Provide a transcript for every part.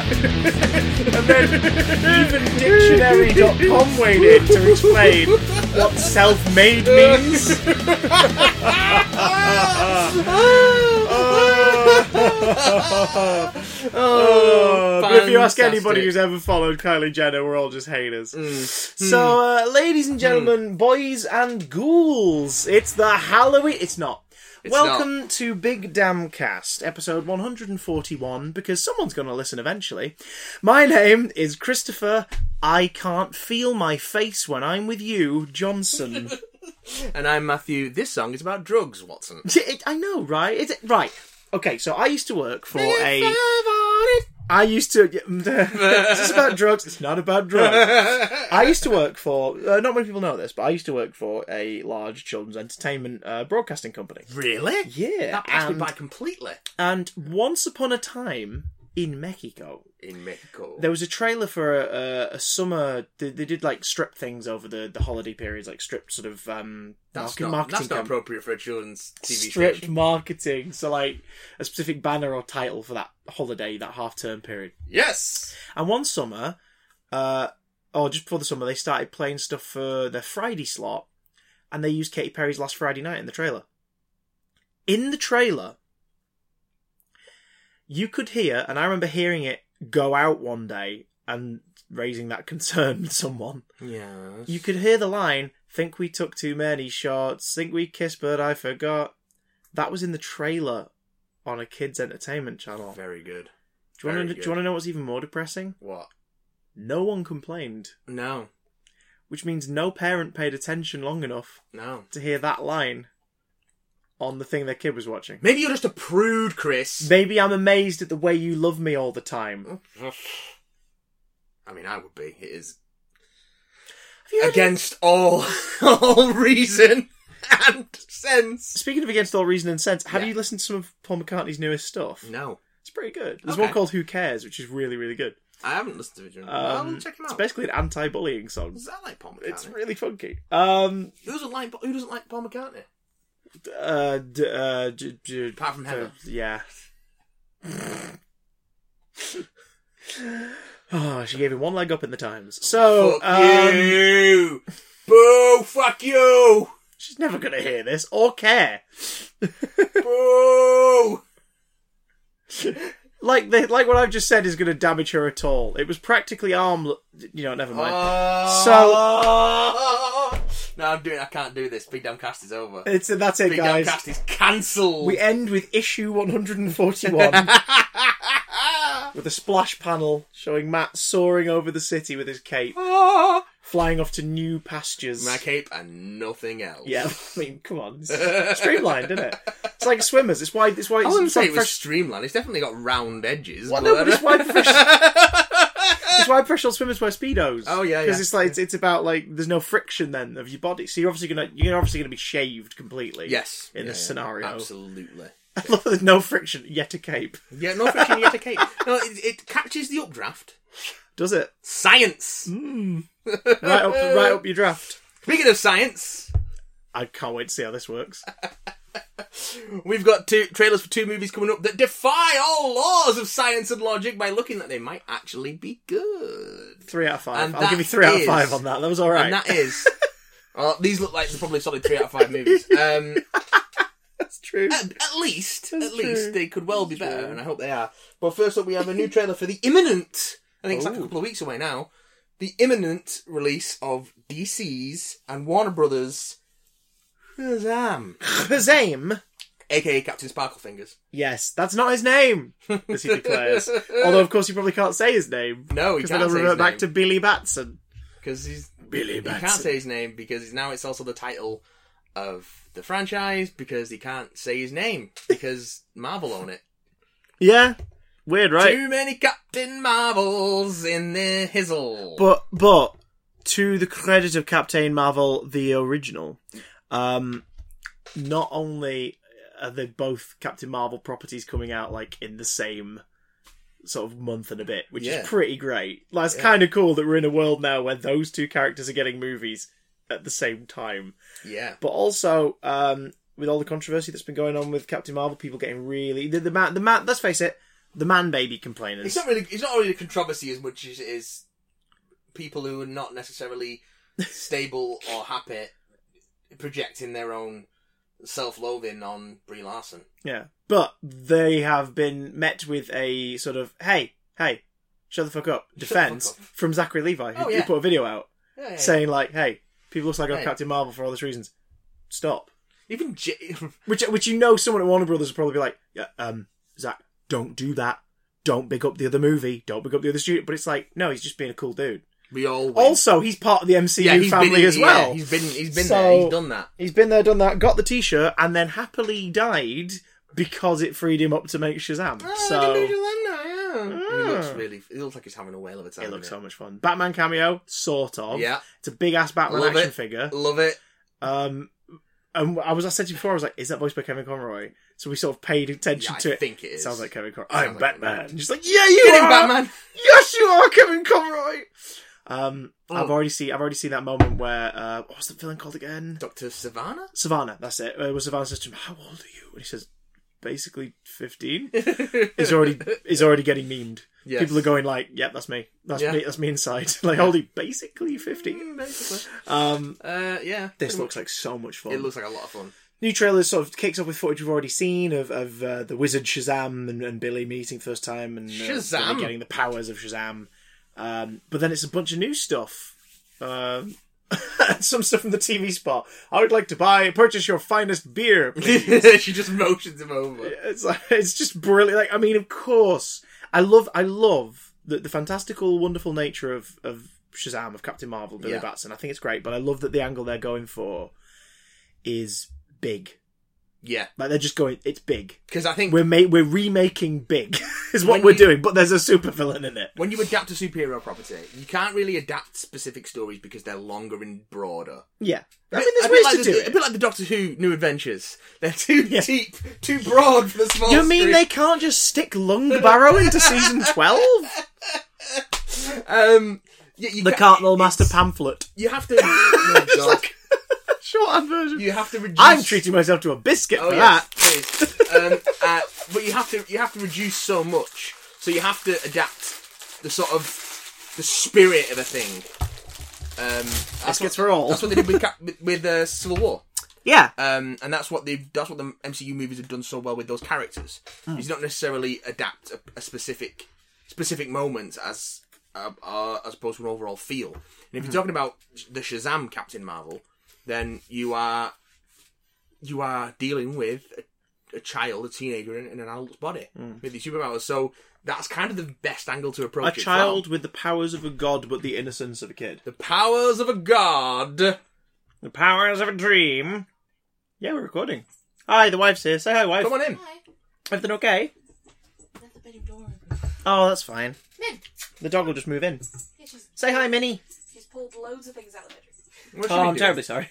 and then even dictionary.com weighed in to explain what self-made means. Oh, Uh, But if you ask fantastic. anybody who's ever followed Kylie Jenner, we're all just haters. So, uh, ladies and gentlemen, boys and ghouls, it's the Halloween. It's not. Welcome to Big Damn Cast, episode 141, because someone's going to listen eventually. My name is Christopher. I can't feel my face when I'm with you, Johnson. and I'm Matthew. This song is about drugs, Watson. It- I know, right? Is it right? Okay, so I used to work for a. I used to. Is this about drugs? It's not about drugs. I used to work for. Uh, not many people know this, but I used to work for a large children's entertainment uh, broadcasting company. Really? Yeah, That passed and- me by completely. And once upon a time in Mexico, In Mexico. there was a trailer for a, a, a summer. They, they did like strip things over the, the holiday periods, like strip sort of um, that's market- not, that's not camp- appropriate for a children's TV stripped station. marketing. So like a specific banner or title for that holiday, that half term period. Yes! And one summer, uh, or just before the summer, they started playing stuff for their Friday slot, and they used Katy Perry's Last Friday Night in the trailer. In the trailer, you could hear, and I remember hearing it go out one day and raising that concern with someone. Yeah. You could hear the line, think we took too many shots, think we kissed but I forgot. That was in the trailer on a kids' entertainment channel. Very good. Do you want very to, do good. you want to know what's even more depressing? What? No one complained, No. which means no parent paid attention long enough No. to hear that line on the thing their kid was watching. Maybe you're just a prude, Chris. Maybe I'm amazed at the way you love me all the time. I mean, I would be. It is Have you heard of- against all all reason and sense. Speaking of against all reason and sense, have Yeah. you listened to some of Paul McCartney's newest stuff? No, It's pretty good. There's Okay. one called Who Cares, which is really, really good. I haven't listened to it. Um, I'll check him It's out. basically an anti-bullying song. Does that like Paul McCartney? It's really funky. Um, who doesn't like Who doesn't like Paul McCartney? uh, d- uh, d- d- Apart from Heather. d- yeah. oh, she gave him one leg up in the times. So, fuck um, you. Boo! Fuck you! she's never gonna hear this or care. Boo! Like the like what I've just said is gonna damage her at all. It was practically arm. You know, never mind. Oh. no, I'm doing. I can't do this. Big damn cast is over. it's that's it, Big damn guys. cast is cancelled. We end with issue 141 with a splash panel showing Matt soaring over the city with his cape, flying off to new pastures. My cape and nothing else. Yeah, I mean, come on, it's streamlined, isn't it? It's like swimmers. It's why. It's why. I It's, wouldn't it's say like it was fresh. streamlined. It's definitely got round edges. Well, no, but it's why professional. it's why professional swimmers wear speedos. Oh, yeah, because yeah. it's like it's, it's about like there's no friction then of your body, so you're obviously gonna you're obviously gonna be shaved completely. yes, in Yeah, this yeah. scenario, absolutely. I love that there's no friction yet a cape. Yeah, no friction yet a cape. No, it, it catches the updraft. Does it Science. right up right up your draft? Speaking of science, I can't wait to see how this works. we've got two trailers for two movies coming up that defy all laws of science and logic by looking that they might actually be good. Three out of five. And I'll give you that three out of is- five on that. That was all right. And that is. Well, these look like they're probably solid three out of five movies. Um, That's true. at, at least, That's at least true. they could well be That's better, true. and I hope they are. But first up, we have a new trailer for the imminent. I think it's like Ooh. a couple of weeks away now. The imminent release of DC's and Warner Brothers' Shazam, Kazam. aka Captain Sparklefingers. Yes, that's not his name, as he declares. Although, of course, you probably can't say his name. No, he Because then can't they'll say revert his back name. to Billy Batson. because he's Billy he can't Batson. say his name because now it's also the title of the franchise because he can't say his name because Marvel own it. Yeah. Weird, right? Too many Captain Marvels in the hizzle. But, but, to the credit of Captain Marvel, the original, um, not only are they both Captain Marvel properties coming out, like, in the same sort of month and a bit, which Yeah. is pretty great. Like, it's kind of cool that we're in a world now where those two characters are getting movies at the same time. yeah, but also um, with all the controversy that's been going on with Captain Marvel, people getting really the, the man the man. Let's face it, the man baby complainers. It's not really it's not really a controversy as much as it is people who are not necessarily stable or happy projecting their own self-loathing on Brie Larson. Yeah, but they have been met with a sort of hey, hey, shut the fuck up the fuck defense up. from Zachary Levi, who, Oh, who yeah. put a video out Yeah, yeah. saying like, hey, people look like I'm Hey. Captain Marvel for all these reasons. Stop. even J- Which, which you know, someone at Warner Brothers would probably be like, yeah, um, Zach, don't do that. Don't big up the other movie. Don't big up the other studio. But it's like, no, he's just being a cool dude. we all win. Also, he's part of the MCU he's family been, as yeah, well. he's been he's been So- there. He's done that. He's been there, done that, got the T-shirt, and then happily died because it freed him up to make Shazam. Ah, so He Ah. looks really. He looks like he's having a whale of a time. it looks doesn't so much fun. Batman cameo, sort it? of. Yeah, it's a big ass Batman Love action it. figure. love it. Um, and I was I said to you before, I was like, is that voiced by Kevin Conroy? So we sort of paid attention Yeah, I to it. think it is. Sounds like Kevin Conroy. Sounds I'm like Batman. Batman. And She's like, yeah, you Get are. him, Batman. Yes, you are, Kevin Conroy. Um, I've Oh. already seen. I've already seen that moment where uh, what's the villain called again? Doctor Savannah. Savannah. That's it. Uh, where Savannah says to him, "How old are you?" And he says, "Basically 15." He's already is already getting memed. Yes. People are going like, "Yep, that's me. That's Yeah. me. That's me inside." like, holy, basically 15. Mm, basically. Um, Uh, yeah. this looks like so much fun. It looks like a lot of fun. New trailer sort of kicks off with footage we've already seen of, of uh, the wizard Shazam and, and Billy meeting first time and uh, Shazam? Billy getting the powers of Shazam. Um, but then it's a bunch of new stuff. Um, some stuff from the TV spot. I would like to buy, purchase your finest beer, please. she just motions him over. it's like, it's just brilliant. Like I mean, of course, I love I love the, the fantastical, wonderful nature of of Shazam of Captain Marvel, Billy Yeah. Batson. I think it's great, but I love that the angle they're going for is big. Yeah, Like they're just going, it's big. because I think We're ma- we're remaking big is what When we're you- doing, but there's a supervillain in it. when you adapt a superhero property, you can't really adapt specific stories because they're longer and broader. Yeah, I A mean, bit- there's a bit ways like to the, do A it. bit like the Doctor Who New Adventures. They're too Yeah. deep, too broad for the small. You mean screen. they can't just stick Lungbarrow into season twelve? Um, yeah, you The ca- Cartmel Master pamphlet, You have to. oh, God. shorthand version. you have to reduce. I'm treating myself to a biscuit Oh for yeah. that. please. um, uh, but you have to. You have to reduce so much. So you have to adapt the sort of the spirit of a thing. Um, that's Biscuits what, for all. that's what they did with Cap- with, with uh, Civil War. Yeah. Um, and that's what they have that's what the MCU movies have done so well with those characters. Is not necessarily adapt a, a specific specific moment as uh, uh, as opposed to an overall feel. And if you're talking about the Shazam Captain Marvel, then you are you are dealing with a, a child, a teenager in, in an adult's body with these superpowers. So that's kind of the best angle to A approach it from. child with the powers of a god, but the innocence of a kid. The powers of a god. The powers of a dream. Yeah, we're recording. Hi, the wife's here. Say hi, wife. Come on in. Hi. Everything okay? Not the bedroom door. Oh, that's fine. Min. The dog will just move in. Yeah, she's, Say hi, Minnie. she's pulled loads of things out of the bedroom. What Oh, should we I'm do? terribly sorry.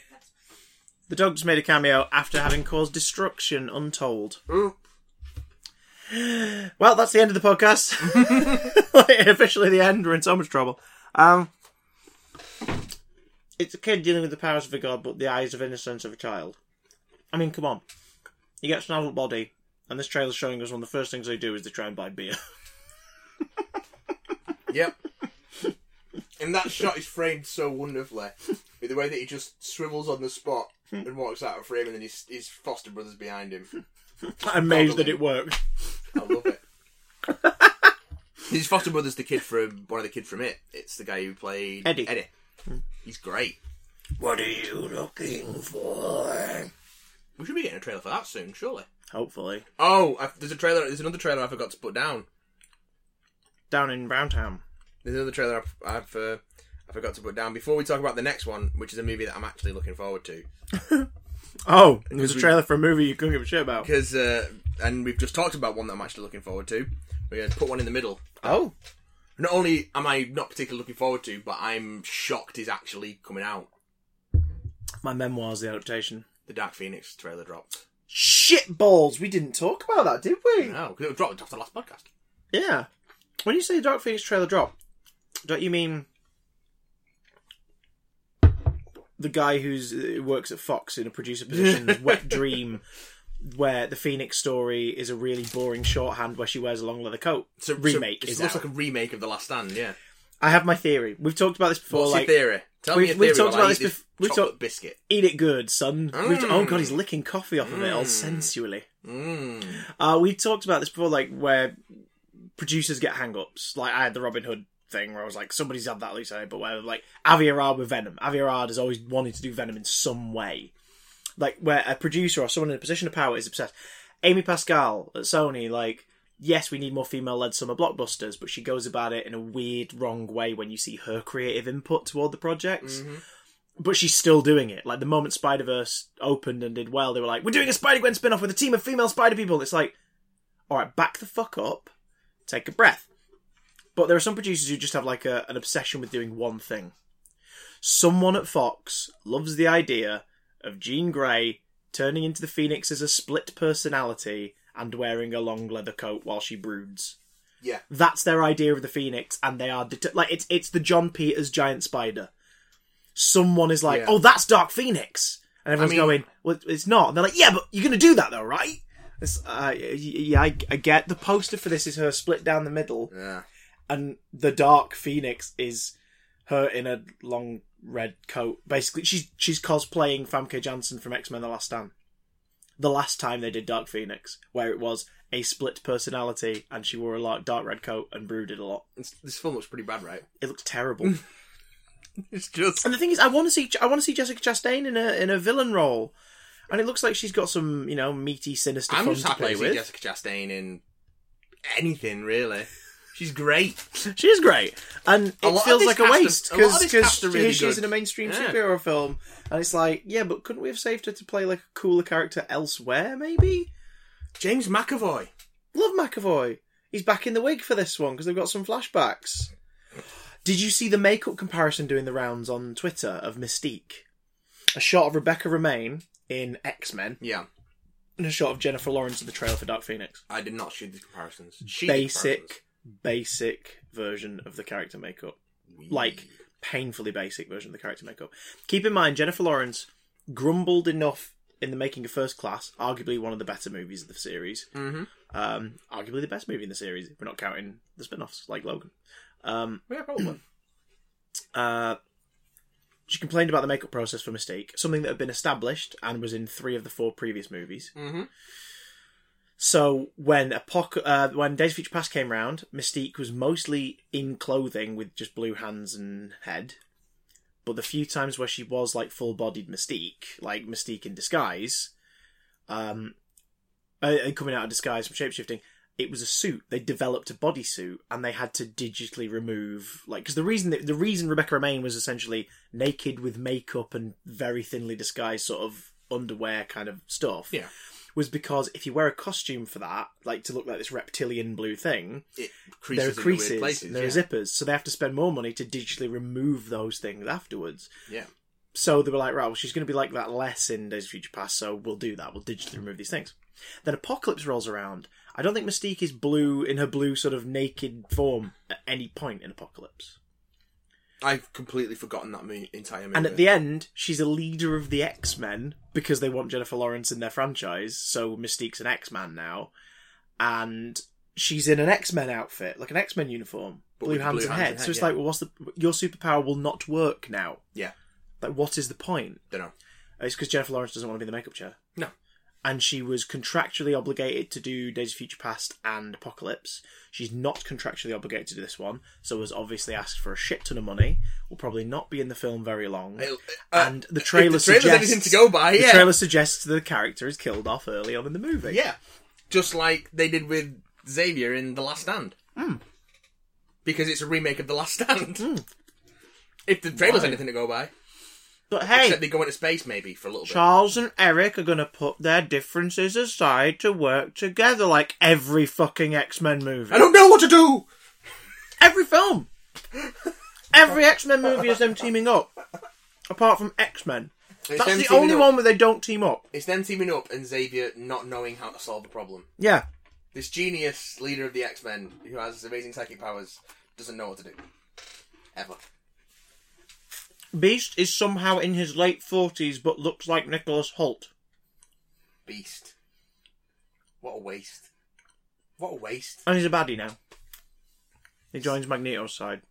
The dog just made a cameo after having caused destruction untold. Ooh. Well, that's the end of the podcast. Officially the end. We're in so much trouble. Um, it's a kid dealing with the powers of a god, but the eyes of innocence of a child. I mean, come on. He gets an adult body, and this trailer's showing us one of the first things they do is they try and buy beer. Yep. and that shot is framed so wonderfully with the way that he just swivels on the spot and walks out of frame, and then his, his foster brother's behind him. I'm amazed that it worked. I love it. his foster brother's the kid from one of the kid from it. It's the guy who played Eddie. Eddie. He's great. What are you looking for? We should be getting a trailer for that soon, surely. Hopefully. Oh, I, there's a trailer. There's another trailer I forgot to put down. Down in Browntown. There's another trailer I've, I've uh, I forgot to put down. Before we talk about the next one, which is a movie that I'm actually looking forward to, Oh, there's a we- trailer for a movie you couldn't give a shit about. because uh, and we've just talked about one that I'm actually looking forward to. We're going to put one in the middle. Oh. Not only am I not particularly looking forward to, but I'm shocked is actually coming out. My memoirs, the adaptation. The Dark Phoenix trailer dropped. Shit balls! We didn't talk about that, did we? No, because it dropped after the last podcast. Yeah. When you say Dark Phoenix trailer drop, don't you mean the guy who's uh, works at Fox in a producer position's wet dream, where the Phoenix story is a really boring shorthand where she wears a long leather coat. So remake So, is it looks out. like a remake of The Last Stand. Yeah. I have my theory. We've talked about this before. What's like, your theory? Tell me we've- your we've theory. talked while about I this eat this bef- we've chocolate talked- biscuit. eat it good, son. We've t- Mm. oh god, he's licking coffee off of it all sensually. Mm. Uh, we talked about this before, like where producers get hang-ups. Like I had the Robin Hood thing where I was like, somebody's had that loose idea, but where like Avi Arad with Venom. Avi Arad has always wanted to do Venom in some way, like where a producer or someone in a position of power is obsessed. Amy Pascal at Sony, like. Yes, we need more female-led summer blockbusters, but she goes about it in a weird, wrong way when you see her creative input toward the Mm. projects but she's still doing it. Like the moment Spider Verse opened and did well, they were like, "We're doing a Spider Gwen spin off with a team of female Spider people." It's like, all right, back the fuck up, take a breath. But there are some producers who just have like a, an obsession with doing one thing. Someone at Fox loves the idea of Jean Grey turning into the Phoenix as a split personality and wearing a long leather coat while she broods. Yeah. That's their idea of the Phoenix, and they are det- like it's it's the John Peters giant spider. Someone is like, Yeah. "Oh, that's Dark Phoenix," and everyone's mean- going, "Well, it's not." And they're like, "Yeah, but you're gonna do that though, right?" It's, uh, y- yeah, I, I get the poster for this is her split down the middle, Yeah. and the Dark Phoenix is her in a long red coat. Basically, she's she's cosplaying Famke Janssen from X Men: The Last Stand. The last time they did Dark Phoenix, where it was a split personality, and she wore a la- dark red coat and brooded a lot. It's, this film looks pretty bad, right? It looks terrible. and It's just. the thing is, I want to see I want to see Jessica Chastain in a in a villain role, and it looks like she's got some you know meaty, sinister I'm fun just to happy play to see with. Jessica Chastain in anything really. She's great. She is great, and it A lot of feels this like a cast are- waste a lot of because this cast are really here she is good. in a mainstream Yeah. superhero film, and it's like, yeah, but couldn't we have saved her to play like a cooler character elsewhere? Maybe James McAvoy. love McAvoy. He's back in the wig for this one because they've got some flashbacks. Did you see the makeup comparison doing the rounds on Twitter of Mystique? A shot of Rebecca Romaine in X Men Yeah, and a shot of Jennifer Lawrence in the trailer for Dark Phoenix. I did not shoot the comparisons. She did Basic, basic version of the character makeup. comparisons. like painfully basic version of the character makeup. Keep in mind, Jennifer Lawrence grumbled enough in the making of First Class, arguably one of the better movies of the series, Mhm. um, arguably the best movie in the series. If we're not counting the spin-offs like Logan. Um, yeah, probably. uh, she complained about the makeup process for Mistake, something that had been established and was in three of the four previous movies. mm-hmm. So when Apoc- uh, when Days of Future Past came round, Mystique was mostly in clothing with just blue hands and head. But the few times where she was like full bodied Mystique, like Mystique in disguise, um, uh, uh, coming out of disguise from shapeshifting, it was a suit. They developed a bodysuit and they had to digitally remove like because the reason that, the reason Rebecca Romaine was essentially naked with makeup and very thinly disguised sort of underwear kind of stuff Yeah. was because if you wear a costume for that, like to look like this reptilian blue thing, It there are creases in creases, weird places. and there yeah. are zippers, so they have to spend more money to digitally remove those things afterwards. yeah. So they were like, right, well, she's going to be like that less in Days of Future Past, so we'll do that. We'll digitally remove these things. Then Apocalypse rolls around. I don't think Mystique is blue in her blue sort of naked form at any point in Apocalypse. I've completely forgotten that mo- entire movie. And at the end, she's a leader of the X Men because they want Jennifer Lawrence in their franchise. So Mystique's an X Man now, and she's in an X Men outfit, like an X Men uniform, But blue with the hands blue and hands head. and So head, it's yeah. like, well, what's the your superpower will not work now? yeah, Like, what is the point? don't know. It's because Jennifer Lawrence doesn't want to be in the makeup chair, No, and she was contractually obligated to do Days of Future Past and Apocalypse. She's not contractually obligated to do this one, so was obviously asked for a shit ton of money. Will probably not be in the film very long It'll- and uh, the if trailer the trailer's suggests anything to go by, The yeah. trailer suggests the character is killed off early on in the movie. yeah, just like they did with Xavier in The Last Stand, Hmm. because it's a remake of The Last Stand. If the trailer's Why? anything to go by, but hey, except they go into space maybe for a little bit. Charles and Eric are gonna put their differences aside to work together, like every fucking X Men movie, I don't know what to do. every film, every X Men movie is them teaming up, apart from X Men. It's them That's the teaming only up. one where they don't team up. It's them teaming up and Xavier not knowing how to solve the problem. Yeah, This genius leader of the X Men who has amazing psychic powers doesn't know what to do. Ever. Beast is somehow in his late forties but looks like Nicholas Holt. Beast. What a waste. What a waste. And he's a baddie now. He joins Magneto's side.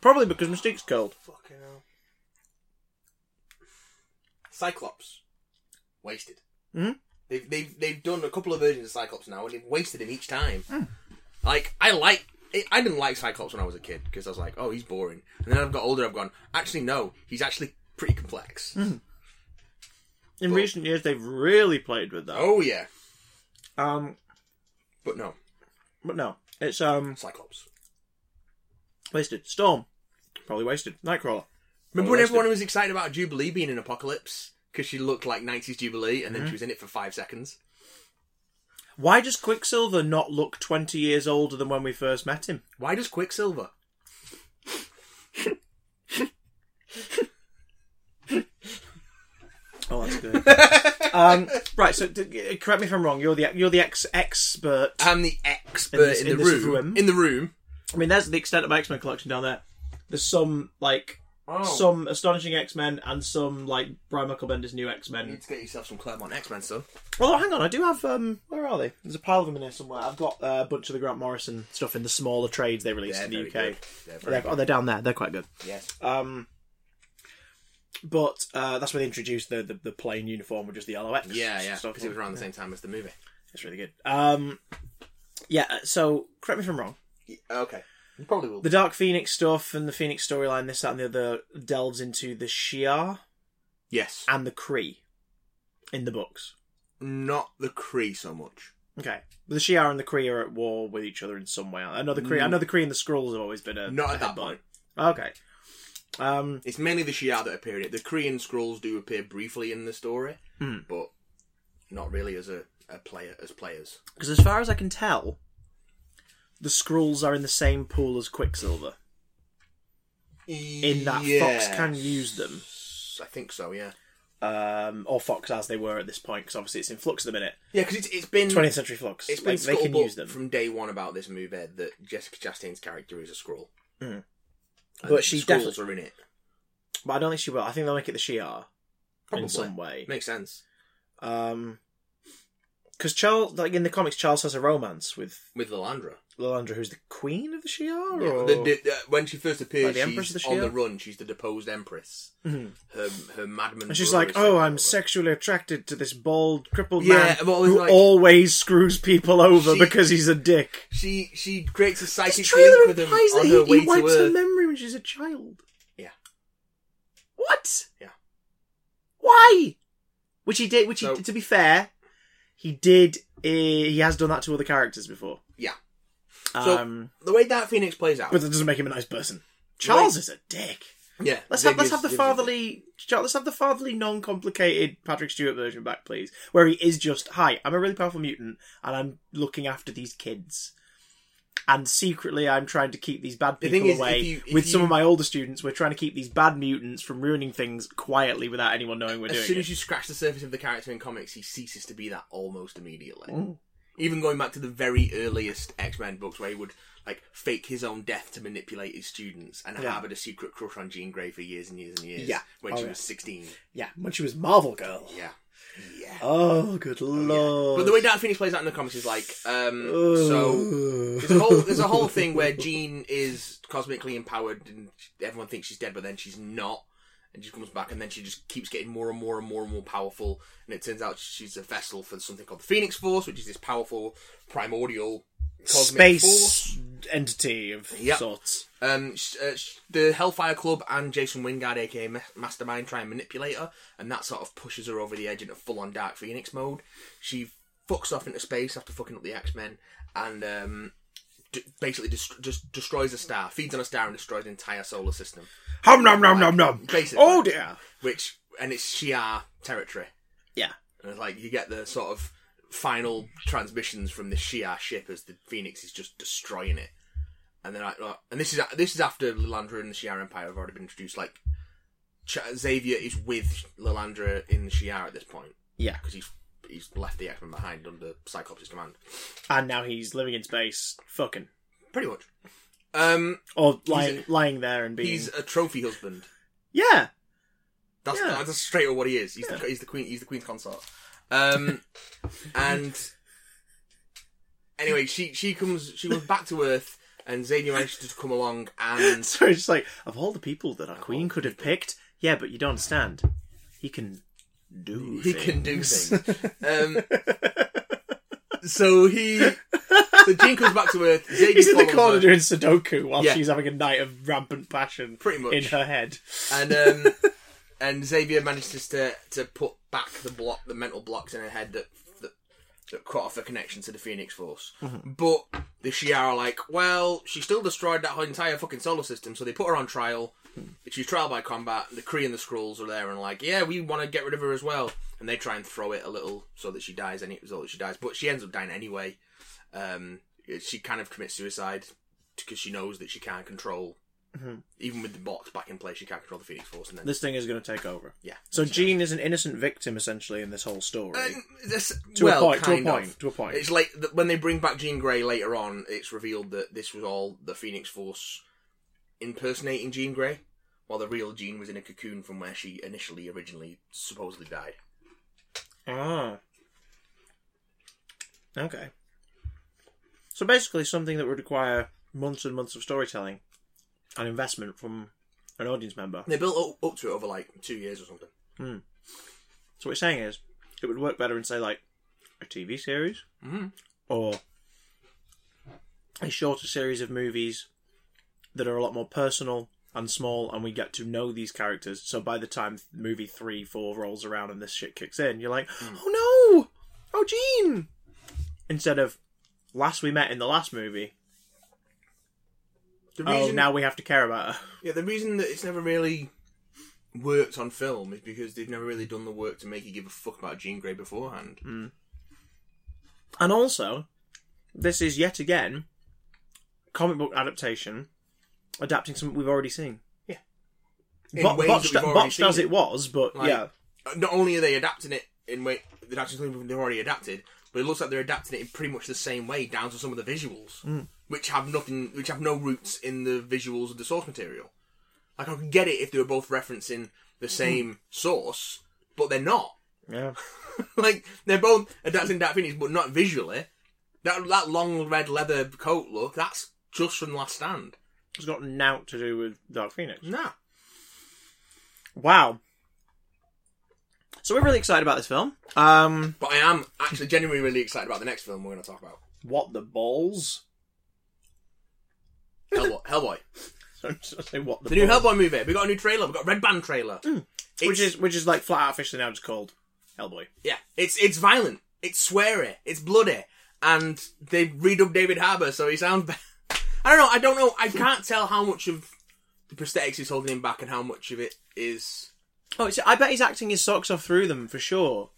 Probably because Mystique's cold. Fucking hell. Cyclops. Wasted. Hmm? They've, they've, they've done a couple of versions of Cyclops now, and they've wasted him each time. Like, I like. I- I didn't like Cyclops when I was a kid because I was like, "Oh, he's boring." And then I've got older. I've gone, actually, no, he's actually pretty complex. In Well- recent years, they've really played with that. Oh yeah, Um, but no, but no, it's um Cyclops. wasted. Storm, probably wasted. Nightcrawler. Remember Well, when that's everyone was excited about Jubilee being in Apocalypse because she looked like '90s Jubilee, and then Mm-hmm. she was in it for five seconds? Why does Quicksilver not look twenty years older than when we first met him? Why does Quicksilver? Oh, that's good. um, right, so d- correct me if I'm wrong. You're the you're the ex expert. I'm the expert In this- in, in the this room, room? In the room. I mean, there's the extent of X Men collection down there. There's some like Oh, some astonishing X Men and some like Brian Michael Bender's new X you Men. need to get yourself some Claremont X-Men stuff. Although, hang on, I do have. Um, where are they? There's a pile of them in here somewhere. I've got uh, a bunch of the Grant Morrison stuff in the smaller trades they released They're in the very UK. good. They're very They're- good. oh, they're down there. They're quite good. Yes. Um, but uh, that's where they introduced the, the the plain uniform with just the yellow X. Yeah, yeah. stuff. Because it was around the same time as the movie. It's really good. Um, yeah. uh, So correct me if I'm wrong. Okay. You probably will. The Dark Phoenix stuff and the Phoenix storyline, this, that, and the other, delves into the Shi'ar yes. and the Kree in the books. Not the Kree so much. Okay, the Shi'ar and the Kree are at war with each other in some way. I know the Kree. I know the Kree and the Skrulls have always been a Not a at that headbutt. point. Okay. Um, It's mainly the Shi'ar that appear in it. The Korean scrolls do appear briefly in the story, but not really as a, a player as players. because as far as I can tell, the Skrulls are in the same pool as Quicksilver. In that Fox can use them, I think so. Yeah. um, or Fox as they were at this point, because obviously it's in flux at the minute. Yeah, because it's, it's been 20th century flux. it's been like, they can scuttlebutt use them. from day one about this move Ed, that Jessica Chastain's character is a scroll. Mm. But she she scrolls defi- are in it. But I don't think she will. I think they'll make it the Shi'ar Probably in some way. makes sense Um, because Charles, like in the comics, Charles has a romance with with Lalandra. Lilandra, who's the queen of the Shi'ar. Yeah, or- the, the, uh, when she first appears, Like Oh. the Empress she's of the on the Shi'ar? run. She's the deposed empress. Mhm. Her her madman. and she's brother like, is "Oh, taken I'm over." sexually attracted to this bald, crippled Yeah, man well, it's who like- always screws people over She- because he's a dick." She she creates a This psychic trailer link with him implies on that her he, way he to wipes her Earth. memory when she's a child. Yeah. What? Yeah. Why? Which he did. Which So- he, to be fair, he did. Uh, he has done that to other characters before. Yeah. So- Um, The way that Phoenix plays out. but that doesn't make him a nice person. Charles Right. is a dick. yeah. Let's Zig have let's is- have the Zig is- fatherly. Char- Let's have the fatherly, non-complicated Patrick Stewart version back, please, where he is just, "Hi, I'm a really powerful mutant, and I'm looking after these kids, and secretly, I'm trying to keep these bad The thing people is, away." if you- if With some you- of my older students, we're trying to keep these bad mutants from ruining things quietly without anyone knowing we're As doing soon it. as you scratch the surface of the character in comics, he ceases to be that almost immediately. Mm. Even going back to the very earliest X Men books, where he would like fake his own death to manipulate his students, and Yeah. harbored a secret crush on Jean Grey for years and years and years. Yeah. when Oh, she yeah. was sixteen. yeah, when she was Marvel Girl. Yeah, yeah. Oh, good lord! But the way Dark Phoenix plays out in the comics is like, um, so Ugh. There's a whole there's a whole thing where Jean is cosmically empowered and everyone thinks she's dead, but then she's not. And she comes back, and then she just keeps getting more and more and more and more powerful. And it turns out she's a vessel for something called the Phoenix Force, which is this powerful primordial cosmic space force. entity of Yep. sorts. Um, sh- uh, sh- the Hellfire Club and Jason Wingard, aka Ma- Mastermind, try and manipulate her, and that sort of pushes her over the edge into full on Dark Phoenix mode. She fucks off into space after fucking up the X Men, and um, d- basically dest- just destroys a star, feeds on a star, and destroys an entire solar system. Hum nom nom nom nom. Basically. Oh dear. Which and it's Shi'ar territory, Yeah. and it's like you get the sort of final transmissions from the Shi'ar ship as the Phoenix is just destroying it. And then I, uh, and this is this is after Lilandra and the Shi'ar Empire have already been introduced. Like Ch- Xavier is with Lilandra in the Shi'ar at this point Yeah. because he's he's left the X Men behind under Cyclops' command, and now he's living in space, fucking pretty much. Um, or a- lying, lying there and being he's a trophy husband. Yeah. That's Yeah. that's straight up what he is. He's, the, he's the queen. He's the queen's consort. Um, and anyway, she she comes she comes back to Earth, and Xenia manages to come along, and So it's just like, of all the people that our queen could have picked, yeah, but you don't understand. He can do he things. can do things. Um, so he so Jean comes back to Earth. Xenia He's in the follows corner her. doing Sudoku while Yeah. she's having a night of rampant passion Pretty much. in her head. and um, and Xavier manages to to put back the block, the mental blocks in her head that that, that cut off her connection to the Phoenix Force. But the Shi'ar are like, well, she still destroyed that whole entire fucking solar system, so they put her on trial. She's trial by combat. The Kree and the Skrulls are there and like, yeah, we want to get rid of her as well. And they try and throw it a little so that she dies. Any so that she dies, but she ends up dying anyway. Um, she kind of commits suicide because she knows that she can't control. Even with the box back in place, she can't control the Phoenix Force. And then This thing is going to take over. yeah. So Jean is an innocent victim, essentially, in this whole story. Um, this, To a well, point, to a kind of. point, to a point. It's like th- when they bring back Jean Grey later on, it's revealed that this was all the Phoenix Force impersonating Jean Grey, while the real Jean was in a cocoon from where she initially, originally, supposedly died. Ah. Okay. So basically, something that would require months and months of storytelling and investment from an audience member. They built up, up to it over like two years or something. So what you're saying is, it would work better in say like a TV series Mhm. or a shorter series of movies that are a lot more personal and small, and we get to know these characters. So by the time movie three, four rolls around and this shit kicks in, you're like, oh no, oh Gene. Instead of last we met in the last movie, The oh now we have to care about her. yeah, the reason that it's never really worked on film is because they've never really done the work to make you give a fuck about Jean Grey beforehand. And also, this is yet again comic book adaptation adapting something we've already seen. Yeah. In Bo- ways botched that we've already botched seen as it. it was, but Like- yeah. not only are they adapting it in way they're adapting something they've already adapted, but it looks like they're adapting it in pretty much the same way, down to some of the visuals, which have nothing, which have no roots in the visuals of the source material. Like I could get it if they were both referencing the same source, but they're not. Yeah. like they're both adapting that finish, but not visually. That that long red leather coat look, that's just from Last Stand. It's got nought to do with Dark Phoenix. Nah. Wow. So we're really excited about this film. Um But I am actually genuinely really excited about the next film we're going to talk about. What the balls? Hellboy. Hellboy. So I'm just gonna say what the, The new balls. Hellboy movie. We got a new trailer. We got a Red Band trailer. Which is which is like flat out officially now just called Hellboy. yeah, it's it's violent. It's sweary. It's bloody. And they redubbed David Harbour, so he sounds. be- I don't know. I don't know. I can't tell how much of the prosthetics is holding him back and how much of it is. Oh, it's, I bet he's acting his socks off through them for sure.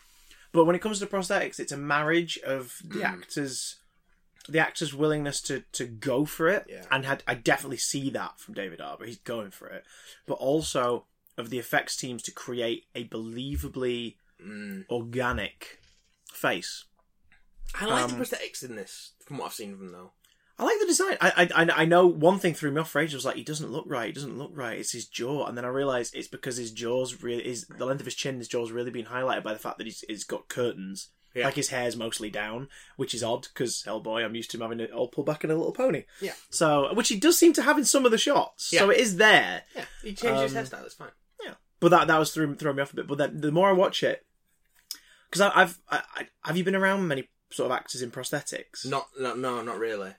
But when it comes to prosthetics, it's a marriage of the actors, the actor's willingness to to go for it, Yeah. and had I definitely see that from David Arbor. He's going for it, but also of the effects teams to create a believably organic face. I like Um, the prosthetics in this, from what I've seen of them though. I like the design. I, I I- I know one thing threw me off for ages was like he doesn't look right. He doesn't look right. It's his jaw, and then I realized it's because his jaws really is the length of his chin. His jaw's really been highlighted by the fact that he's, he's got curtains. Yeah. Like his hair's mostly down, which is odd because Hellboy, I'm used to him having it all pulled back in a little pony. Yeah. So, which he does seem to have in some of the shots. So Yeah. it is there. Yeah, he changed his Um, hairstyle. It's fine. But that that was threw throwing me off a bit. But then the more I watch it, because I've I, I, have you been around many sort of actors in prosthetics? Not, no, no, not really.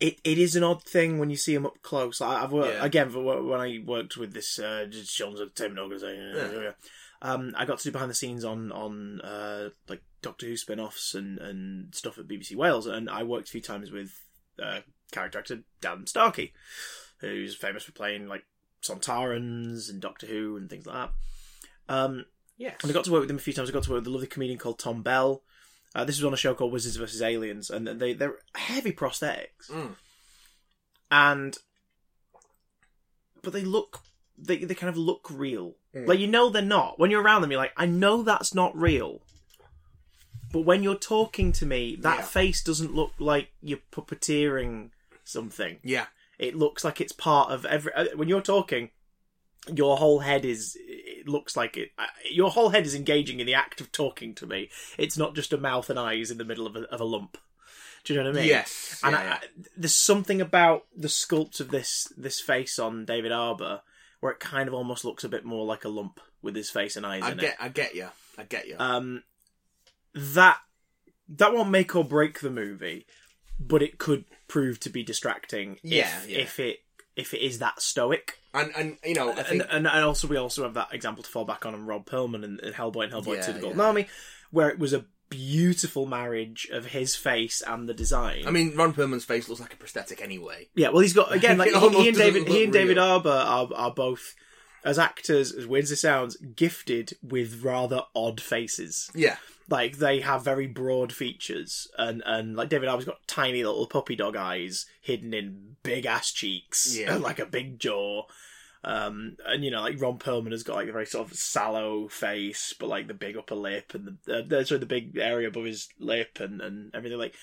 it, it is an odd thing when you see him up close. I, I've worked Yeah. again for wh- when I worked with this uh, John's Entertainment Organization. Yeah. uh, Um, I got to do behind the scenes on on uh, like Doctor Who spin-offs and and stuff at BBC Wales, and I worked a few times with uh, character actor Dan Starkey, who's famous for playing like Sontarans and Doctor Who and things like that. Um, Yes. and I got to work with him a few times. I got to work with a lovely comedian called Tom Bell. Uh, this was on a show called Wizards vs Aliens, and they they're heavy prosthetics, Mm. and but they look they they kind of look real. Mm. Like you know they're not. When you're around them, you're like, I know that's not real. But when you're talking to me, that Yeah. face doesn't look like you're puppeteering something. Yeah. It looks like it's part of every. uh, When you're talking, your whole head is it looks like it I- your whole head is engaging in the act of talking to me it's not just a mouth and eyes in the middle of a, of a lump do you know what i mean Yes. and yeah, I, yeah. I- there's something about the sculpt of this this face on david arbor where it kind of almost looks a bit more like a lump with his face and eyes I Uh, in get, it I get you. I get you. um that that won't make or break the movie but it could prove to be distracting if- Yeah, yeah. if it if it is that stoic and and you know, I think and, and and also we also have that example to fall back on on Rob Perlman and, and Hellboy and Hellboy Yeah, Two: The Golden yeah. Army, where it was a beautiful marriage of his face and the design. I mean, Ron Perlman's face looks like a prosthetic anyway. yeah, well, he's got again like It he, almost he and doesn't David look he and David real. Arbor are are both as actors, as weird as it sounds, gifted with rather odd faces. Yeah, Like they have very broad features, and and like David Arbor's got tiny little puppy dog eyes hidden in big ass cheeks, Yeah. and like a big jaw. Um, and you know, like Ron Perlman has got like a very sort of sallow face, but like the big upper lip and the uh, the- sorry, the big area above his lip and and everything like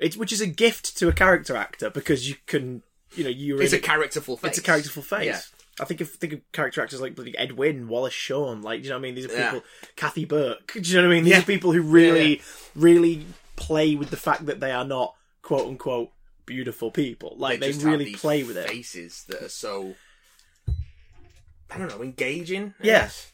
it's which is a gift to a character actor because you can you know you're it's in a characterful it's face. a characterful face. Yeah. I think if think of character actors like bloody Ed Wynn, Wallace Shawn, like do you know what I mean? These are Yeah. people Kathy Burke. Do you know what I mean? These Yeah. are people who really really play with the fact that they are not quote unquote beautiful people. Like they, just have really these play with it. Faces that are so I don't know, engaging. I Yeah. guess.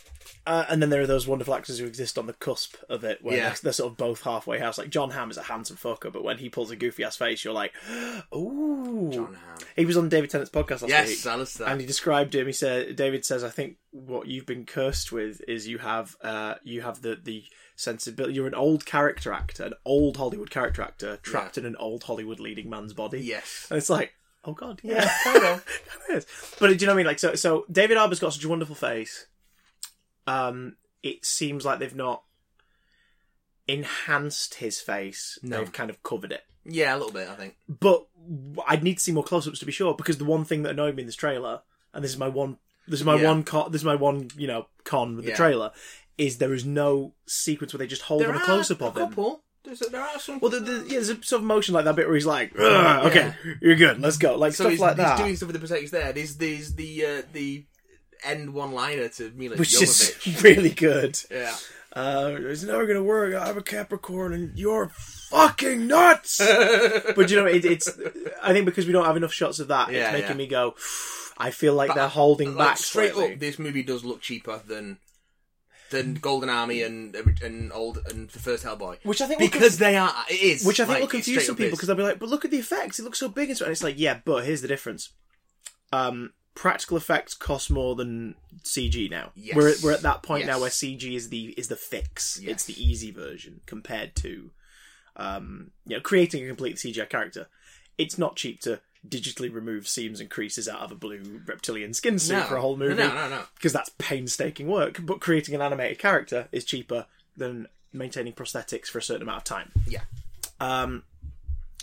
Uh, and then there are those wonderful actors who exist on the cusp of it, where Yeah. they're, they're sort of both halfway house. Like John Hamm is a handsome fucker, but when he pulls a goofy ass face, you're like, ooh. John Hamm. He was on David Tennant's podcast last week. Yes, I love that. and he described him. He said, "David says, I think what you've been cursed with is you have, uh, you have the the sensibility. You're an old character actor, an old Hollywood character actor, trapped in an old Hollywood leading man's body. yes. and it's like, oh god, yeah, Yeah, kind of. it is. But do you know what I mean? Like, so, so David Arbor's got such a wonderful face. Um, it seems like they've not enhanced his face. No. They've kind of covered it. Yeah, a little bit, I think. But I'd need to see more close-ups to be sure, because the one thing that annoyed me in this trailer, and this is my one, this is my Yeah. one con, this is my one, you know, con with the Yeah. trailer, is there is no sequence where they just hold on a close-up a of him. couple. There's a, there are some. Well, the, the, yeah, there's a sort of motion like that bit where he's like, "Ugh, "Okay, you're good, let's go," like so stuff he's, like that, he's doing stuff with the prosthetics there. There's there's the uh, the end one liner to Mila which Jovovich. is really good. Yeah, Uh, it's never gonna work. I'm a Capricorn, and you're fucking nuts. but you know, it, it's. I think because we don't have enough shots of that, Yeah, it's making yeah. me go. I feel like But they're I- holding Like, back straight slightly. up, this movie does look cheaper than than Golden Army and and old and the first Hellboy. Which I think will because they are it is Which I think like, will it's confuse straight some up is. people because they'll be like, "But look at the effects! It looks so big and so." And it's like, yeah, but here's the difference: um, practical effects cost more than CG now. Yes. We're at, we're at that point now Yes. where CG is the is the fix. Yes. It's the easy version compared to, um, you know, creating a complete CGI character. It's not cheap to digitally remove seams and creases out of a blue reptilian skin suit no, for a whole movie No, no, no. because that's painstaking work. But creating an animated character is cheaper than maintaining prosthetics for a certain amount of time. Yeah. Um,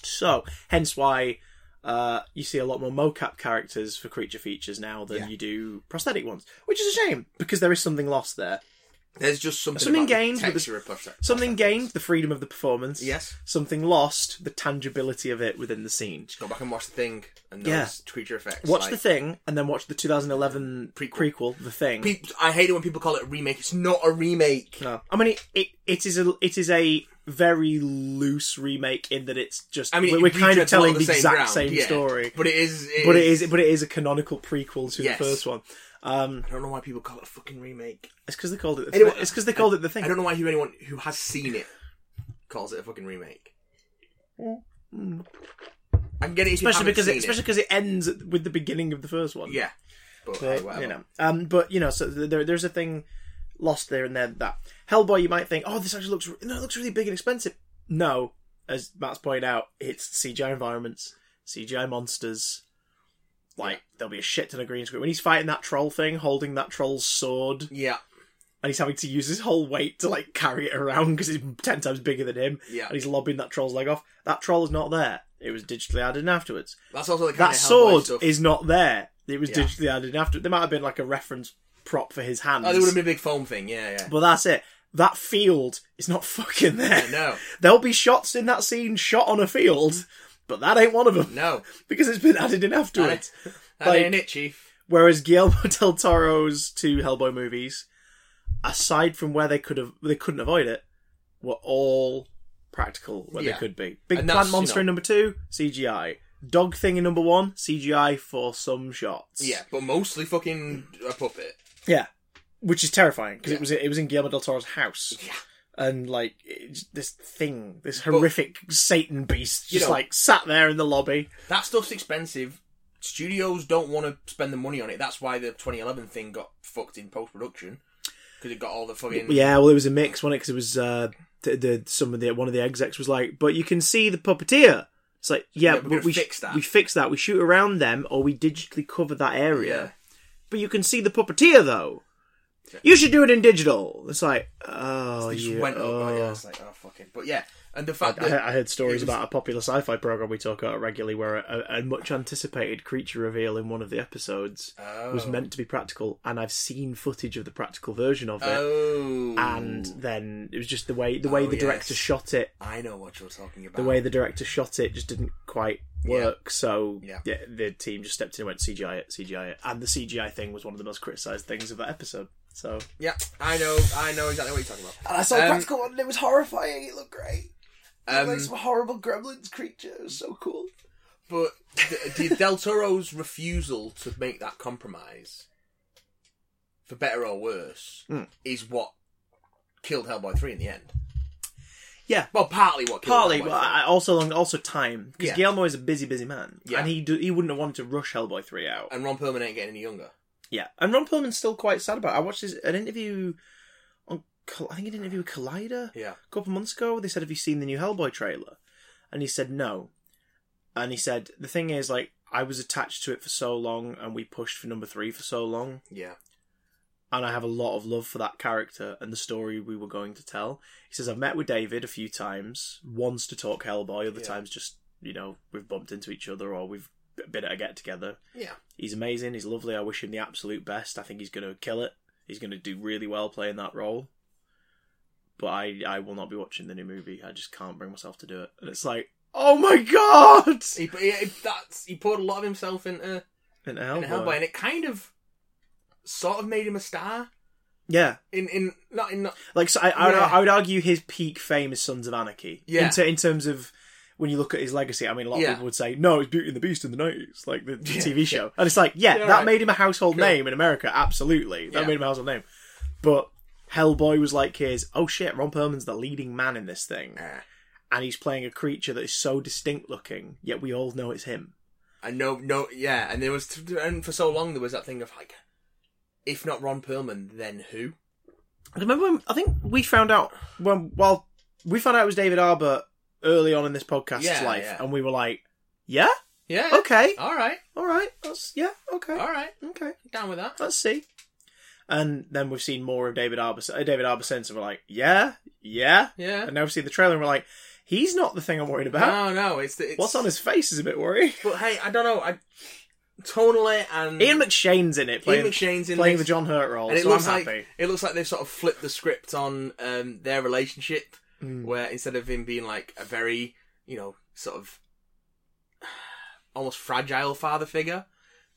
so, hence why uh, you see a lot more mocap characters for creature features now than Yeah. you do prosthetic ones, which is a shame because there is something lost there. There's just something Something about the gained with texture of prosthetic. Something gained, the freedom of the performance. Yes. Something lost, the tangibility of it within the scene. Go back and watch the thing and those Yeah. creature effects. Watch like- the thing, and then watch the 2011 Prequel. prequel, the thing. Pe- I hate it when people call it a remake. It's not a remake. No. I mean, it, it, it is a it is a very loose remake in that it's just. I mean, we're, it we're kind of retreads a lot telling of the the same exact ground, same yeah. story, But it is. It but it is but it is a canonical prequel to Yes. the first one. Um, I don't know why people call it a fucking remake. it's because they called it. The Anyway, it's because they called it the I thing. don't know why who- anyone who has seen it calls it a fucking remake. I can get it, if you mm. Especially haven't because seen it, especially because it ends at- with the beginning of the first one. yeah. But, hey, but, whatever. you know, um, but you know, so th- there, there's a thing lost there and there that Hellboy. You might think, oh, this actually looks re- no, it looks really big and expensive. No, as Matt's pointed out, it's CGI environments, CGI monsters. Like there'll be a shit ton of green screen when he's fighting that troll thing, holding that troll's sword, Yeah, and he's having to use his whole weight to like carry it around because it's ten times bigger than him, yeah. and he's lobbing that troll's leg off. That troll is not there. It was digitally added in afterwards. That's also the kind That of Hellboy sword stuff. is not there. It was Yeah. digitally added after. There might have been like a reference prop for his hands. Oh, there would have been a big foam thing. Yeah, yeah. But that's it. That field is not fucking there. no, There'll be shots in that scene shot on a field, but that ain't one of them no. because it's been added in That ain't- afterwards. that Like- ain't it, Chief. Whereas Guillermo del Toro's two Hellboy movies, aside from where they could have they couldn't avoid it, were all practical where Yeah. they could be. Big And that's, Plant you Monster know- in number two, CGI. Dog Thing in number one, CGI for some shots. Yeah, but mostly fucking a puppet. Yeah, which is terrifying because Yeah. it was it was in Guillermo del Toro's house. Yeah. And like it's this thing, this horrific Satan beast, You just know- like sat there in the lobby. That stuff's expensive. Studios don't want to spend the money on it. That's why the 2011 thing got fucked in post production because it got all the fucking Yeah, well, it was a mix, wasn't it? Because it was uh, the, the some of the one of the execs was like, but you can see the puppeteer. It's like, yeah, Yeah, we're but gonna we fix that. we fix that. We shoot around them, or we digitally cover that area. Yeah. But you can see the puppeteer though. You should do it in digital. It's like, oh, It just you, went up. oh. Oh, yeah, it's like oh fucking. But yeah, and the fact I, that I heard stories it was- about a popular sci-fi program we talk about regularly, where a, a much anticipated creature reveal in one of the episodes was Oh. meant to be practical, and I've seen footage of the practical version of it, oh, and then it was just the way the way Oh, the director yes. shot it, I know what you're talking about. the way the director shot it just didn't quite work. So Yeah. the team just stepped in and went CGI it, CGI it, and the CGI thing was one of the most criticised things of that episode. So yeah, I know, I know exactly what you're talking about. I saw the practical one, and it was horrifying. It looked great. Um, horrible gremlins creature. It was so cool. But the, the Del Toro's refusal to make that compromise, for better or worse, Mm. is what killed Hellboy three in the end. Yeah. well, partly what killed Partly, Hellboy but 3. I- also long, also time because Yeah. Guillermo is a busy, busy man, Yeah. and he do, he wouldn't have wanted to rush Hellboy three out. and Ron Perlman ain't getting any younger. Yeah, and Ron Perlman's still quite sad about. it. I watched his, an interview on Col- I think an interview with Collider Yeah, a couple months ago. They said, "Have you seen the new Hellboy trailer?" And he said, "No." And he said, "The thing is, like, I was attached to it for so long, and we pushed for number three for so long, yeah, and I have a lot of love for that character and the story we were going to tell." He says, "I've met with David a few times, once to talk Hellboy, other Yeah. times just you know we've bumped into each other or we've been at a get together." yeah. He's amazing. He's lovely. I wish him the absolute best. I think he's going to kill it. He's going to do really well playing that role. But I, I will not be watching the new movie. I just can't bring myself to do it. And it's like, oh my god! He, he, he- that's, he poured a lot of himself into, And into Hellboy. Hellboy, and it kind of, sort of made him a star. Yeah, In in not in not, like so I, I, would, Yeah. I would argue his peak fame is Sons of Anarchy. Yeah. In, ter- in terms of when you look at his legacy, I mean, a lot Yeah. of people would say, no, it's Beauty and the Beast in the nineties, like the, the Yeah, TV show. And it's like, yeah, Yeah, that right. made him a household Cool. name in America. Absolutely, that Yeah. made him a household name. But Hellboy was like his. Oh shit, Ron Perlman's the leading man in this thing, Ah. and he's playing a creature that is so distinct looking, yet we all know it's him. and no no yeah, and there was and for so long there was that thing of like, if not Ron Perlman, then who? I remember when I think we found out when well we found out it was David Arbor early on in this podcast's Yeah, life, yeah. and we were like, yeah, Yeah. okay, All right. all right, that's yeah, okay, All right. okay, Down with that. let's see. And then we've seen more of David Arbor, uh, David Arbor since, and we're like, yeah, yeah. Yeah. And now we've seen the trailer, and we're like, he's not the thing I'm worried about. No, no. It's, the, it's What's on his face is a bit worrying. But hey, I don't know. I tonally and Ian McShane's in it, Hmm. Ian playing, McShane's in playing this. the John Hurt role, and it so looks I'm like happy. it looks like they've sort of flipped the script on um, their relationship, Hmm. where instead of him being like a very you know sort of almost fragile father figure,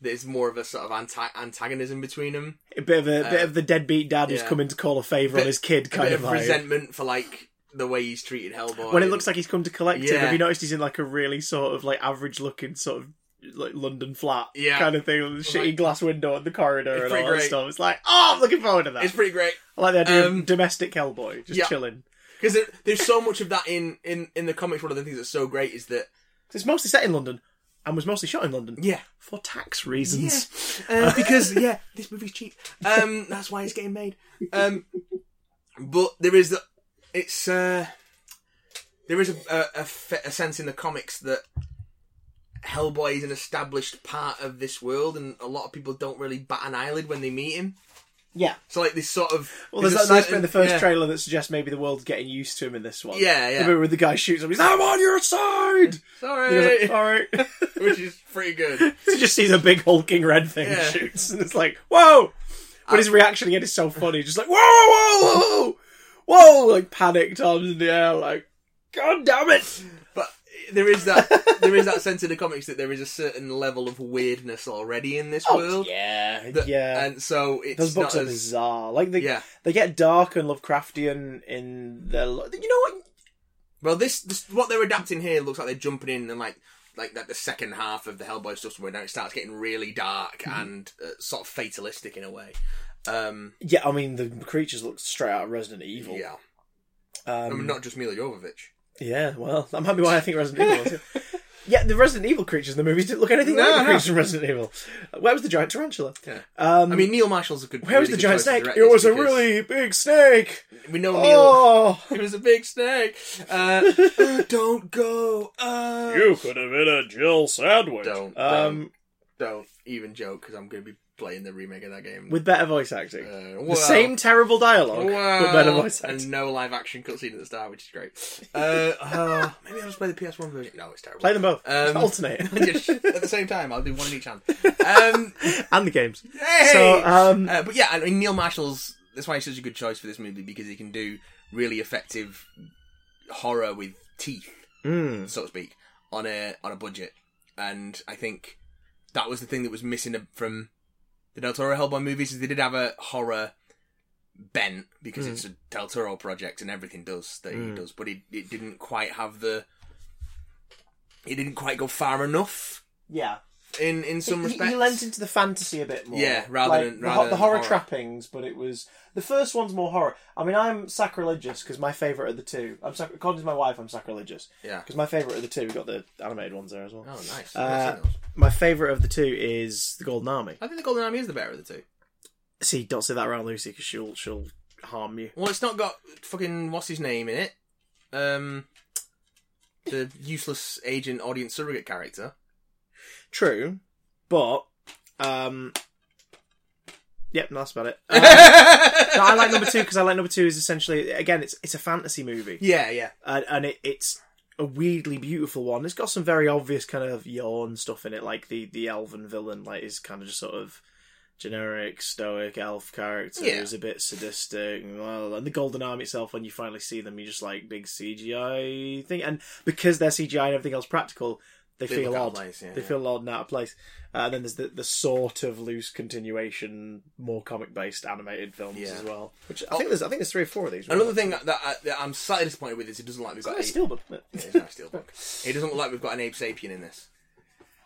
there's more of a sort of anti- antagonism between them, A bit of a bit uh, of the deadbeat dad who's yeah. coming to call a favour on bit- his kid, a kind bit of of vibe. resentment for like the way he's treated Hellboy. when it looks like he's come to collect him, Yeah. have you noticed he's in like a really sort of like average looking sort of like London flat Yeah. kind of thing, with a shitty Like- glass window in the corridor It's and all pretty that great. stuff. It's like, oh, I'm looking forward to that. it's pretty great I like the idea um, of domestic Hellboy just yeah. chilling. because there's so much of that in in in the comics. One of the things that's so great is that 'Cause It's mostly set in London and was mostly shot in London yeah. for tax reasons. Yeah. Uh, because yeah, this movie's cheap. Um, that's why it's getting made. Um, but there is the, it's uh, there is a, a, a fe- a sense in the comics that Hellboy is an established part of this world, and a lot of people don't really bat an eyelid when they meet him. Yeah. So like this sort of Well, there's, a that nice bit certain- in the first yeah. trailer that suggests maybe the world's getting used to him in this one. Yeah, The yeah. bit where the guy shoots him, he's I'm on your side! And he Sorry, goes like, alright. which is pretty good. So he just sees a big hulking red thing and Yeah. shoots, and it's like, whoa! But his reaction again is so funny, just like, whoa, whoa, whoa, whoa! Whoa! Like panicked arms in the air, like, God damn it! But there is that there is that sense in the comics that there is a certain level of weirdness already in this Oh, world. yeah, That- yeah. and so it's Those books not are as bizarre. Like they yeah. they get dark and Lovecraftian in their. lo- You know what? Well, this, this what they're adapting here looks like they're jumping in and like like that the second half of the Hellboy stuff where now it starts getting really dark Mm-hmm. and uh, sort of fatalistic in a way. Um, Yeah, I mean the creatures look straight out of Resident Evil. yeah, Um, I mean, not just Mila Jovovich. Yeah, well, that might be why I think Resident Evil. Was good. Yeah, the Resident Evil creatures in the movies didn't look anything No, like the no. creatures from Resident Evil. Where was the giant tarantula? Yeah. Um, I mean, Neil Marshall's a good. where was the really good giant choice to snake? direct It this was a because really big snake. We know Neil. Oh, It was a big snake. Uh, don't go. Uh, could have been a Jill sandwich. Don't, Um, don't even joke because I'm going to be playing the remake of that game with better voice acting, uh, the same terrible dialogue, but better Well, voice acting. and no live action cutscene at the start, which is great. Uh, uh, maybe I'll just play the PS1 version. No, it's terrible. Play them both, Um, alternate, Just- at the same time, I'll do one in each hand. Um, and the games. hey! So, um, Uh, but yeah, I mean, Neil Marshall's. That's why he's such a good choice for this movie because he can do really effective horror with teeth, mm, so to speak, on a on a budget. And I think that was the thing that was missing from the Del Toro Hellboy movies is they did have a horror bent because Hmm. it's a Del Toro project and everything does that he does, but it, it didn't quite have the it didn't quite go far enough yeah, in in some he, respects. he lent into the fantasy a bit more. Yeah, rather Like, than- the, rather ho- than the horror, horror. trappings, but it was the first one's more horror. I mean, I'm sacrilegious because my favorite of the two. I'm sac- according to my wife, I'm sacrilegious yeah. because my favorite of the two. We've got the animated ones there as well. Oh, nice. Uh, I've seen those. My favorite of the two is the Golden Army. I think the Golden Army is the better of the two. See, don't say that around Lucy because she'll she'll harm you. Well, it's not got fucking what's his name in it. Um, the useless agent audience surrogate character. True, but um, yep, no, that's about it. Um, no, I like number two because I like number two is essentially again it's it's a fantasy movie Yeah, yeah. and, and it, it's a weirdly beautiful one. It's got some very obvious kind of yawn stuff in it, like the the elven villain like is kind of just sort of generic stoic elf character Yeah. who's a bit sadistic and, well, and the golden army itself when you finally see them you just like big cgi thing and because they're cgi and everything else practical they, They feel look out odd of place, yeah, they yeah. feel odd and out of place uh, and then there's the, the sort of loose continuation more comic based animated films Yeah. as well which i think there's i think there's three or four of these Another thing that, that, I, that I'm slightly disappointed with is it doesn't look like we've got. It's not a A, steelbook, Yeah, isn't it's it? not a steelbook. It doesn't look like we've got an Abe Sapien in this.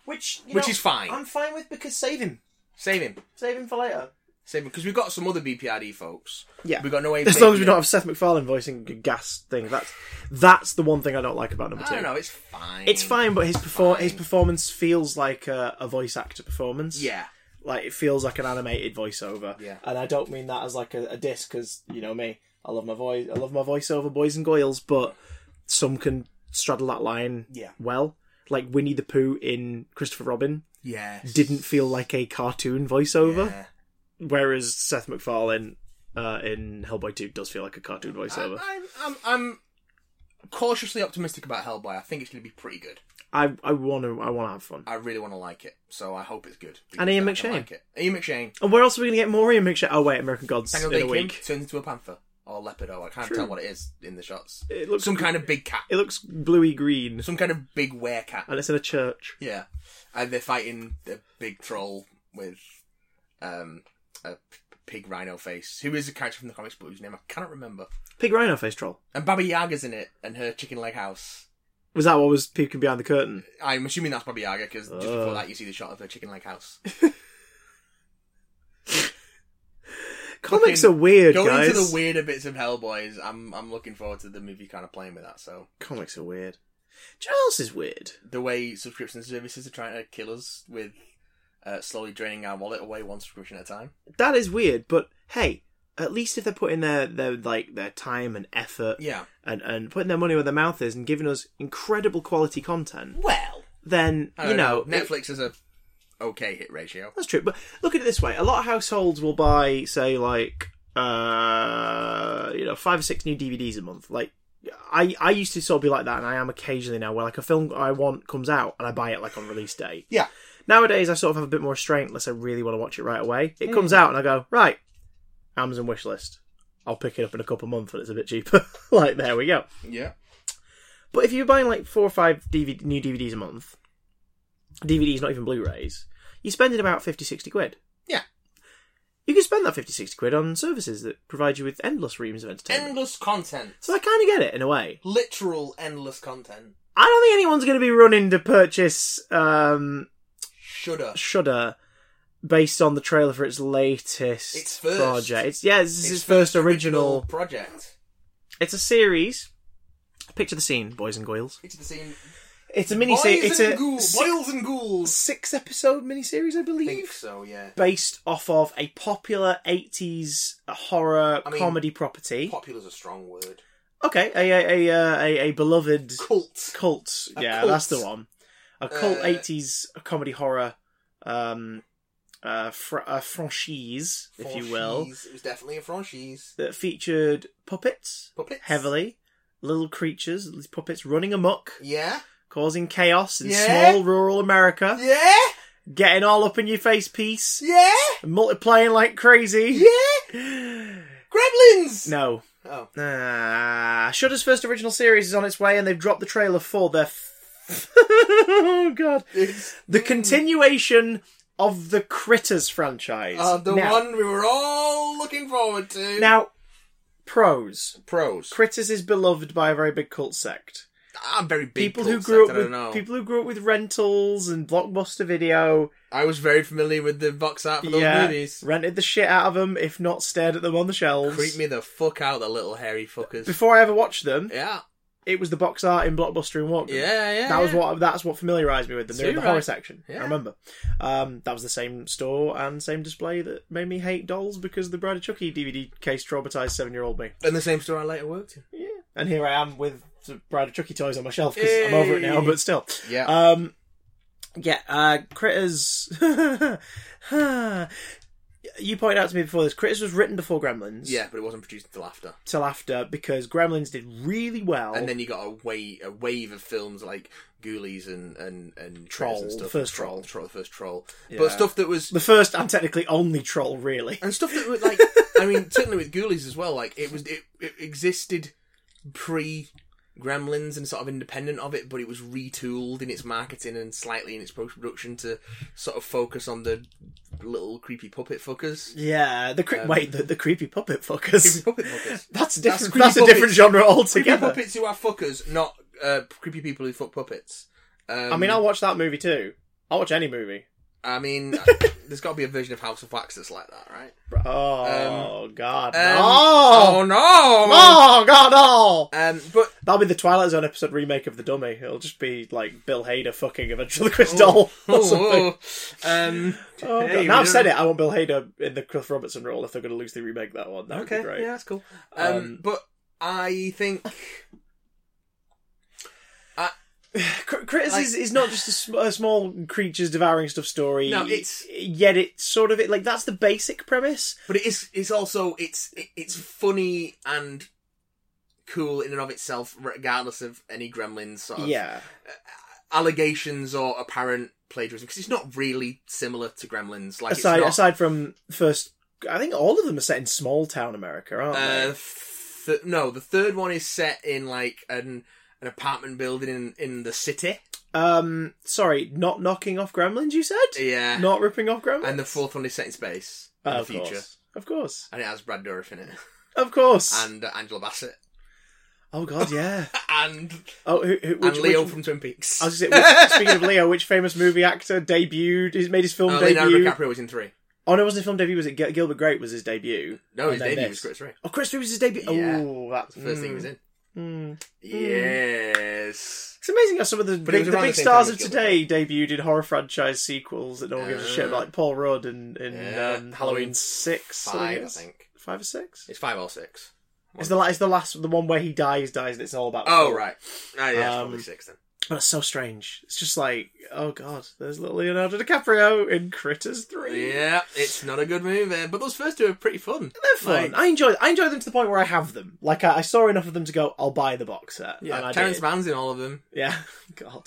which you Which know, is fine. I'm fine with because save him, Save him. save him for later. Save him because we've got some other BPRD folks. Yeah. we've got no Abe. As long as we Sapien. don't have Seth MacFarlane voicing a gas thing, that's that's the one thing I don't like about number two. I don't know. It's fine. It's fine, but his perfor- Fine. his performance feels like a, a voice actor performance. Yeah. like it feels like an animated voiceover. Yeah. and I don't mean that as like a, a diss because you know me, I love my voice, I love my voiceover boys and goyles, but some can straddle that line Yeah. well. Like Winnie the Pooh in Christopher Robin Yeah. didn't feel like a cartoon voiceover. Yeah. Whereas Seth MacFarlane uh, in Hellboy 2 does feel like a cartoon voiceover. I'm, I'm, I'm cautiously optimistic about Hellboy. I think it's going to be pretty good. I, I want to I want to have fun. I really want to like it, so I hope it's good. And Ian because I McShane. Like it. Ian McShane. And where else are we going to get more Ian Mixture? Oh, wait, American Gods Daniel in a Day week. turns into a panther or a leopard, or I can't True. tell what it is in the shots. It looks Some kind of big cat. It looks bluey green, Some kind of big werecat. and it's in a church. Yeah, and they're fighting the big troll with um a p- pig rhino face, who is a character from the comics, but whose name I cannot remember. Pig Rhino face troll. And Baba Yaga's in it, and her chicken leg house. Was that what was peeking behind the curtain? I'm assuming that's Baba Yaga because just before Oh. that you see the shot of her chicken leg house. Comics are weird, Going guys. into the weirder bits of Hellboys, I'm I'm looking forward to the movie kind of playing with that. So Comics are weird. Do you know what else is weird? the way subscription services are trying to kill us with uh, slowly draining our wallet away one subscription at a time. That is weird, but hey, at least if they're putting their, their like their time and effort Yeah. and, and putting their money where their mouth is and giving us incredible quality content, Well, then I you know, don't Netflix is a okay hit ratio. that's true. But look at it this way: a lot of households will buy, say, like uh, you know, five or six new DVDs a month. Like I, I used to sort of be like that, and I am occasionally now, where like a film I want comes out and I buy it like on release day. Yeah. Nowadays, I sort of have a bit more restraint unless I really want to watch it right away. It Hmm. comes out and I go right, Amazon wishlist. I'll pick it up in a couple of months when it's a bit cheaper. like there we go. Yeah. But if you're buying like four or five DVD, new DVDs a month, DVDs, not even Blu-rays, you're spending about 50, 60 quid. Yeah. You can spend that 50, 60 quid on services that provide you with endless reams of entertainment. Endless content. so I kind of get it in a way. Literal endless content. I don't think anyone's going to be running to purchase um, Shudder. Shudder based on the trailer for its latest It's first. project. It's, yeah, this is his first original. project. It's a series. Picture the scene, boys and girls. Picture the scene. It's a mini Boys series. It's and a ghouls. si- Boils and ghouls. six episode miniseries, I I believe. think so. Yeah. Based off of a popular 80s horror I mean, comedy property. Popular's a strong word. okay, a, a, a, uh, a, a beloved Cult. cult. A yeah, cult. that's the one. A cult Uh, 80s comedy horror um, uh, fr- uh, franchise, if you will, Franchise. It was definitely a franchise. that featured puppets, Puppets. heavily, little creatures, these puppets running amok, Yeah. causing chaos in Yeah. small rural America, Yeah. getting all up in your face piece, Yeah. multiplying like crazy. Yeah. Gremlins. No. Oh. Uh, Shudder's first original series is on its way, and they've dropped the trailer for their. F- oh god! It's The continuation of the Critters franchise. uh, the now, one we were all looking forward to. Now, pros. pros. Critters is beloved by a very big cult sect. I'm very big. people cult who grew sect, up I with don't know. people who grew up with rentals and blockbuster video. I was very familiar with the box art for those yeah, movies. rented the shit out of them, if not stared at them on the shelves. Creep me the fuck out, the little hairy fuckers. Before I ever watched them, Yeah, it was the box art in blockbuster and Walkman. yeah, yeah. That was yeah. what that's what familiarised me with them. They were in So the you're horror right. section. I Yeah. remember. Um, that was the same store and same display that made me hate dolls because the Bride of Chucky DVD case traumatised seven year old me. And the same store I later worked in. Yeah. And here I am with the Bride of Chucky toys on my shelf because I'm over it now, Hey. but still. Yeah. Um, yeah. Uh, Critters. you pointed out to me before this. Critters was written before Gremlins. yeah, but it wasn't produced until after. Till after because Gremlins did really well. And then you got a wave, a wave of films like Ghoulies and and and Troll, and stuff. the first Troll. troll, troll, the first troll. Yeah. But stuff that was the first and technically only troll, really. and stuff that was like, I mean, certainly with Ghoulies as well. Like it was, it, it existed pre. Gremlins and sort of independent of it, but it was retooled in its marketing and slightly in its post production to sort of focus on the little creepy puppet fuckers. Yeah, the cre- Um, wait the, the creepy puppet fuckers. Creepy puppet fuckers. That's a That's different. creepy That's, a different puppets. genre creepy altogether. puppets who are fuckers, not uh, creepy people who fuck puppets. Um, I mean, I'll watch that movie too. I'll watch any movie. I mean, there's got to be a version of House of Wax that's like that, right? Oh God! Um, no! oh no! Oh God! No! Um, but That'll be the Twilight Zone episode remake of The Dummy. It'll just be like Bill Hader fucking a ventriloquist doll or something. oh, um, Oh, hey, God. we now I've don't- said it, I want Bill Hader in the Cliff Robertson role if they're going to loosely remake that one. That would Okay, be great. yeah, that's cool. Um, Um, but I think Cr- Critters Like- is, is not just a, sm- a small creatures devouring stuff story. No, it's- yet it's sort of it like that's the basic premise. but it is it's also it's it, it's funny and cool in and of itself regardless of any gremlins sort of Yeah, allegations or apparent plagiarism because it's not really similar to gremlins like aside it's not, aside from first, I think all of them are set in small town America, aren't uh, they? th- no the third one is set in like an an apartment building in, in the city Um, sorry, not knocking off Gremlins. You said yeah not ripping off Gremlins. and the fourth one is set in space in Oh, the of future Course. Of course. and it has Brad Dourif in it Of course. and uh, Angela Bassett oh God, yeah. and Oh, who, who, which, and Leo which- from Twin Peaks I was gonna say, which, speaking of Leo, which famous movie actor debuted? His made his film Uh, Leonardo debut. DiCaprio was in three Oh no, it wasn't his film debut. Was it Gil- Gilbert Grape? Was his debut? no his And then debut this. was Chris Ray Oh, Chris Reeve was his debut. Yeah. Oh, that's that's the first thing he was in Mm. yes It's amazing how some of the But it big, was the around big the same stars time of as today debuted in horror franchise sequels that no one gives a shit Yeah. about, like Paul Rudd in, in Yeah. um, Halloween Six, five I is. think five or six. it's five or six It's the la- it's the last the one where he dies dies and it's all about. Oh Paul. right, ah yeah, it's probably Um, six then. But it's so strange. It's just like, oh god, there's little Leonardo DiCaprio in Critters Three. Yeah, it's not a good movie, but those first two are pretty fun. They're fun. Like- I enjoy. I enjoy them to the point where I have them. Like I, I saw enough of them to go. I'll buy the box set. Yeah, and I uh, Terrence did. Mann's in all of them. Yeah, God.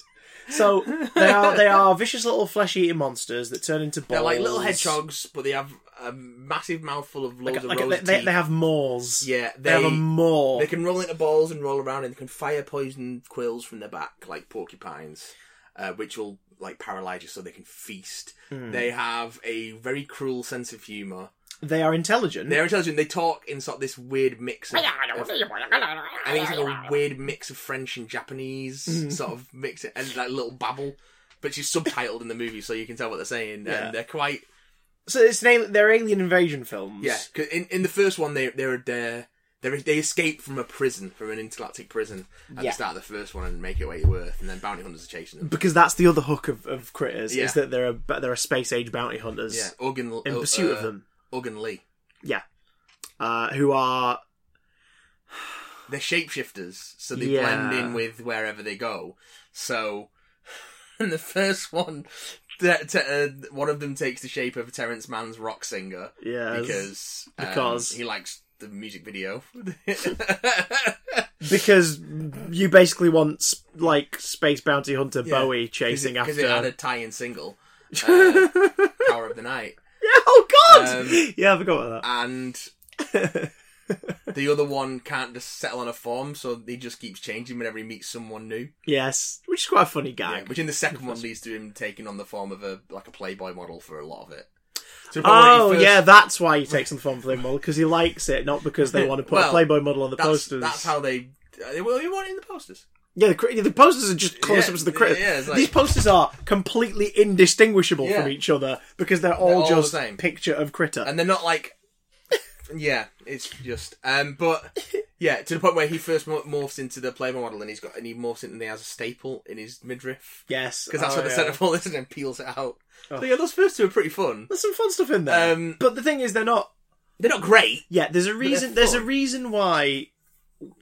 So they are they are vicious little flesh eating monsters that turn into balls. They're like little hedgehogs, but they have a massive mouthful of loads Like of a- rose they, they, teeth. they have maws. Yeah, they, have a they- maw. They can roll into balls and roll around, and they can fire poison quills from their back like porcupines, uh, which will like paralyze you so they can feast. They have a very cruel sense of humor. They are intelligent. They're intelligent. They talk in sort of this weird mix of. of- I think it's like a weird mix of French and Japanese, sort of mix, and that little babble, but she's subtitled in the movie, so you can tell what they're saying. Yeah. And they're quite so it's an, al- they're alien invasion films. Yeah, 'cause in in the first one they they're they're, they're they escape from a prison, from an intergalactic prison at Yeah. the start of the first one and make it way to Earth, and then bounty hunters are chasing them. Because that's the other hook of, of critters Yeah. is that there are ba- there are space age bounty hunters Yeah, Organ in uh, pursuit of them. Organ Lee, Yeah, uh, who are they're shapeshifters, so they Yeah. blend in with wherever they go. So in the first one, that uh, one of them takes the shape of Terrence Mann's rock singer yeah because um, Because- he likes the music video. because you basically want s- like space bounty hunter Yeah. Bowie chasing Because after. it had a tie-in single, uh, Power of the Night, yeah, oh god! Um, yeah, I forgot about and that. the other one can't just settle on a form, so he just keeps changing whenever he meets someone new. yes, which is quite a funny Yeah, gag. which in the second one leads to him taking on the form of a like a Playboy model for a lot of it. So probably Oh first- yeah, that's why he takes them from Flynn Model because he likes it, not because they want to put a Well, Playboy model on the that's, posters. That's how they. Uh, they well, they weren't in the posters. Yeah, the, cri- the posters are just close-ups of the yeah, critters. yeah, it's like- These posters are completely indistinguishable Yeah. from each other because they're all all the just same. picture of critter. and they're not like yeah it's just um but yeah to the point where he first mor- morphs into the playboy model and he's got and he morphs it and he has a staple in his midriff yes, because that's oh, what the yeah. centerfold is and then peels it out Oh. so yeah those first two are pretty fun There's some fun stuff in there, Um, but the thing is, they're not. they're not great Yeah, there's a reason. There's a fun. reason why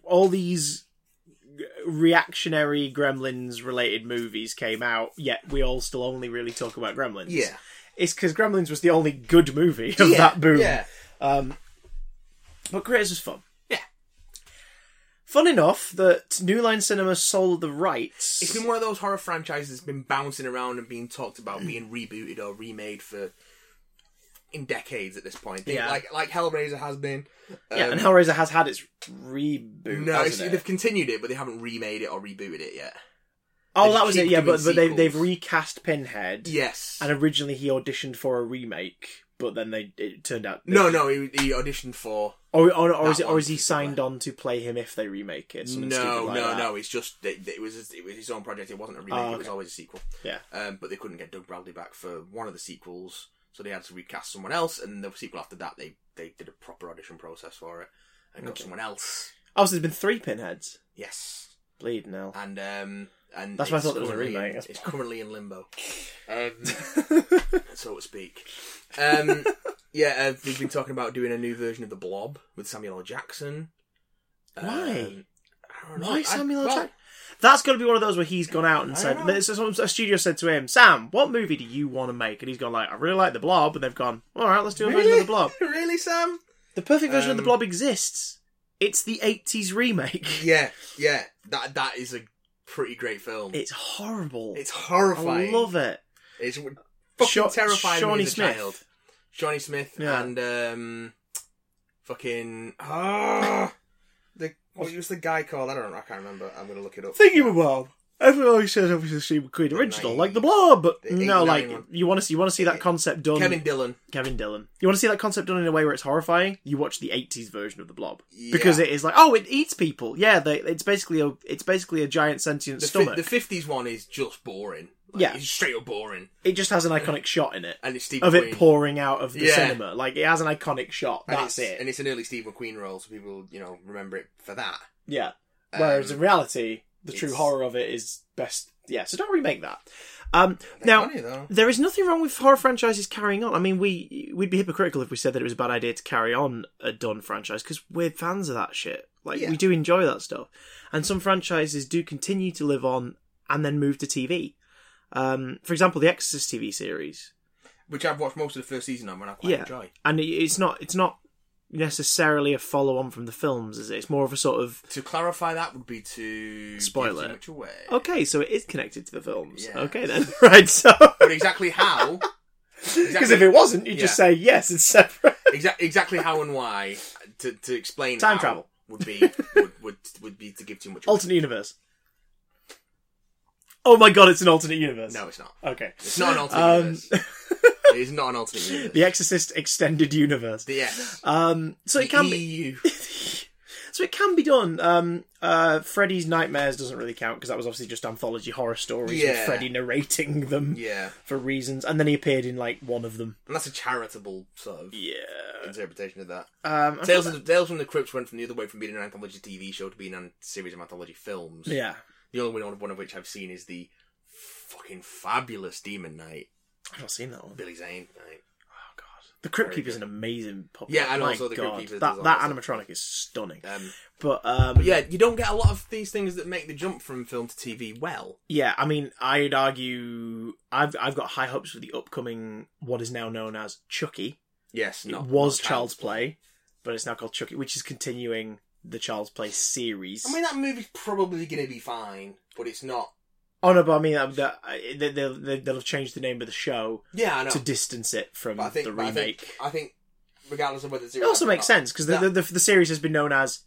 all these reactionary Gremlins-related movies came out. Yet we all still only really talk about Gremlins. yeah it's because Gremlins was the only good movie of yeah, that boom. yeah Um, but Critters was fun. Yeah. Fun enough that New Line Cinema sold the rights. it's been one of those horror franchises that's been bouncing around and being talked Mm. about being rebooted or remade for in decades at this point Think Yeah. like like hellraiser has been yeah, Um, and Hellraiser has had its reboot. no, it's, hasn't it? they've continued it, but they haven't remade it or rebooted it yet. Oh, they that was keep it. Yeah, doing but, but they, sequels. they've recast Pinhead. Yes. And originally he auditioned for a remake, but then they it turned out No, no, he, he auditioned for. Or or, or, That is, it, or one is he particular. signed on to play him if they remake it? Something no, stupid like no, that. no. It's just it, it was it was his own project. It wasn't a remake. Oh, It was okay. always a sequel. Yeah. Um, but they couldn't get Doug Bradley back for one of the sequels, so they had to recast someone else. And the sequel after that, they they did a proper audition process for it and got Okay. someone else. Oh, so there's been three Pinheads. Yes. Bleeding hell. And um and That's why I it's thought there was a currently remake. in- That's- it's currently in limbo. Um, so to speak. Um, yeah, uh, we've been talking about doing a new version of the Blob with Samuel L. Jackson. Um, Why? I don't know. Why I- Samuel L. well, Jackson? That's got to be one of those where he's gone out and I said, don't know. this is what a studio said to him, Sam, what movie do you want to make? And he's gone like, I really like The Blob, and they've gone, all right, let's do a version of The Blob. really, Sam? The perfect version of The Um, Blob exists. It's the '80s remake. Yeah, yeah. That that is a pretty great film. It's horrible. it's horrifying. I love it. It's w- fucking Sha- terrifying. Shawnee Shawnee Smith. Smith. Child. Shawnee Smith Yeah. and um, fucking ah, the what was the guy called? I don't know. I can't remember. I'm gonna look it up. Thinking about everyone always says "Oh, obviously Steve McQueen original, nine- like the Blob. But the no, 89 like one. you want to see you want to see that It- concept done. Kevin Dillon. Kevin Dillon. You want to see that concept done in a way where it's horrifying? You watch the '80s version of the Blob Yeah. because it is like, oh, it eats people. Yeah, they, it's basically a it's basically a giant sentient The, fi- stomach. the 50s one is just boring. Like, Yeah. It's straight up boring. it just has an iconic shot in it And it's Steve of McQueen. it pouring out of the Yeah. cinema. Like it has an iconic shot. and That's it's, it. And it's an early Steve McQueen role, so people, you know, remember it for that. Yeah. Um, Whereas in reality, the true it's- horror of it is best. Yeah. So don't remake that. Um, They're now, funny, though. there is nothing wrong with horror franchises carrying on. I mean, we we'd be hypocritical if we said that it was a bad idea to carry on a done franchise because we're fans of that shit. Like Yeah. we do enjoy that stuff, and some franchises do continue to live on and then move to TV. Um, for example, the Exorcist TV series, Which I've watched most of the first season of, and I quite Yeah. enjoy. and it- it's not it's not necessarily a follow on from the films, is it? It's more of a sort of To clarify that would be to give Spoiler. too much away. okay, so it is connected to the films. Yeah. Okay then, right? So But exactly how? because if it wasn't, you'd just Yeah. say yes, it's separate. Exa- exactly how and why to, to explain Time how travel. would be would, would would be to give too much. away. alternate universe. Oh my god, it's an alternate universe. No, it's not. Okay. It's not an alternate Um, universe. It is not an alternate universe. The Exorcist extended universe. The E yes. Um, so it can be, EU. so it can be done. Um, uh, Freddy's Nightmares doesn't really count because that was obviously just anthology horror stories with Yeah. Freddy narrating them Yeah, for reasons, and then he appeared in like one of them. and that's a charitable sort of Yeah. interpretation of that. Um, I Tales, of, Tales from the Crypt went from the other way from being an anthology TV show to being a series of anthology films. yeah. The only one, one of which I've seen is the fucking fabulous Demon Knight, I've not seen that one. Billy Zane Knight. Oh god. The Crypt Very Keeper is an good. amazing pop. Yeah, and My also the Crypt God, Keeper does That that all that stuff. animatronic is stunning. Um, But um, but yeah, you don't get a lot of these things that make the jump from film to TV well. yeah, I mean, I'd argue I've I've got high hopes for the upcoming what is now known as Chucky. Yes, it Oh, not, was not Child's Play, but it's now called Chucky, which is continuing the Child's Play series. I mean, that movie's probably going to be fine, but it's not. oh no, but I mean uh, that uh, they, they'll they, they'll have changed the name of the show Yeah, I know. to distance it from but I think the but I think- remake. I think, regardless of whether it's it also makes sense because the, Yeah. the, the the series has been known as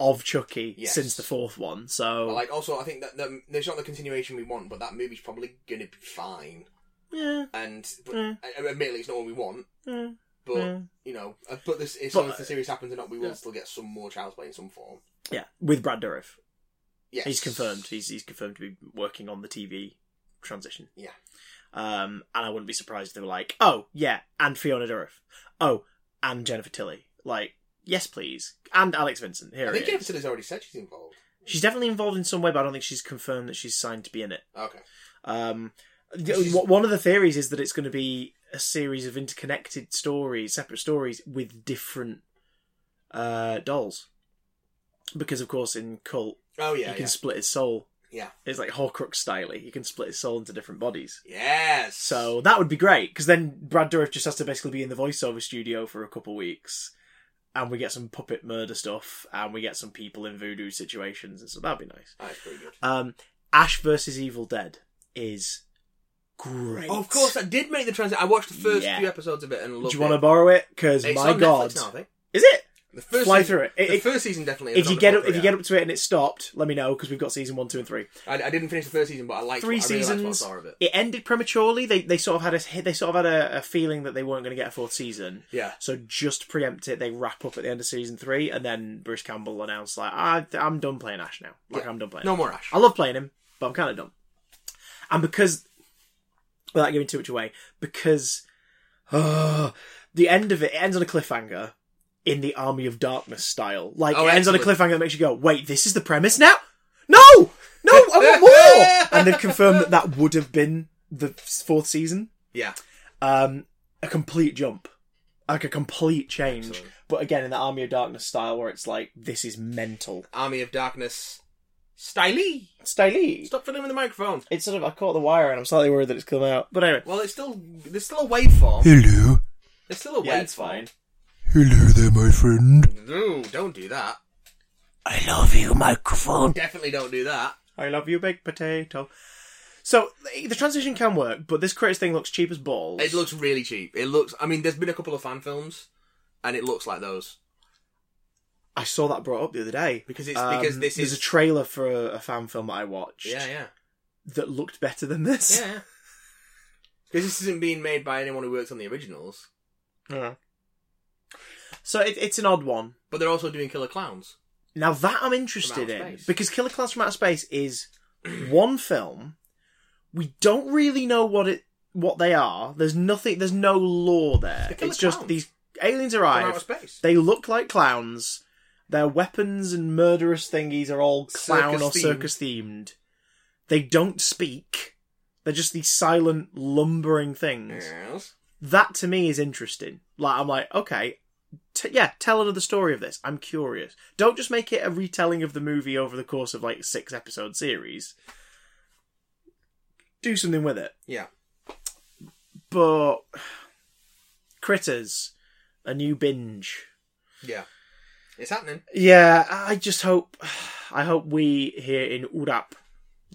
of Chucky Yes. since the fourth one. So But like, also, I think that, that there's not the continuation we want, but that movie's probably going to be fine. yeah, And but, Mm. and admittedly, it's not what we want, yeah, but yeah. you know, uh, but this as But- long as the series happens or not, we will Yeah. still get some more Child's Play in some form. Yeah, with Brad Dourif, Yes, he's confirmed. He's he's confirmed to be working on the TV transition. Yeah. Um, and I wouldn't be surprised if they were like, oh, yeah, and Fiona Dourif. Oh, and Jennifer Tilly. Like, yes, please. And Alex Vincent. Here I think it Jennifer is. Tilly's already said she's involved. She's definitely involved in some way, but I don't think she's confirmed that she's signed to be in it. Okay, Um, the- She's- w- one of the theories is that it's going to be a series of interconnected stories, separate stories with different uh, dolls. Because, of course, in Cult, oh you yeah, can yeah. split his soul. Yeah. It's like Horcrux style. You can split his soul into different bodies. yes. So that would be great because then Brad Dourif just has to basically be in the voiceover studio for a couple weeks, and we get some puppet murder stuff, and we get some people in voodoo situations, and so that'd be nice. that's pretty good. Um, Ash versus Evil Dead is great. Oh, of course, I did make the transit. I watched the first Yeah. few episodes of it and Do loved you want to it. borrow it? Because It's my on God, Netflix now, I think. is it? The first Fly season, through it. It- the it- first season definitely. If you get up, if you get up to it and it stopped, let me know because we've got season one, two, and three. I, I didn't finish the first season, but I liked three what, I really seasons. liked what I saw of it. It ended prematurely. They they sort of had a they sort of had a, a feeling that they weren't going to get a fourth season. Yeah, So just to preempt it. They wrap up at the end of season three, and then Bruce Campbell announced like, I, I'm done playing Ash now. Like Yeah. I'm done playing. no him. more Ash. I love playing him, but I'm kind of done. And because without giving too much away, because uh, the end of it, it ends on a cliffhanger in the Army of Darkness style. Like Oh, it ends on a excellent. cliffhanger that makes you go, wait, this is the premise now? No, no, I want more. and they've confirmed that that would have been the fourth season Yeah, um, a complete jump, like a complete change. Excellent. But again, in the Army of Darkness style, where it's like this is mental. Army of Darkness, Stylee. Stylee. Stop filling with the microphone. It's sort of I caught the wire, and I'm slightly worried that it's come out. But anyway, Well, it's still there's still a waveform. Hello. There's still a yeah, waveform. it's fine. Hello there, my friend. No, don't do that. I love you, microphone. Definitely don't do that. I love you, baked potato. So the- the transition can work, but this Critters thing looks cheap as balls. It looks really cheap. It looks. I mean, there's been a couple of fan films, and it looks like those. I saw that brought up the other day Um, Because it's- because this there's is- a trailer for a, a fan film that I watched Yeah, yeah, that looked better than this. yeah. yeah. Because this isn't being made by anyone who works on the originals, Yeah. So it, it's an odd one. but they're also doing Killer Clowns. Now that I'm From interested Outer in Space. because Killer Clowns from Outer Space is one film. We don't really know what it what they are. There's nothing. There's no lore there. They're killer It's just clowns. these aliens From outer arrive. space. They look like clowns. Their weapons and murderous thingies are all clown or Circus-themed. circus themed. They don't speak. They're just these silent, lumbering things Yes. that to me is interesting. Like I'm like, okay, t- yeah, tell another story of this. I'm curious. Don't just make it a retelling of the movie over the course of like six episode series. Do something with it. Yeah. But critters, a new binge. Yeah. It's happening. Yeah, I just hope, I hope we here in Urap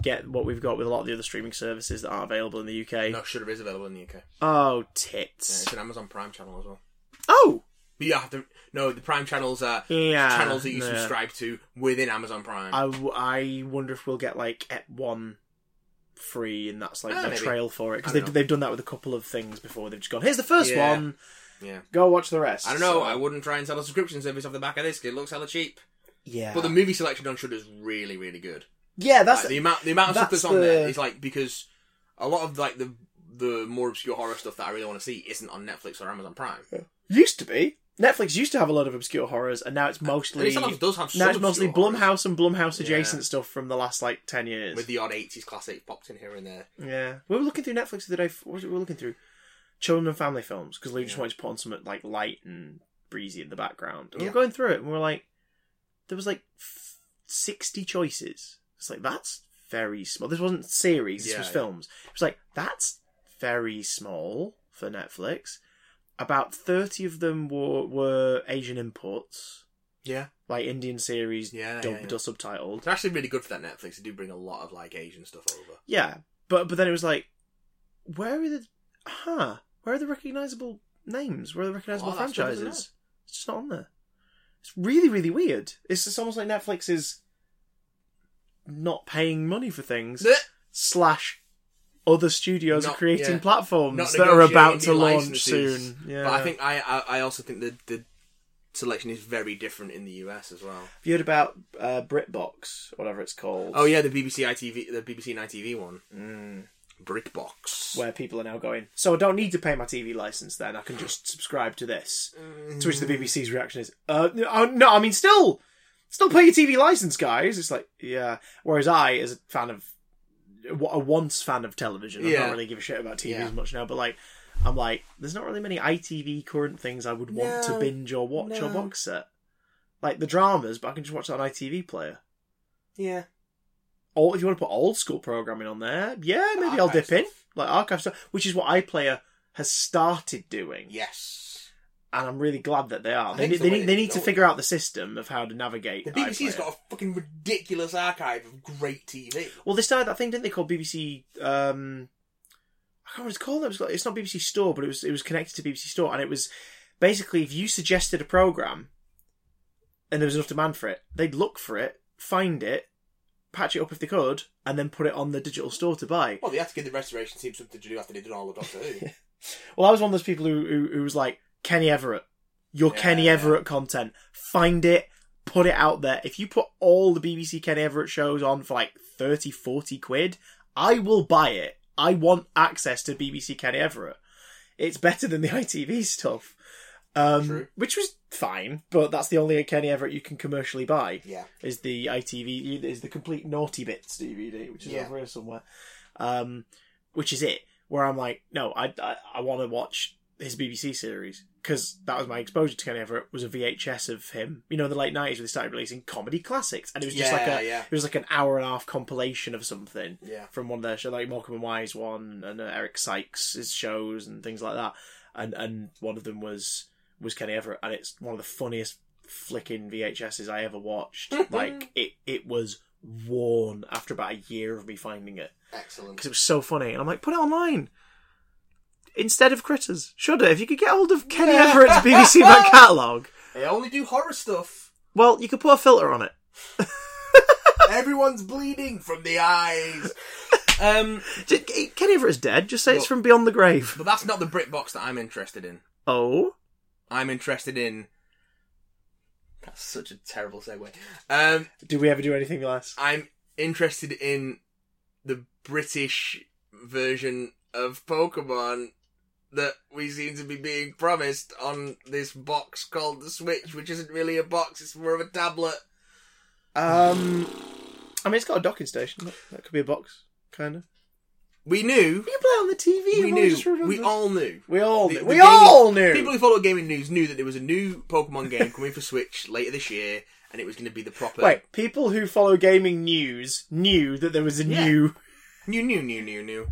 get what we've got with a lot of the other streaming services that are available in the UK. No, Shudder is available in the UK. Yeah, Oh tits! it's an Amazon Prime channel as well. Oh But you have to no, the Prime channels are yeah, channels that you yeah. subscribe to within Amazon Prime. I, w- I wonder if we'll get like Ep One free, and that's like Ah, the maybe. trail for it because I don't they've know. they've done that with a couple of things before. They've just gone, here's the first Yeah. one, yeah. go watch the rest. I don't know. So- I wouldn't try and sell a subscription service off the back of this. 'cause It looks hella cheap, yeah, but the movie selection on Shudder is really, really good. yeah, that's Like, the amount, the amount of stuff that's that's on there the- is like because a lot of like the the more obscure horror stuff that I really want to see isn't on Netflix or Amazon Prime. used to be. Netflix used to have a lot of obscure horrors, and now it's And mostly it sometimes does have now some it's mostly obscure horrors, Blumhouse and Blumhouse Yeah. adjacent stuff from the last like ten years. with the odd eighties classic popped in here and there. Yeah, we were looking through Netflix the other day. f- What was it we were looking through? Children and family films because Lou just Yeah. wanted to put on some like light and breezy in the background. And we Yeah. were going through it and we were like, there was like f- sixty choices. It's like that's very small. This wasn't series. This Yeah, was yeah. films. It was like that's very small for Netflix. About thirty of them were were Asian imports, Yeah, like Indian series Yeah, yeah, dubbed yeah. or subtitled. they're actually really good for that Netflix. They do bring a lot of like Asian stuff over. Yeah, but but then it was like, where are the huh? Where are the recognizable names? Where are the recognizable Oh, that's probably franchises? It's just not on there. It's really really weird. It's just almost like Netflix is not paying money for things slash other studios are Not- creating yeah. platforms Not that are about to negotiating new launch licenses. soon. Yeah, But I think I, I I also think that the selection is very different in the US as well. have you heard about uh, BritBox, whatever it's called? Oh yeah, the BBC ITV, the BBC and ITV one, Mm, BrickBox. where people are now going. So I don't need to pay my TV license. Then I can just subscribe to this. To Mm. which the BBC's reaction is, uh, no, oh, no, I mean, still, still pay your TV license, guys. It's like, yeah. Whereas I, as a fan of, a once fan of television, I Yeah. don't really give a shit about TV Yeah. as much now, but like, I'm like, there's not really many ITV current things I would want to No. binge or watch or No. box set. Like the dramas, but I can just watch that on ITV player. yeah, Or if you want to put old school programming on there, yeah, maybe I'll Archive dip in. Like archive stuff, which is what iPlayer has started doing yes. and I'm really glad that they are. They, I think ne- it's they, the need, way they it's need to going. figure out the system of how to navigate. The BBC's iPlayer. got a fucking ridiculous archive of great TV. well, they started that thing, didn't they? Called BBC. Um, I can't remember what it's called. It was, like- it's not BBC Store, but it was it was connected to BBC Store, and it was basically if you suggested a program, and there was enough demand for it, they'd look for it, find it, patch it up if they could, and then put it on the digital store to buy. Well, they had to give the restoration team something to do after they did all the Doctor Who. Well, I was one of those people who who, who was like Kenny Everett, your Yeah, Kenny yeah. Everett content. Find it, put it out there. If you put all the BBC Kenny Everett shows on for like 30, 40 quid, I will buy it. I want access to BBC Kenny Everett. It's better than the ITV stuff. Um, True. Which was fine, but that's the only Kenny Everett you can commercially buy yeah, is the ITV is the complete Naughty Bits DVD, which is Yeah. over here somewhere. Um, which is it where I'm like, no, I I, I want to watch his BBC series because that was my exposure to Kenny Everett was a VHS of him. You know, in the late nineties when they started releasing comedy classics, and it was just Yeah, like a yeah. it was like an hour and a half compilation of something yeah. from one of their shows, like Malcolm and Wise one, and uh, Eric Sykes' shows and things like that. And and one of them was was Kenny Everett, and it's one of the funniest flicking VHSs I ever watched. like it it was worn after about a year of me finding it Excellent. because it was so funny, and I'm like, put it online. Instead of critters, Shudder. If you could get hold of Kenny Everett's BBC back catalogue, They only do horror stuff. well, you could put a filter on it. Everyone's bleeding from the eyes. Um, Just, Kenny Everett's dead. Just say it's Well- from beyond the grave. but that's not the Brit box that I'm interested in. Oh, I'm interested in. That's such a terrible segue. Um, did we ever do anything less? I'm interested in the British version of Pokemon that we seem to be being promised on this box called the Switch, which isn't really a box; it's more of a tablet. Um, I mean, it's got a docking station. That, that could be a box, kind of. We knew, You play on the TV. we knew, we all knew. we all, The- knew. the we gaming- all knew. People who follow gaming news knew that there was a new Pokemon game coming for Switch later this year, and it was going to be the proper. Wait, people who follow gaming news knew that there was a Yeah. new New, new, new, new, new,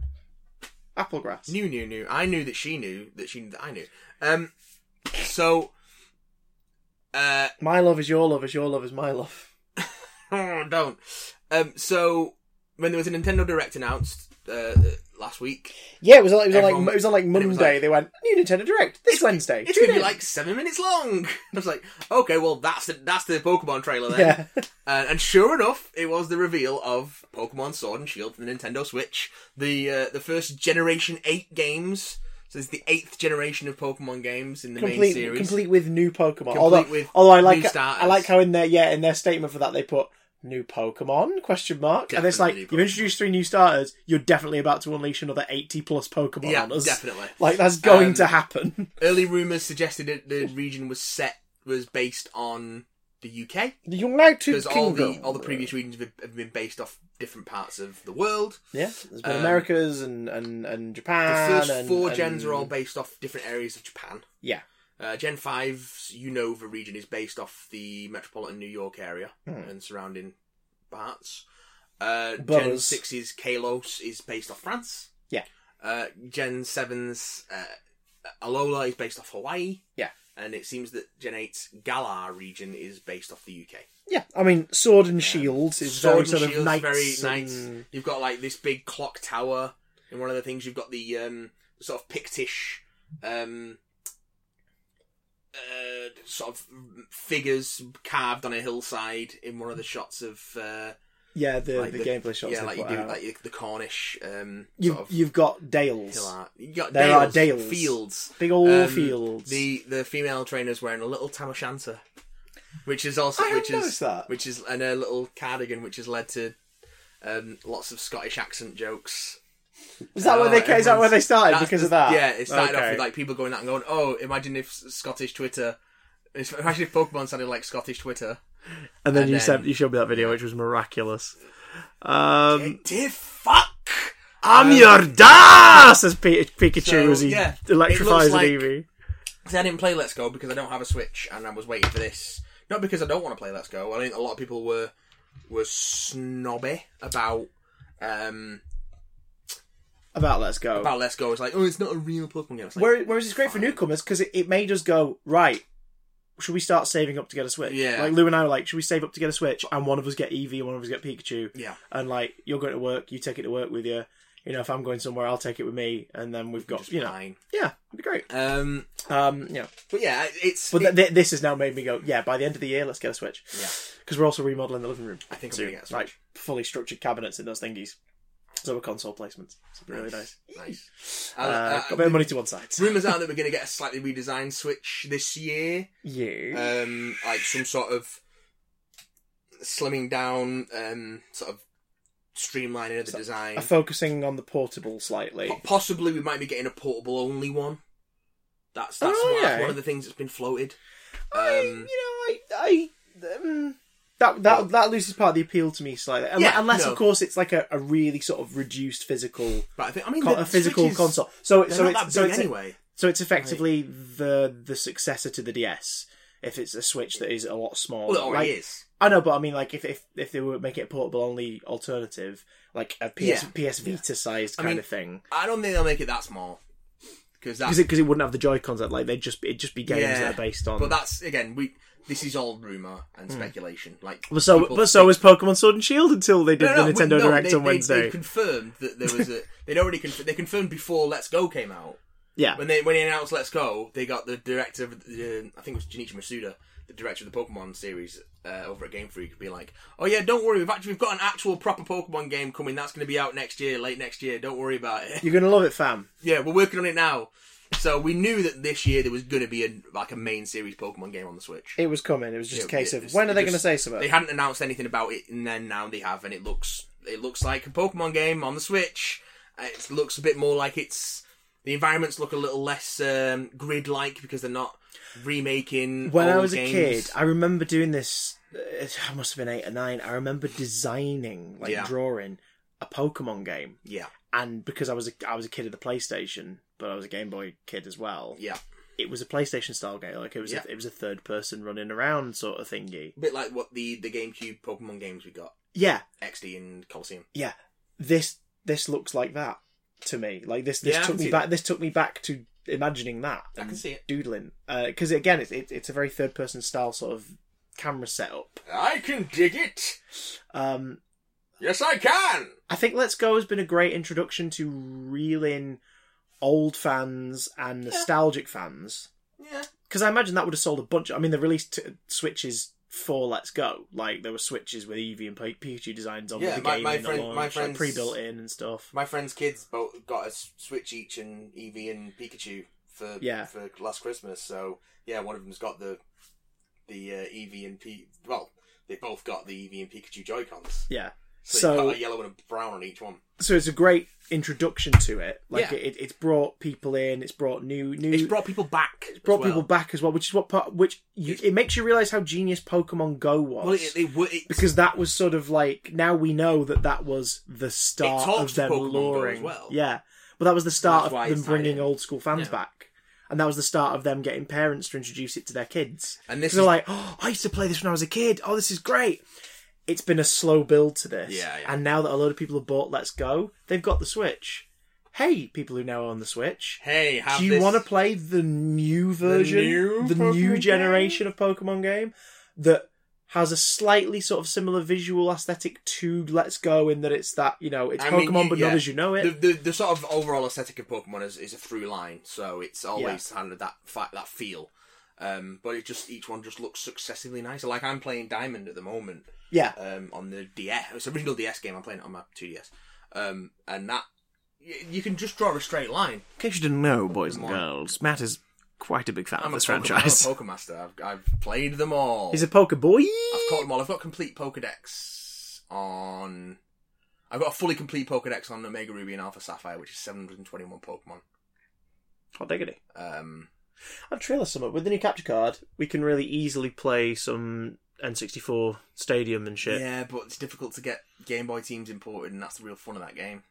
Applegrass. new, new, new. I knew that she knew that she knew that I knew. Um, so Uh, My love is your love is your love is my love. oh, don't. Um, so when there was a Nintendo Direct announced uh, last week, Yeah, it was on, it was on Everyone- like it was on like and it Monday. was like- they went new Nintendo Direct this Wednesday. it's Tune gonna be in." like seven minutes long. I was like, okay, well that's the that's the Pokemon trailer then. yeah, Uh, and sure enough, it was the reveal of Pokemon Sword and Shield for the Nintendo Switch, the uh, the first Generation Eight games. So it's the eighth generation of Pokemon games in the main complete series. complete with new Pokemon. Complete Although, with although I new like I starters. like how in their yeah in their statement for that they put new Pokemon question mark and it's like Definitely new you've introduced three new starters. You're definitely about to unleash another eighty plus Pokemon Yeah, on us. definitely. Like that's going Um, to happen. Early rumors suggested that the region was set was based on the UK The United because all Kingdom. the all the previous regions have have been based off different parts of the world. yeah, there's been um, Americas and and and The Japan. first and- four and- gens are all based off different areas of Japan. yeah. Uh, Gen 5's Unova region is based off the metropolitan New York area Hmm. and surrounding parts. Uh, Gen Boroughs. 6's Kalos is based off France. Yeah. Uh, Gen 7's uh, Alola is based off Hawaii. Yeah. And it seems that Gen 8's Galar region is based off the UK. Yeah, I mean, sword and shields is Sword very and sort of Shield's knights. very and- knights. You've got like this big clock tower, and one of the things you've got the um, sort of Pictish um, uh, sort of figures carved on a hillside in one of the shots of uh, Yeah, the, like the, gameplay shots. Yeah, they like you put do, out. like the Cornish um, you've, sort of you've got Dales, hill art. You got There are dales, dales. fields, big old Um, fields. The the female trainer's wearing a little tam o' shanter, which is also I hadn't which is noticed that. which is and a little cardigan, which has led to um, lots of Scottish accent jokes. is that where they Oh, is that where they started that's because the- of that? Yeah, it started off Okay. with like people going out and going, "Oh, imagine if Scottish Twitter." Imagine if Pokemon sounded like Scottish Twitter. and then and you then- sent you showed me that video, which was miraculous. Um, Dear fuck! I'm um, your dad, says P- Pikachu so, as he yeah, it electrifies looks an like- Eevee. See, I didn't play Let's Go because I don't have a Switch, and I was waiting for this. Not because I don't want to play Let's Go. I think a lot of people were were snobby about um About let's go. about Let's Go. It's like, oh, it's not a real Pokemon game. It's like, Where- whereas it's great for newcomers because it, it made us go right. Should we start saving up to get a Switch? Yeah. Like Lou and I were like, should we save up to get a Switch? And one of us get Eevee, and one of us get Pikachu. Yeah. And like, you're going to work, you take it to work with you. You know, if I'm going somewhere, I'll take it with me, and then we've got just you know, fine. yeah, it'd be great. Um, Um, yeah. but yeah, it's. But it- th- th- this has now made me go, yeah. By the end of the year, let's get a Switch. Yeah. Because we're also remodeling the living room. I think I'm to, gonna get a Switch. like fully structured cabinets in those thingies. So we're console placements. It's really nice. nice. Uh, Uh, got a uh, bit of money to one side. rumors are that we're going to get a slightly redesigned Switch this year. Yeah. um, like some sort of slimming down, um, sort of streamlining of the design. Are focusing on the portable slightly. Po- Possibly, we might be getting a portable only one. That's that's, Oh, one, that's yeah. one of the things that's been floated. I, Um, you know, I, I um, that that that loses part of the appeal to me slightly. Unle- Yeah, unless, no. of course, it's like a, a really sort of reduced physical, but I think I mean co- the a physical Switch is- console. So it, They're so not it's that so big it's anyway. so it's effectively the the successor to the DS. If it's a Switch that is a lot smaller, Well, it already Like, is. I know, but I mean, like if if, if they were making it a portable only alternative, like a PS Yeah. PS Vita sized I kind mean, of thing, I don't think they'll make it that small because because it, 'cause it wouldn't have the Joy Cons. Like they would just it'd just be games Yeah, that are based on. But that's again, we this is all rumor and speculation. Like, But so, people but so think- was Pokemon Sword and Shield until they did No, no, the we- Nintendo no, Direct they, on they- Wednesday. They confirmed that there was a. They'd already confirmed. They confirmed before Let's Go came out. yeah, When they when they announced Let's Go, they got the director of the, I think it was Junichi Masuda, the director of the Pokemon series uh, over at Game Freak, be like, "Oh yeah, don't worry, we've actually we've got an actual proper Pokemon game coming. That's going to be out next year, late next year. Don't worry about it. you're gonna love it, fam. yeah, we're working on it now." So we knew that this year there was going to be a like a main series Pokemon game on the Switch. It was coming. It was just a Yeah, case it- of it's- when are it they just- gonna say They something? hadn't announced anything about it, and then now they have, and it looks it looks like a Pokemon game on the Switch. Uh, It looks a bit more like it's the environments look a little less um, grid like because they're not remaking. when I old was a games. kid, I remember doing this. uh, I must have been eight or nine. I remember designing, like Yeah. drawing a Pokemon game, yeah, and because I was a, I was a kid of the PlayStation, but I was a Game Boy kid as well. yeah, It was a PlayStation style game. Like it was, Yeah. a, it was a third person running around sort of thingy. a bit like what the the GameCube Pokemon games we got Yeah, XD and Coliseum. yeah, this this looks like that to me. Like this this Yeah, I took can me see back. This took me back to imagining that. I and can see it. Doodling. Because again, it's, it, it's a very third person style sort of camera setup. I can dig it. Um, Yes, I can. I think Let's Go has been a great introduction to reel in old fans and nostalgic fans. Yeah. Because I imagine that would have sold a bunch. I mean, they released uh, Switches for Let's Go. Like, there were Switches with Eevee and Pi- Pikachu designs on Yeah, the my- game my in the friend- launch, my like, friend's- pre-built in and stuff. My friend's kids both got a s- Switch each and Eevee and Pikachu for Yeah. for last Christmas. So yeah, one of them's got the the uh, Eevee and P. Well, they both got the Eevee and Pikachu Joy Cons. Yeah. So, So- you've got a yellow and a brown on each one. So it's a great introduction to it. Like, Yeah. it, it's brought people in. It's brought new new. It's brought people back. It's brought people back as well, which is what part, which you, It's- it makes you realize how genius Pokemon Go was. Well, it, it, it, because that was sort of like now we know that that was the It start talks of to them Pokemon Go luring. as well. Yeah, but that was the start That's why of them it's tied bringing in. old school fans Yeah. back, and that was the start of them getting parents to introduce it to their kids. And this they're is- like, "Oh, I used to play this when I was a kid. Oh, this is great." It's been a slow build to this, Yeah, yeah. and now that a load of people have bought Let's Go, they've got the Switch. Hey, people who now own the Switch, hey, have do you this- want to play the new version, new the new Pokemon generation of Pokemon game that has a slightly sort of similar visual aesthetic to Let's Go in that it's that you know it's I mean, Pokemon you- but yeah. not as you know it. The, the, the sort of overall aesthetic of Pokemon is, is a through line, so it's always kind of that fi- that feel. Um, but it just each one just looks successively nicer. Like I'm playing Diamond at the moment yeah, um, on the DS. It's an original DS game. I'm playing it on my 2DS, um, and that y- you can just draw a straight line. in case you didn't know, boys and Come girls, Matt is quite a big fan I'm a, Pokemon, I'm a Pokemaster. I've, I've played them all. He's a Poke boy. I've caught them all. I've got complete Pokedex on. I've got a fully complete Pokedex on Omega Ruby and Alpha Sapphire, which is 721 Pokemon. Hot diggity! Um, I've trailer summit with the new capture card. We can really easily play some N64 Stadium and shit. Yeah, but it's difficult to get Game Boy teams imported, and that's the real fun of that game.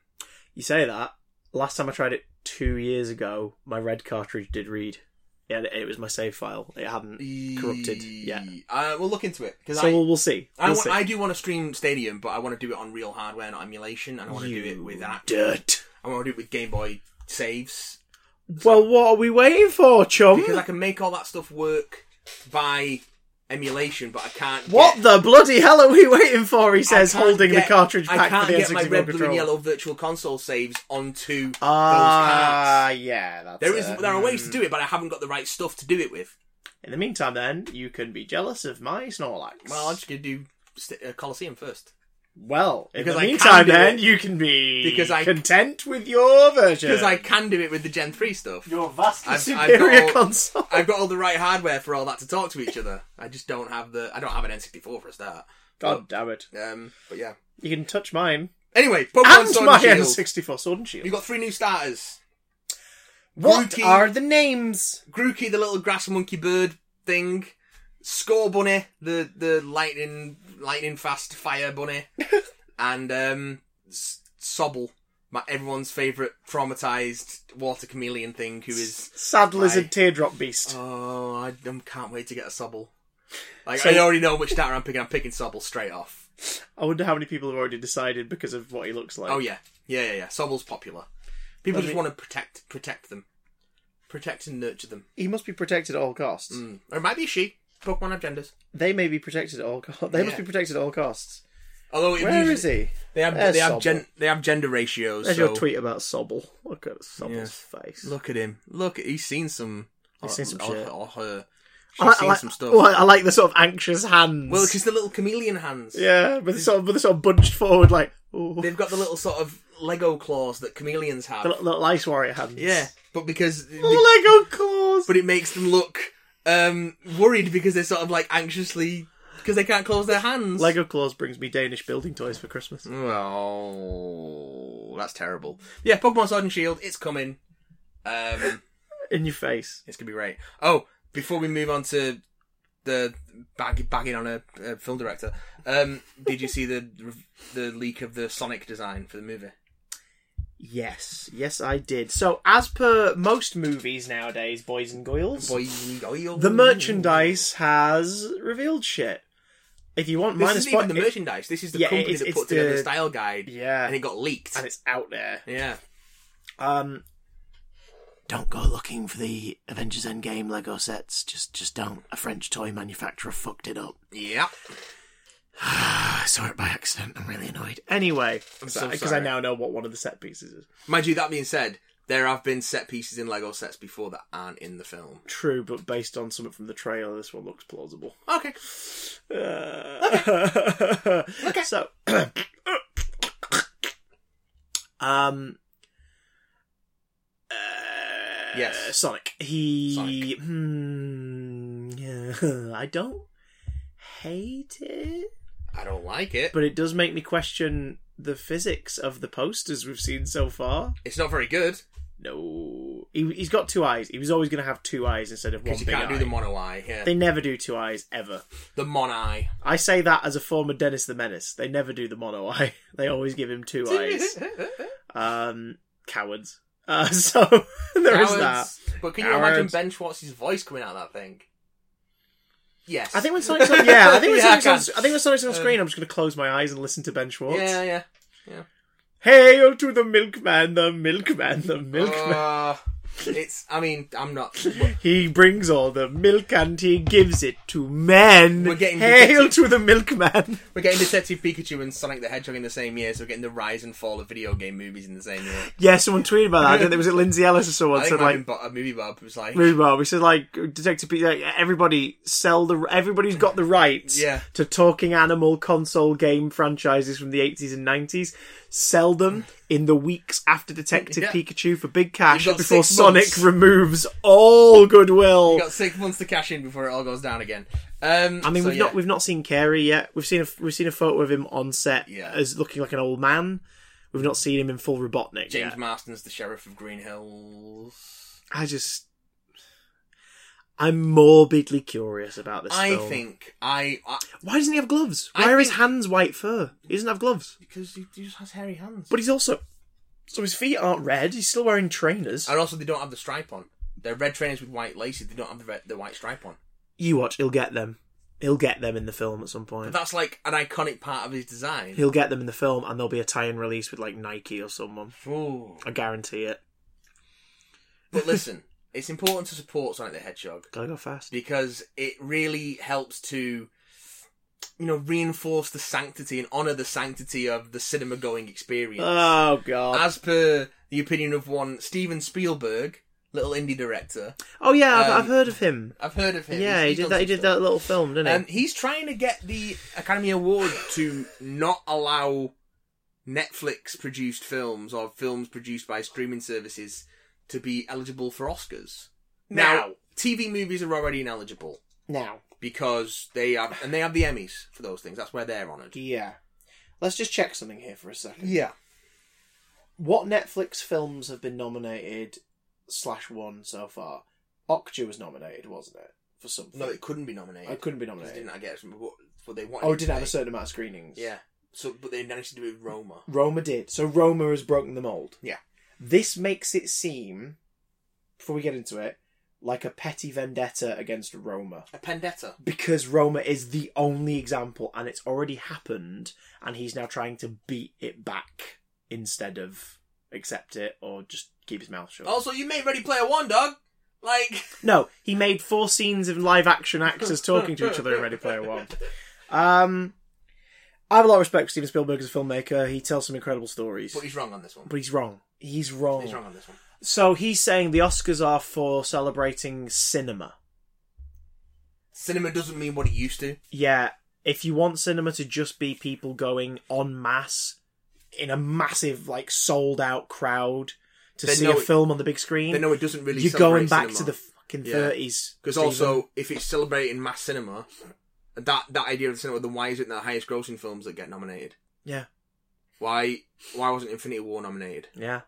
You say that. Last time I tried it two years ago, my red cartridge did read. Yeah, it was my save file. It hadn't corrupted yet. Uh, we'll look into it because So I, we'll, we'll see. I, We'll wa- see. I do want to stream Stadium, but I want to do it on real hardware, not emulation, and I want to do it You with that. Dirt. I want to do it with Game Boy saves Well, what are we waiting for, chum? because I can make all that stuff work by emulation, but I can't. What get- the bloody hell are we waiting for? He I says, can't holding get- the cartridge I back can't for the get my N64 red, blue, and controller. yellow Virtual Console saves onto those Ah, cards. yeah. That's There is it. there are ways to do it, but I haven't got the right stuff to do it with. In the meantime, then you can be jealous of my Snorlax. Well, I'm just gonna do st- uh, Colosseum first Well, in Because the I can meantime, do then it. you can be Because I- content with your version because I can do it with the Gen Three stuff. your vastly I've- I've superior got all- console. I've got all the right hardware for all that to talk to each other. I just don't have the. I don't have an N64 for a start. God damn it! Um, but yeah. You can touch mine Anyway, Pokemon and Sword my and Shield. N64 Sword and Shield. We've got three new starters. What Grookey. are the names? Grookey, the little grass monkey bird thing. Score Bunny, the the lightning lightning fast fire bunny, and um, S- Sobble, my everyone's favorite traumatized water chameleon thing, who is Sad lizard my- teardrop beast. Oh, I um, can't wait to get a Sobble. Like So- I already know which starter I'm picking. I'm picking Sobble straight off. I wonder how many people have already decided because of what he looks like. Oh yeah, yeah, yeah, yeah. Sobble's popular. People Let just me- want to protect, protect them, protect and nurture them. He must be protected at all costs. Mm. Or it might be she. Pokemon have genders. They may be protected at all costs. They must Yeah. be protected at all costs. Although it Where usually- is he? They have There's they have Sobble. gen, they have gender ratios. There's so- your tweet about Sobble. Look at Sobble's face. Look at him. Look, he's seen some. He's or- seen some or, shit. or her. She's I like, I seen like- some stuff. well, I like the sort of anxious hands. Well, because the little chameleon hands. yeah, with the sort of with the sort of bunched forward, like ooh, They've got the little sort of Lego claws that chameleons have. the little, little ice warrior hands. Yeah, but because Lego claws. but it makes them look um, worried because they're sort of like anxiously because they can't close their hands. Lego Claus brings me Danish building toys for Christmas. oh, that's terrible. Yeah, Pokemon Sword and Shield, it's coming. Um, In your face. it's gonna be great. Oh, before we move on to the bag, bagging on a, a film director, um, did you see the the leak of the Sonic design for the movie? Yes, yes, I did. So, as per most movies nowadays, boys and girls, Boy, the merchandise has revealed shit. If you want This mine, a is spot, even the it- merchandise. This is the Yeah, company it's- that it's put together the the- style guide, yeah, and it got leaked. and it's out there. Yeah. Um, don't go looking for the Avengers Endgame Lego sets. Just, just don't. A French toy manufacturer fucked it up. Yeah. I saw it by accident. I'm really annoyed. Anyway, so because I sorry. now know what one of the set pieces is. Mind you, that being said, there have been set pieces in Lego sets before that aren't in the film. True, but based on something from the trailer, this one looks plausible. Okay. Uh, So, um, uh, Yes. Sonic. He. Sonic. Hmm, yeah, I don't hate it, I don't like it. But but it does make me question the physics of the posters we've seen so far. it's not very good No, he, he's got two eyes. He was always going to have two eyes instead of one because you big can't eye. do the mono eye. Yeah. they never do two eyes ever. The mon eye. I say that as a former Dennis the Menace. They never do the mono eye. They always give him two eyes. Um, cowards. Uh, so there is that. Cowards. But can you Cowards. imagine Ben Schwartz's voice coming out of that thing? Yes. I think when Sonic's on, yeah, I think when Yeah, I Sonic's on, can. I think when Sonic's on Um, screen, I'm just going to close my eyes and listen to Ben Schwartz. Yeah, yeah. Hail to the milkman, the milkman, the milkman. Uh, it's. I mean, I'm not. he brings all the milk and he gives it to men. We're getting Hail detective- to the milkman. We're getting Detective Pikachu and Sonic the Hedgehog in the same year, so we're getting the rise and fall of video game movies in the same year. Yeah, someone tweeted about that. I think it was it Lindsay Ellis or someone I think said it might like, have been Bo- a movie Bob was like, Really well. We said like Detective Pete. Like, everybody sell the. Everybody's got the rights. Yeah. To talking animal console game franchises from the eighties and nineties. Sell them in the weeks after Detective Yeah. Pikachu for big cash You've got before six Sonic months. removes all goodwill. "Got six months to cash in before it all goes down again." Um, I mean, so, we've yeah. not we've not seen Carey yet. We've seen a we've seen a photo of him on set Yeah. as looking like an old man. We've not seen him in full Robotnik. James yet. Marston's the sheriff of Green Hills. I just. I'm morbidly curious about this. I film. think I, I Why doesn't he have gloves? I Why are his think- hands white fur? He doesn't have gloves. because he he just has hairy hands, But he's also. So his feet aren't red. He's still wearing trainers. and also they don't have the stripe on. They're red trainers with white laces. They don't have the red, the white stripe on. You watch. He'll get them. He'll get them in the film at some point. But that's like an iconic part of his design. He'll get them in the film, and there'll be a tie-in release with like Nike or someone. Ooh. I guarantee it. But listen, it's important to support Sonic the Hedgehog. Gotta go fast. because it really helps to you know reinforce the sanctity and honor the sanctity of the cinema going experience Oh god. as per the opinion of one steven spielberg little indie director Oh yeah, I've, um, I've heard of him. i've heard of him Yeah, He's- he he's did done that. He some did stuff. that little film, didn't he? um, he's trying to get the academy award to not allow netflix produced films or films produced by streaming services to be eligible for oscars now Now. tv movies are already ineligible now, because they have and they have the Emmys for those things. That's where they're honoured. yeah. Let's just check something here for a second. Yeah. What Netflix films have been nominated slash won so far? Octu was nominated, wasn't it? For something. No, it couldn't be nominated. I couldn't be Because nominated. Didn't I get it from what, what they wanted? Oh, it it didn't to have a be. certain amount of screenings. Yeah. So, but they managed to do it with Roma. Roma did. So Roma has broken the mold. Yeah. This makes it seem, before we get into it, like a petty vendetta against Roma. A Pendetta. Because Roma is the only example and it's already happened and he's now trying to beat it back instead of accept it or just keep his mouth shut. Also, you made Ready Player One, dog. Like No, he made four scenes of live action actors talking to each other in Ready Player One. Um, I have a lot of respect for Steven Spielberg as a filmmaker. He tells some incredible stories, But he's wrong on this one. but he's wrong. He's wrong. He's wrong on this one. So he's saying the Oscars are for celebrating cinema. Cinema doesn't mean what it used to. Yeah, if you want cinema to just be people going en masse in a massive, like, sold out crowd to They see a know it- film on the big screen, They know it doesn't really. you're going back to the fucking Yeah. 30s. because Steven. also if it's celebrating mass cinema, that that idea of the cinema, then why isn't the highest grossing films that get nominated? Yeah, Why why wasn't Infinity War nominated? yeah.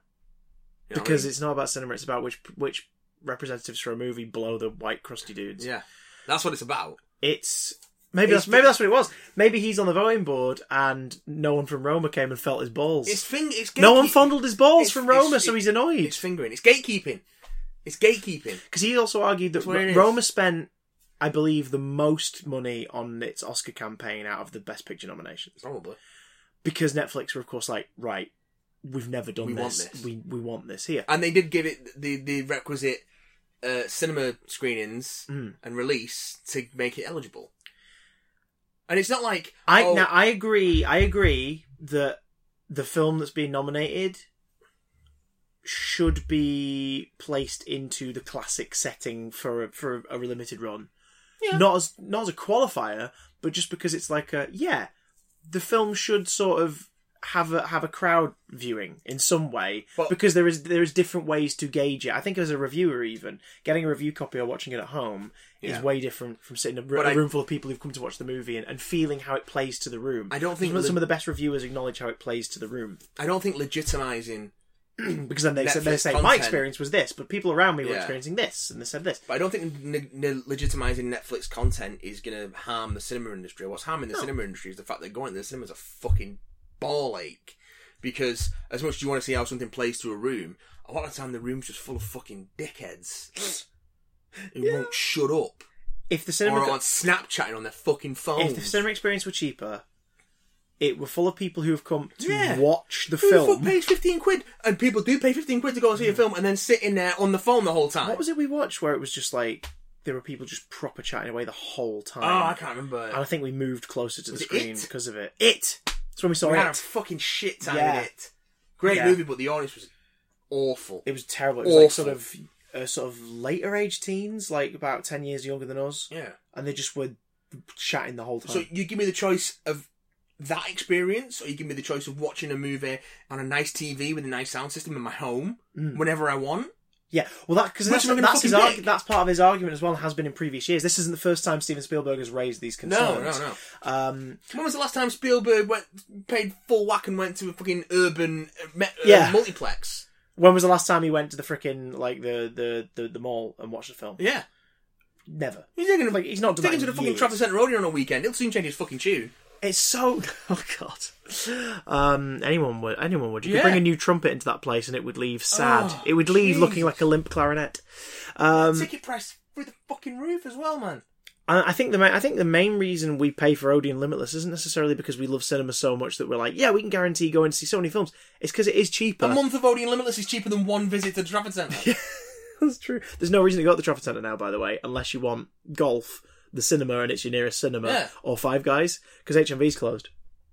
You know what I because mean? it's not about cinema. It's about which which representatives for a movie blow the white crusty dudes. Yeah, that's what it's about. It's maybe It's that's maybe the- that's what it was. Maybe he's on the voting board and no one from Roma came and felt his balls. It's thing. It's gatekeep- no one fondled his balls it's- from it's- Roma, so it- he's annoyed. It's fingering. It's gatekeeping. It's gatekeeping. Because he also argued that That's what it is. Roma spent, I believe, the most money on its Oscar campaign out of the Best Picture nominations. Probably. Because Netflix were, of course, like, right, we've never done We want this. this. We we want this here. and they did give it the the requisite uh, cinema screenings Hmm. and release to make it eligible. And it's not like I oh, now I agree. I agree that the film that's been nominated should be placed into the classic setting for a, for a limited run. Yeah. Not as not as a qualifier, but just because it's like a yeah, the film should sort of have a have a crowd viewing in some way But- because there is there is different ways to gauge it. I think as a reviewer, even getting a review copy or watching it at home Yeah. is way different from sitting in a But a I- room full of people who've come to watch the movie and, and feeling how it plays to the room. I don't think some, of- the- some of the best reviewers acknowledge how it plays to the room I don't think legitimizing because then they said they Netflix say my content. experience was this, but people around me were Yeah. experiencing this, and they said this. But I don't think n- n- legitimizing Netflix content is going to harm the cinema industry. What's harming the cinema industry is the fact that going to the cinema is a fucking ball ache. Because as much as you want to see how something plays to a room, a lot of the time the room's just full of fucking dickheads who won't shut up If the or cinema are co- on Snapchatting on their fucking phones. if the cinema experience were cheaper, it were full of people who have come to Yeah. watch the Who the fuck film. Hmm. pays fifteen quid? And people do pay fifteen quid to go and see a film and then sit in there on the phone the whole time. What was it we watched where it was just like there were people just proper chatting away the whole time? Oh, I can't remember. And I think we moved closer to the Was it screen It? because of it. It. That's when we saw we it. had a fucking shit time Yeah. in it. Great Yeah. movie, but the audience was awful. It was terrible. It was like sort of uh, sort of later age teens, like about ten years younger than us, yeah. and they just were chatting the whole time. So you give me the choice of that experience, or you give me the choice of watching a movie on a nice TV with a nice sound system in my home Hmm. whenever I want. yeah, well, that because Which that's, one am I that's his fucking argu- pick? that's part of his argument as well, and has been in previous years. This isn't the first time Steven Spielberg has raised these No, concerns. no, no. no. Um, When was the last time Spielberg went paid full whack and went to a fucking urban uh, me- uh, Yeah. multiplex? when was the last time he went to the frickin' like the, the, the, the mall and watched a film? Yeah, Never. he's taking Like, he's not done that taking in to the fucking years. Trafford Centre Road on a weekend. He'll soon change his fucking tune. It's so oh god. Um, anyone would anyone would. You could Yeah. bring a new trumpet into that place and it would leave sad. Oh, it would leave jeez. looking like a limp clarinet. Um, Ticket price through the fucking roof as well, man. I I think the ma- I think the main reason we pay for Odeon Limitless isn't necessarily because we love cinema so much that we're like, yeah, we can guarantee going to see so many films. It's because it is cheaper. A month of Odeon Limitless is cheaper than one visit to the Trafford Centre. That's true. There's no reason to go to the Trafford Centre now, by the way, unless you want golf, the cinema, and it's your nearest cinema, Yeah. or Five Guys, because HMV's closed.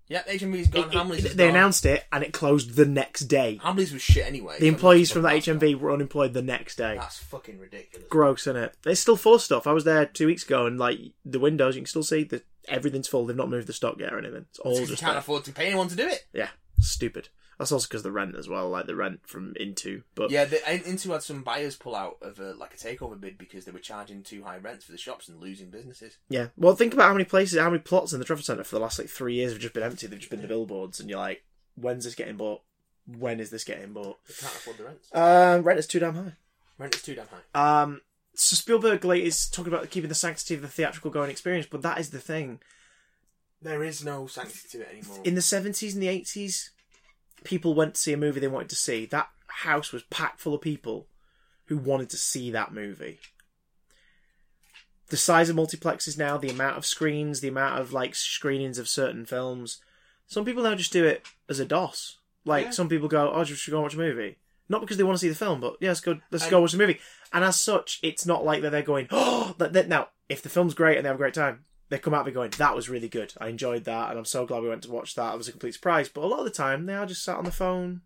Yeah, HMV's gone. It- Hamleys it- is they gone. announced it, and it closed the next day. Hamleys was shit anyway. The employees from that HMV were unemployed the next day. That's fucking ridiculous. Gross, isn't it? It's still full of stuff. I was there two weeks ago, and like the windows, you can still see that everything's full. They've not moved the stock yet or anything. It's all Because you just can't there. afford to pay anyone to do it. yeah, stupid. That's also because the rent as well, like the rent from Into. But Yeah, the, In- Into had some buyers pull out of a, like a takeover bid because they were charging too high rents for the shops and losing businesses. Yeah. Well, think about how many places, how many plots in the Trafford Centre for the last like three years have just been empty. They've just been the billboards, and you're like, when's this getting bought? When is this getting bought? They can't afford the rents. Um, rent is too damn high. Rent is too damn high. Um, so Spielberg like, is talking about keeping the sanctity of the theatrical going experience, but that is the thing. There is no sanctity to it anymore. In the 70s and the 80s, people went to see a movie they wanted to see. That house was packed full of people who wanted to see that movie. The size of multiplexes now, the amount of screens, the amount of like screenings of certain films. Some people now just do it as a DOS. Like Yeah. some people go, "Oh, just go and watch a movie," not because they want to see the film, but yeah, let's go, let's And- go watch the movie. And as such, it's not like that they're going, "Oh, that, that, now if the film's great and they have a great time, they come out of it going, that was really good. I enjoyed that, and I'm so glad we went to watch that. It was a complete surprise. But a lot of the time, they are just sat on the phone,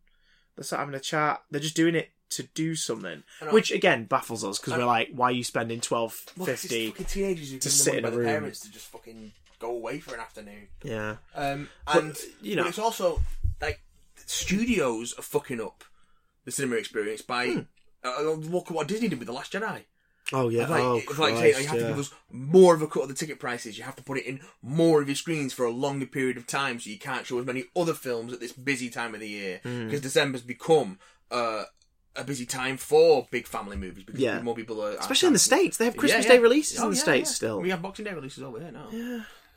they're sat having a chat, they're just doing it to do something, And I- which again baffles us because And- we're like, why are you spending twelve Look, it's just fifty? fucking teenagers who to give sit them in a money by room. their parents to just fucking go away for an afternoon. Yeah, Um, But, and you you know- know, it's also like studios are fucking up the cinema experience by uh, look at what Disney did with the Last Jedi. oh yeah, like, oh it's like saying, you have to give us more of a cut of the ticket prices. You have to put it in more of your screens for a longer period of time, so you can't show as many other films at this busy time of the year Hmm. because December's become. Uh, a busy time for big family movies because Yeah. more people are, Especially in the States, they have Christmas Day releases in the States still. Oh, We have Boxing Day releases over here now.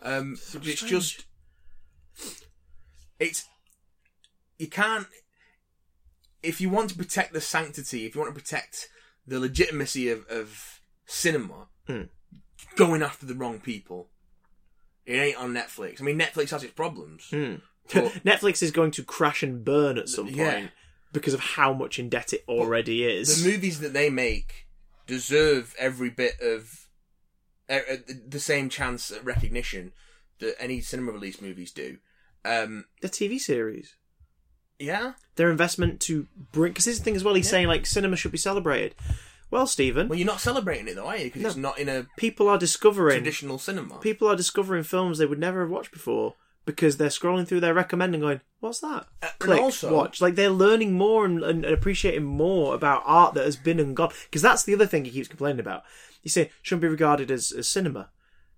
Um, but it's just it's you can't if you want to protect the sanctity, if you want to protect the legitimacy of, of cinema, Hmm. going after the wrong people. It ain't on Netflix. I mean, Netflix has its problems, Hmm. But- Netflix is going to crash and burn at some point Yeah. because of how much in debt it already is. the movies that they make deserve every bit of er, er, the- the same chance at recognition that any cinema release movies do. Um, the TV series. yeah, Their investment to bring. Because here's the thing as well, he's saying, like, cinema should be celebrated. Well, Stephen, well, you're not celebrating it though, are you? Because No. it's not in a people are discovering. traditional cinema. People are discovering films they would never have watched before because they're scrolling through their recommend and going, "What's that?" Uh, and Click, also- watch. Like they're learning more and, and appreciating more about art that has been and gone. Because that's the other thing he keeps complaining about. He say shouldn't be regarded as, as cinema.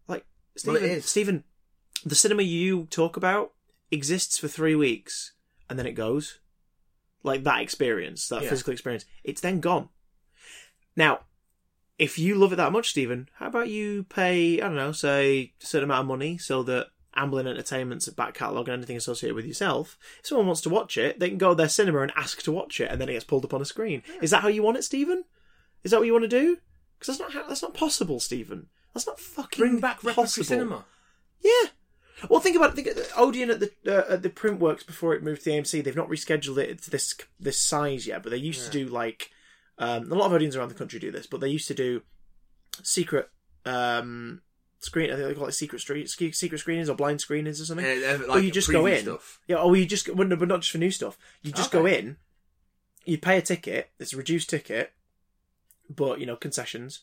Like Well, it Stephen, is. Stephen, the cinema you talk about exists for three weeks and then it goes. Like that experience, that Yeah. physical experience, it's then gone. Now, if you love it that much, Stephen, how about you pay, I don't know, say a certain amount of money so that Amblin Entertainment's back catalogue and anything associated with yourself, if someone wants to watch it, they can go to their cinema and ask to watch it and then it gets pulled up on a screen. Is that how you want it, Stephen? Is that what you want to do? Because that's not how, that's not possible, Stephen. That's not fucking Bring back repertory possible. cinema. Yeah. Well, think about it. Think of the- Odeon at the uh, at the print works before it moved to the AMC. They've not rescheduled it to this this size yet, but they used to do like um, a lot of Odeons around the country do this, but they used to do secret um, screen. I think they call it secret street sc- secret screenings or blind screenings or something. Yeah, they're Uh, like or you just go preview in. stuff. Yeah, or you just well, no, but not just for new stuff. You just go Okay. in. You pay a ticket. It's a reduced ticket, but you know concessions.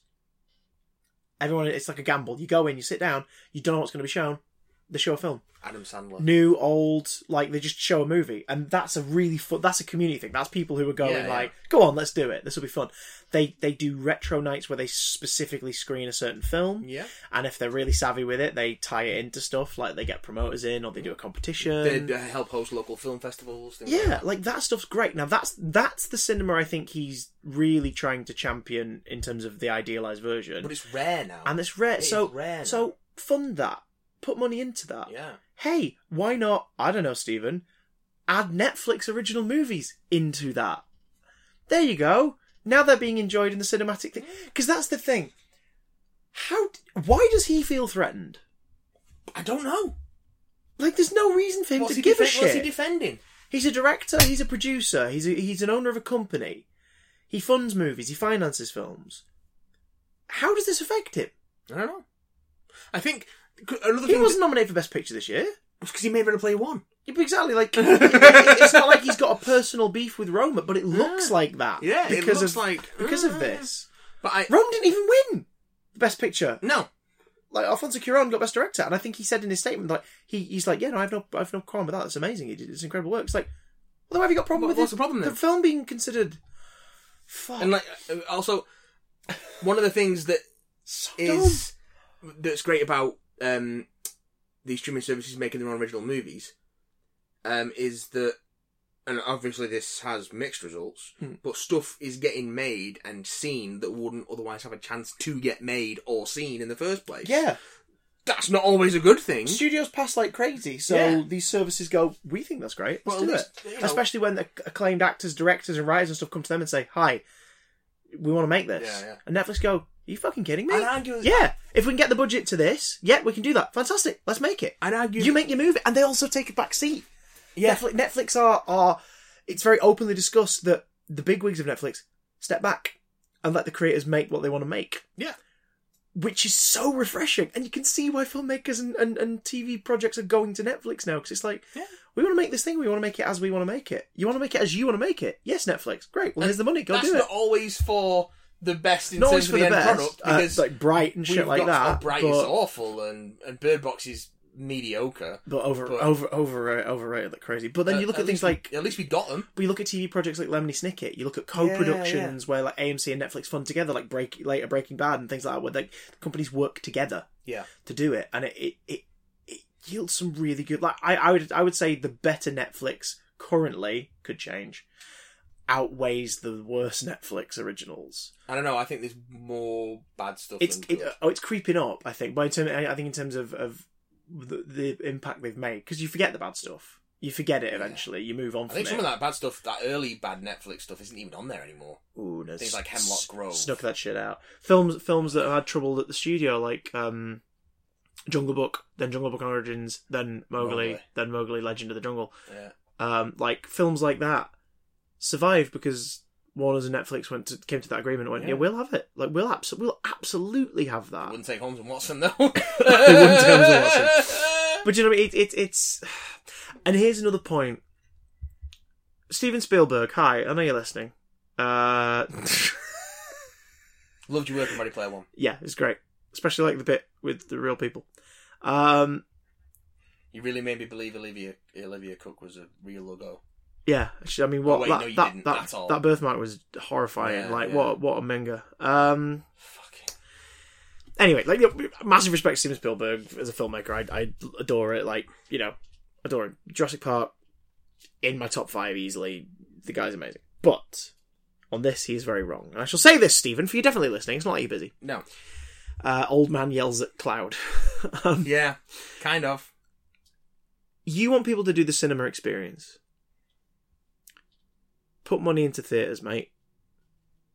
Everyone, it's like a gamble. You go in, you sit down. You don't know what's going to be shown. They show a film Adam Sandler. new, old, like they just show a movie, and that's a really fun. That's a community thing. That's people who are going Yeah, yeah. like, "Go on, let's do it. This will be fun." They they do retro nights where they specifically screen a certain film, Yeah, and if they're really savvy with it, they tie it into stuff like they get promoters in or they do a they competition. they help host local film festivals. Things like yeah, that. like that stuff's great. Now that's that's the cinema I think he's really trying to champion in terms of the idealized version, but it's rare now. and it's rare. It is so rare now. so fund that, put money into that yeah, hey, why not, I don't know, Stephen, add Netflix original movies into that? There you go. Now they're being enjoyed in the cinematic thing. Because that's the thing. How, d- why does he feel threatened? I don't know. Like, there's no reason for him What's to he, give a defen- what's he shit. defending? he's a director, he's a producer, he's, a, he's an owner of a company. He funds movies, he finances films. How does this affect him? I don't know. I think another He thing was nominated for Best Picture this year. because he made Ready Player One. Yeah, but exactly. Like it- it- it's not like he's got a personal beef with Roma, but it looks like that. Yeah, it because looks of, like- uh, because of this. But I Rome didn't even win the best picture. no. Like Alfonso Cuarón got best director, and I think he said in his statement like he, he's like, yeah, no, I've no I've no problem with that. It's amazing. It, it's incredible work. It's like, well, then why have you got a problem What- with what's it? the problem then? The film being considered. Fuck. And like uh, also one of the things that so is that's great about um these streaming services making their own original movies um is that and obviously this has mixed results Hmm. but stuff is getting made and seen that wouldn't otherwise have a chance to get made or seen in the first place dumb. yeah. that's not always a good thing Studios pass like crazy, so Yeah. these services go. We think that's great. Let's Well, do at least, it. you know- Especially when the acclaimed actors, directors, and writers and stuff come to them and say, "Hi, we want to make this." Yeah, yeah. And Netflix go, "Are you fucking kidding me?" I'd argue- yeah, if we can get the budget to this, yeah, we can do that. Fantastic. Let's make it. I'd argue- you make your movie, and they also take a back seat. Yeah. Netflix, Netflix are are. It's very openly discussed that the big wigs of Netflix step back and let the creators make what they want to make yeah which is so refreshing. And you can see why filmmakers and, and, and TV projects are going to Netflix now because it's like, Yeah. we want to make this thing, we want to make it as we want to make it. You want to make it as you want to make it. Yes, Netflix, great. Well, here's the money, go that's do it. not always for the best in Not always terms of for the, the end best, product uh, because like Bright and shit we've like that. got- oh, bright is but, awful and and bird box is mediocre but over but- over over overrated like crazy. But then Uh, you look at, things least like we, at least we got them But you look at TV projects like Lemony Snicket. You look at co-productions where like AMC and Netflix fund together, like Break later Breaking Bad and things like that, where like companies work together. Yeah. To do it, and it it, it, it yields some really good. Like I, I would I would say the better Netflix currently could change outweighs the worse Netflix originals. I don't know. I think there's more bad stuff. It's than it, good. oh, it's creeping up. I think. By term, I I think in terms of of the, the impact they've made, because you forget the bad stuff. You forget it eventually. You move on. I From think it. some of that bad stuff, that early bad Netflix stuff, isn't even on there anymore. Ooh, no, Things s- like Hemlock s- Grove. Snuck that shit out. Films films that had trouble at the studio, like um, Jungle Book, then Jungle Book Origins, then Mowgli, Mowgli. then Mowgli Legend of the Jungle. Yeah. Um, like films like that survived because Warner's and Netflix went to, came to that agreement. and Went, yeah. Yeah. we'll have it. Like we'll abso- we'll absolutely have that. Wouldn't take Holmes and Watson though. they wouldn't take Holmes and But you know, what I mean? it, it, it's. And here's another point. Steven Spielberg, hi, I know you're listening. Uh, Loved your work on Ready Player One. yeah, it's great, especially like the bit with the real people. Um, You really made me believe Olivia Olivia Cook was a real logo. yeah, she- I mean, what Oh, wait, that, no, you that, didn't that, at all. that birthmark was horrifying. Yeah, like, yeah. what what a menga. Um, Fucking anyway, like you know, massive respect to Steven Spielberg as a filmmaker. I, I adore it. Like you know, adore him. Jurassic Park in my top five easily. The guy's amazing, but on this he is very wrong. And I shall say this, Stephen, for you're definitely listening. It's not like you're busy. no. Uh, old man yells at cloud. um, Yeah, kind of. you want people to do the cinema experience. Put money into theaters, mate.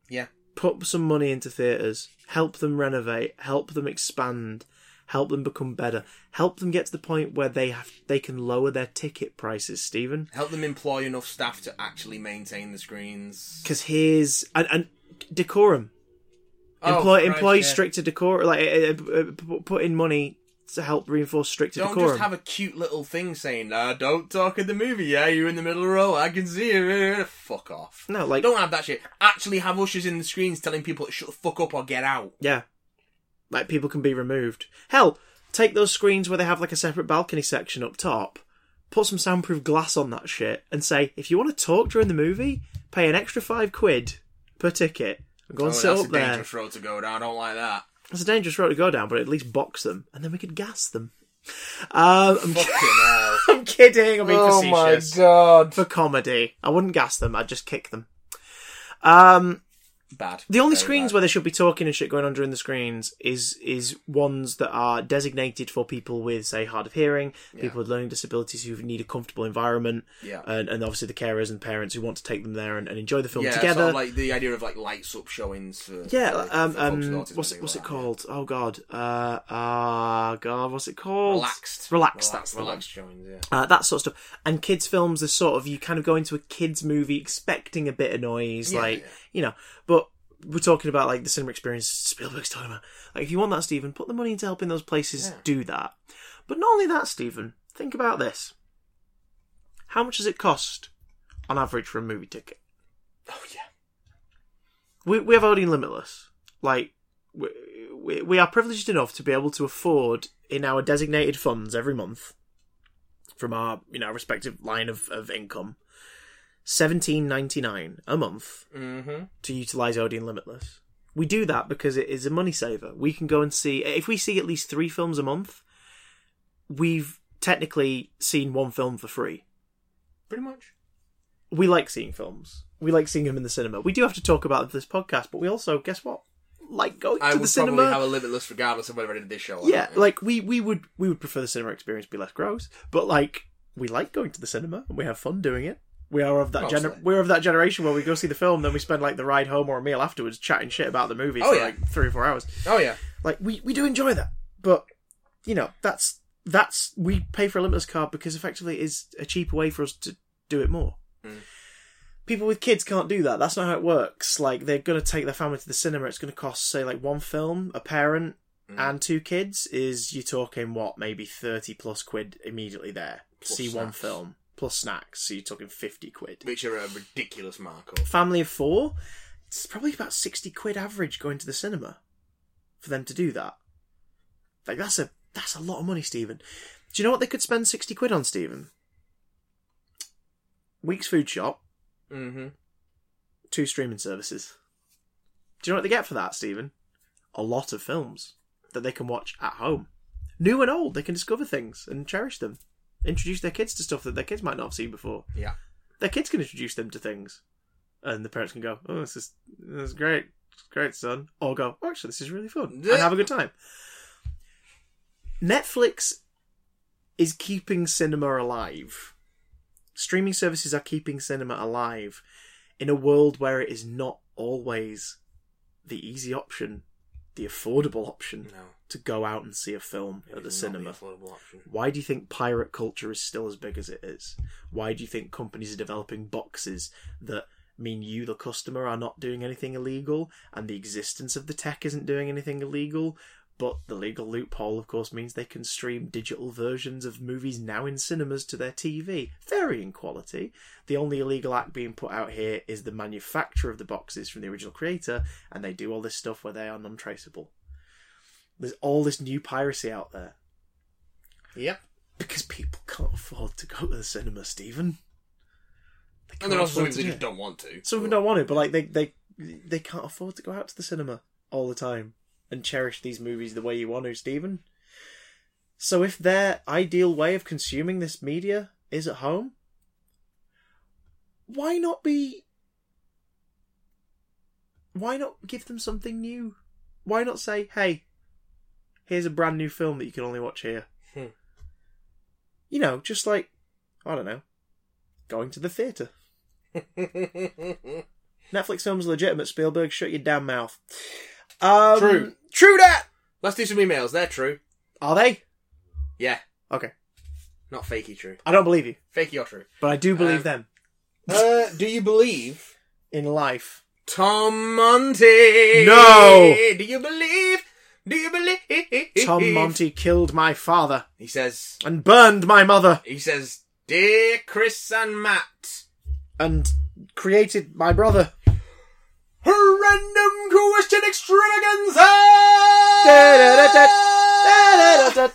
Yeah. put some money into theatres, help them renovate, help them expand, help them become better, help them get to the point where they have they can lower their ticket prices, Stephen. Help them employ enough staff to actually maintain the screens. Because here's and, and decorum. Oh, employ Christ, employ yeah. stricter decorum, like uh, uh, uh, p- put in money to help reinforce stricter Don't decorum. just have a cute little thing saying, uh, don't talk in the movie, yeah, you're in the middle row, I can see you. Fuck off. no, like Don't have that shit. Actually have ushers in the screens telling people to shut the fuck up or get out. yeah, like people can be removed. Hell, take those screens where they have like a separate balcony section up top. put some soundproof glass on that shit and say, if you want to talk during the movie, pay an extra five quid per ticket and go Oh, and that's sit a up there. dangerous road to go down, I don't like that. That's a dangerous road to go down, but at least box them and then we could gas them. Um, I'm, Fucking hell. I'm kidding. I'm being facetious. Oh god. For comedy, I wouldn't gas them. I'd just kick them. Um, Bad. the only Very screens bad. where they should be talking and shit going on during the screens is is ones that are designated for people with, say, hard of hearing, people with learning disabilities who need a comfortable environment, Yeah. and, and obviously the carers and parents who want to take them there and, and enjoy the film yeah, together. Sort of like the idea of like lights up showings for yeah, for- um, for folks with um, autism and what's things what's like it that, yeah. called? Oh God, uh, ah, God, what's it called? Relaxed. relaxed. That's the one. relaxed showings. Yeah. Uh, that sort of stuff. And kids' films are sort of you kind of go into a kids' movie expecting a bit of noise, Yeah, like yeah. you know. But we're talking about like the cinema experience Spielberg's talking about. Like if you want that, Stephen, put the money into helping those places do that. But not only that, Stephen, think about this. How much does it cost on average for a movie ticket? Oh yeah. we we have Odin Limitless. Like we, we we are privileged enough to be able to afford in our designated funds every month from our you know respective line of, of income seventeen ninety nine a month Mm-hmm. to utilize Odin Limitless. We do that because it is a money saver. We can go and see if we see at least three films a month. We've technically seen one film for free Pretty much. we like seeing films. We like seeing them in the cinema. We do have to talk about this podcast, but we also, guess what? Like going I to would the probably cinema. have a limitless regardless of whether I did this show. Or yeah, not, like we we would we would prefer the cinema experience be less gross, but like we like going to the cinema and we have fun doing it. We are of that gener- Mostly. we're of that generation where we go see the film, then we spend like the ride home or a meal afterwards chatting shit about the movie Oh, for yeah. like three or four hours. Oh yeah. Like we we do enjoy that, but you know that's that's we pay for a limitless card because effectively it is a cheaper way for us to do it more. Hmm. People with kids can't do that. That's not how it works. Like they're going to take their family to the cinema. It's going to cost say like one film, a parent, Hmm. and two kids is you're talking what maybe thirty plus quid immediately there. Plus See one snacks. film plus snacks, so you're talking fifty quid. Which are a ridiculous markup. Family of four, it's probably about sixty quid average going to the cinema for them to do that. Like that's a that's a lot of money, Stephen. Do you know what they could spend sixty quid on, Stephen? Week's food shop, Mm-hmm. two streaming services. Do you know what they get for that, Stephen? A lot of films that they can watch at home. New and old, they can discover things and cherish them. Introduce their kids to stuff that their kids might not have seen before. Yeah. Their kids can introduce them to things. And the parents can go, Oh, this is this is great. It's great, son. Or go, "Oh, actually this is really fun. And have a good time. Netflix is keeping cinema alive. Streaming services are keeping cinema alive in a world where it is not always the easy option, the affordable option, No. to go out and see a film at the Not cinema. affordable option. Why do you think pirate culture is still as big as it is? Why do you think companies are developing boxes that mean you, the customer, are not doing anything illegal and the existence of the tech isn't doing anything illegal? But the legal loophole, of course, means they can stream digital versions of movies now in cinemas to their TV, varying quality. The only illegal act being put out here is the manufacture of the boxes from the original creator, and they do all this stuff where they are non traceable. There's all this new piracy out there. Yep. Because people can't afford to go to the cinema, Stephen. They And then can't also some afford people to they do just it. don't want to. Some people don't want it, but like they they they can't afford to go out to the cinema all the time and cherish these movies the way you want to, Stephen. So if their ideal way of consuming this media is at home, why not be? Why not give them something new? Why not say, "Hey, here's a brand new film that you can only watch here." Hmm. You know, just like I don't know, going to the theater. Netflix films are legitimate. Spielberg, shut your damn mouth. Um, True. True that. Let's do some emails. They're true. Are they? Yeah. Okay. Not fakey true. I don't believe you, Fakey or true. but I do believe Um, them Uh, do you believe in life. Tom Monty? No. Do you believe? Do you believe? Tom Monty killed my father He says. and burned my mother He says, "Dear Chris and Matt, and created my brother. random question extravaganza." Da-da-da-da, da-da-da.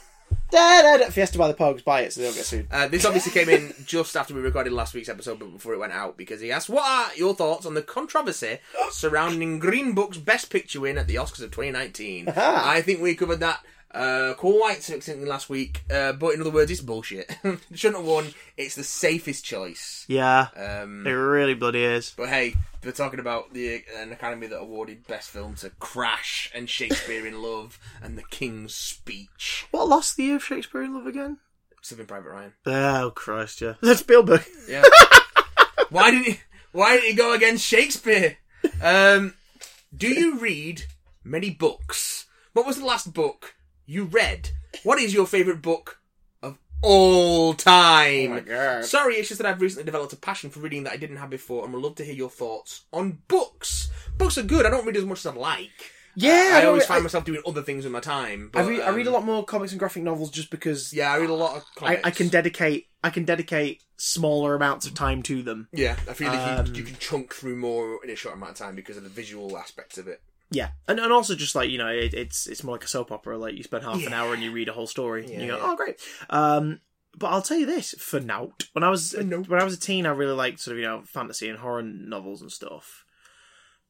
Fiesta by the Pogs. Buy it so they don't get sued. Uh, this obviously came in just after we recorded last week's episode, but before it went out, because he asked, "What are your thoughts on the controversy surrounding Green Book's Best Picture win at the Oscars of 2019?" Aha. I think we covered that uh, quite succinctly last week, uh, but in other words, it's bullshit. It Shouldn't have won. It's the safest choice. Yeah, Um, it really bloody is. but hey, we're talking about the an Academy that awarded Best Film to Crash and Shakespeare in Love and The King's Speech. What lost the year of Shakespeare in Love again? Something Private Ryan. Oh Christ, yeah. That's Spielberg. Yeah. why did he? Why did he go against Shakespeare? Um, do you read many books? What was the last book you read? What is your favorite book of all time? Oh God. Sorry, it's just that I've recently developed a passion for reading that I didn't have before, and would love to hear your thoughts on books. Books are good. I don't read as much as I'd like. Yeah, I, don't always re- find myself doing other things with my time. But, I read, I read a um, lot more comics and graphic novels just because Yeah, I read a lot of I, comics. I can dedicate I can dedicate smaller amounts of time to them. Yeah, I feel like Um, you, you can chunk through more in a short amount of time because of the visual aspects of it. Yeah, and and also just like you know, it, it's it's more like a soap opera. Like you spend half an Yeah. hour and you read a whole story, and you go, Yeah. oh great. Um, but I'll tell you this for now. When I was nout. when I was a teen, I really liked sort of you know fantasy and horror novels and stuff.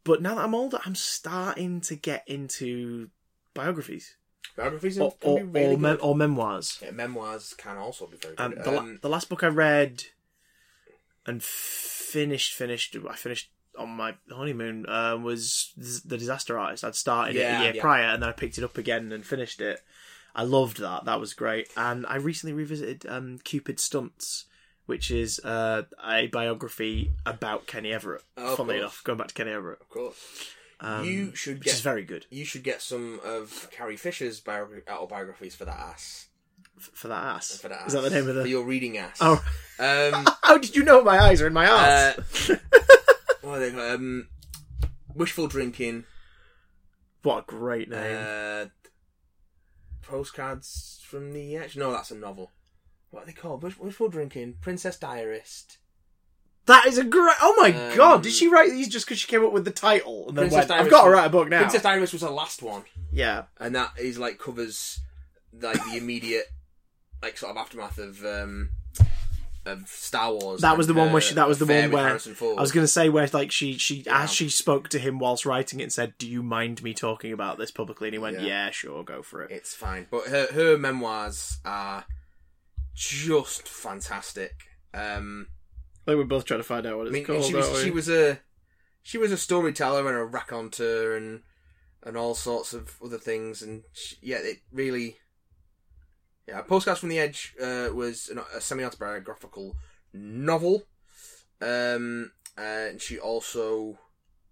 But now that I'm older, I'm starting to get into biographies Biographies or can or, be really or, mem- good. or memoirs. Yeah, memoirs can also be very good. Um, Um, the, la- the last book I read and finished, finished, I finished on my honeymoon um, was The Disaster Artist. I'd started it Yeah, a year yeah. prior and then I picked it up again and finished it. I loved that. That was great. And I recently revisited um, Cupid Stunts, which is uh, a biography about Kenny Everett. Oh, of funnily course. enough, going back to Kenny Everett. of course, Um, You should Which get- is very good you should get some of Carrie Fisher's biogra- autobiographies for that ass. f- for that ass. For that ass. Is that the name of For the. your reading ass. Oh. Um, How did you know my eyes are in Uh, my ass? what are they called? Um, wishful drinking. what a great name. Uh, postcards from the edge. No, that's a novel. What are they called? Wish- Wishful drinking. Princess Diarist. That is a great. Oh my Um, god! Did she write these just because she came up with the title and then Princess went, "I've Diaries- got to write a book now"? Princess Diarist was her last one. yeah, and that is like covers like the immediate like sort of aftermath of um of Star Wars. that was the and, one where uh, she. That was the affair one with where Harrison Ford. I was going to say where like she she Yeah. as she spoke to him whilst writing it and said, "Do you mind me talking about this publicly?" And he went, Yeah. "Yeah, sure, go for it." It's fine, but her her memoirs are just fantastic. Um, I think we're both trying to find out what I it's mean, called. she was aren't she we? was a she was a storyteller and a raconteur and and all sorts of other things, and she, yeah, it really. Yeah, Postcards from the Edge uh, was an, a semi-autobiographical novel. Um, uh, and she also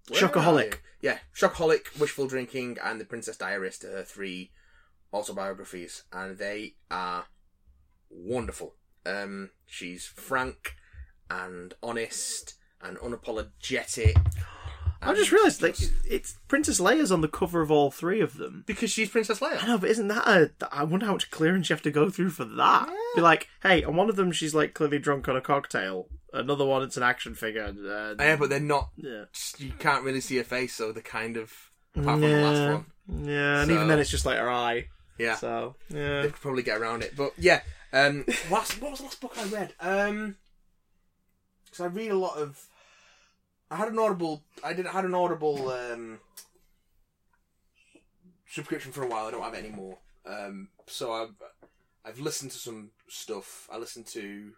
where Shockaholic. are you? Yeah, Shockaholic, Wishful Drinking, and The Princess Diarist are her three autobiographies, and they are wonderful. Um, she's frank and honest and unapologetic. I just realised like it's Princess Leia's on the cover of all three of them. because she's Princess I Leia. know, but isn't that a? I wonder how much clearance you have to go through for that. Be like, hey, on one of them she's like clearly drunk on a cocktail. Another one, it's an action figure. Uh, Yeah, but they're not. yeah, You can't really see her face, so the kind of apart from the last one. yeah, and So- even then it's just like her eye. Yeah, So yeah, they could probably get around it. But yeah, um, last what was the last book I read? Um, because I read a lot of. I had an audible. I did. I had an audible um, subscription for a while. I don't have it anymore. Um, so I've I've listened to some stuff. I listened to.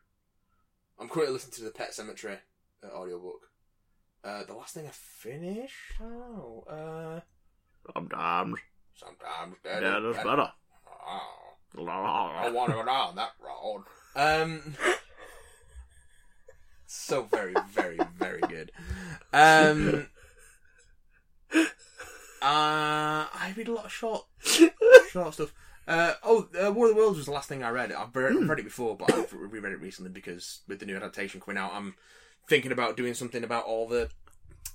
I'm currently listening to the Pet Cemetery uh, audiobook. Uh, the last thing I finished. Oh, uh, sometimes sometimes yeah, uh, that's better. Oh. I want to go down that road. Um, so very, very, very good. Um, uh, I read a lot of short, short stuff. Uh, oh, uh, War of the Worlds was the last thing I read. I've re- read it before, but I've re- reread it recently because with the new adaptation coming out, I'm thinking about doing something about all the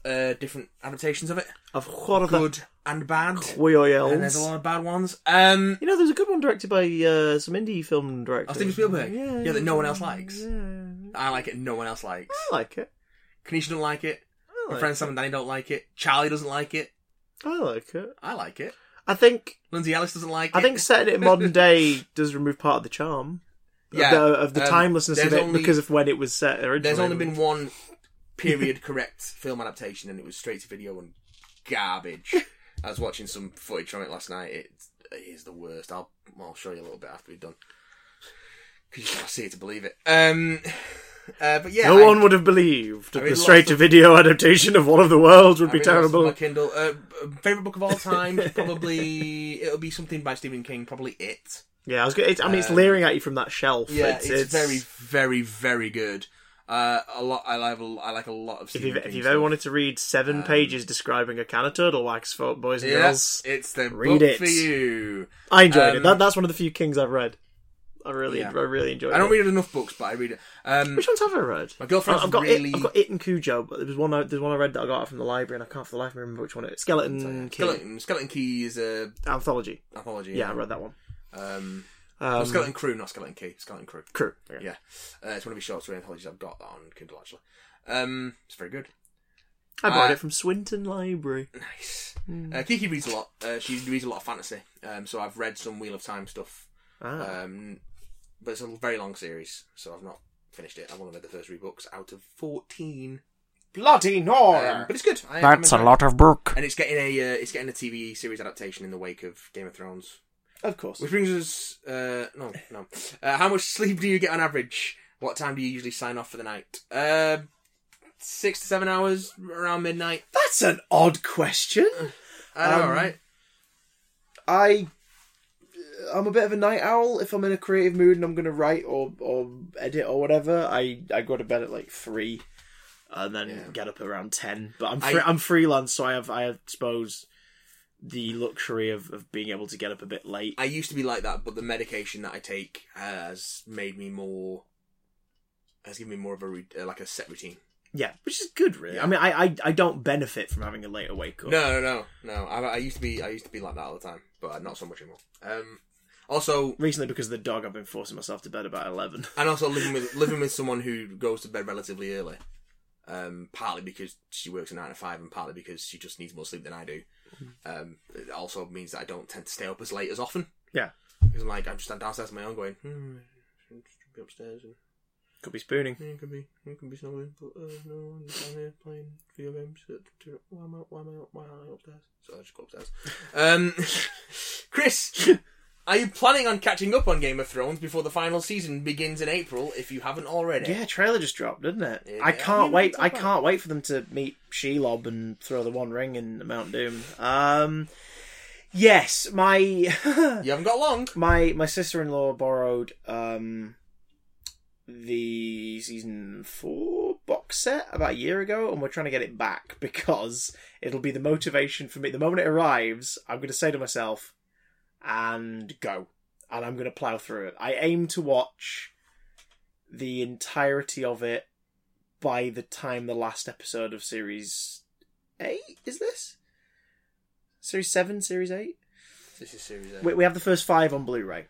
uh, different adaptations of it, Of horror good and bad. And there's a wheels. lot of bad ones. Um, You know, there's a good one directed by uh, some indie film director. Oh, Steven Spielberg. Yeah, that no one else likes. Yeah, I like it. No one else likes. I like it. Kanisha don't like it. I My like friend it. Sam and Danny don't like it. Charlie doesn't like it. I like it. I like it. I think Lindsay Ellis doesn't like it. I think setting it in modern day does remove part of the charm of Yeah, the- of the, um, timelessness of there's it only- because of when it was set originally. There's only been one period correct film adaptation, and it was straight to video and garbage. I was watching some footage from it last night. It, it is the worst. I'll I'll show you a little bit after we've done because you can't see it to believe it. Um, uh, but yeah, no I- one would have believed that mean, the lots straight to video adaptation of one of the worlds would I be read lots of terrible. My Kindle uh, b- favorite book of all time probably it'll be something by Stephen King. Probably it. Yeah, I was. Gonna, it's, I mean, it's Um, leering at you from that shelf. Yeah, it's, very, very, very good. Uh, a lot. I like. a- I like a lot of. If Stephen you've, if King you've ever stuff. wanted to read seven pages describing a can of turtle wax for boys and girls, yes, it's the read book it. for you. I enjoyed it. um, That, that's one of the few Kings I've read. I really, Yeah. I really enjoyed. I don't it. read enough books, but I read it. Um, Which ones have I read? My girlfriend's I- I've got really- it, I've got it and Cujo, but there was one. I, there's one I read that I got from the library, and I can't for the life of me remember which one it. Is. Skeleton King Skeleton, Skeleton Key is a anthology. anthology. Yeah, I read that one. Um, Um, Skeleton Crew, not Skeleton Key. Skeleton Crew. Crew. Okay. Yeah, uh, it's one of his short story anthologies. I've got that on Kindle actually. Um, it's very good. I borrowed Uh, it from Swinton Library. Nice. Uh, Kiki reads a lot. Uh, she reads a lot of fantasy. Um, so I've read some Wheel of Time stuff. Ah. Um, but it's a very long series, so I've not finished it. I've only read the first three books out of fourteen. Bloody Um, nor! but it's good. I, I'm That's a enjoying it. lot of brook. And it's getting a uh, it's getting a TV series adaptation in the wake of Game of Thrones, of course. which brings us uh, no no. Uh, how much sleep do you get on average? What time do you usually sign off for the night? Uh, six to seven hours around midnight. That's an odd question. I know, Um, right? I I'm a bit of a night owl. If I'm in a creative mood and I'm going to write or or edit or whatever, I I go to bed at like three, and then Yeah. get up around ten. But I'm I- free, I, am freelance, so I have I have, suppose the luxury of of being able to get up a bit late. I used to be like that, but the medication that I take has made me more. Has given me more of a re- uh, like a set routine. yeah, which is good, really. Yeah. I mean, I, I I don't benefit from having a later wake up. No, no, no, no. I, I used to be I used to be like that all the time, but not so much anymore. Um, also, Recently, because of the dog, I've been forcing myself to bed about eleven. and also living with living with someone who goes to bed relatively early. Um, partly because she works a nine to five, and partly because she just needs more sleep than I do. Um, it also means that I don't tend to stay up as late as often. Yeah. because I'm like I'm just downstairs on my own, going hmm, should be upstairs. And Could be spooning. Yeah, it could be, it could be something, but uh, no, I'm down here playing video games. uh, t- t- Why am I, why am I, why am I upstairs? So I just go upstairs. Um, Chris, are you planning on catching up on Game of Thrones before the final season begins in April? If you haven't already, Yeah, trailer just dropped, didn't it? Yeah, I yeah. can't Yeah, wait. it's I alright. can't wait for them to meet Shelob and throw the One Ring in Mount Doom. Um, yes, my you haven't got long. my my sister in law borrowed um the season four box set about a year ago, and we're trying to get it back because it'll be the motivation for me. The moment it arrives, I'm going to say to myself, and go. And I'm going to plow through it. I aim to watch the entirety of it by the time the last episode of series 8 is this? Series 7, series 8? This is series eight. We, we have the first five on Blu-ray.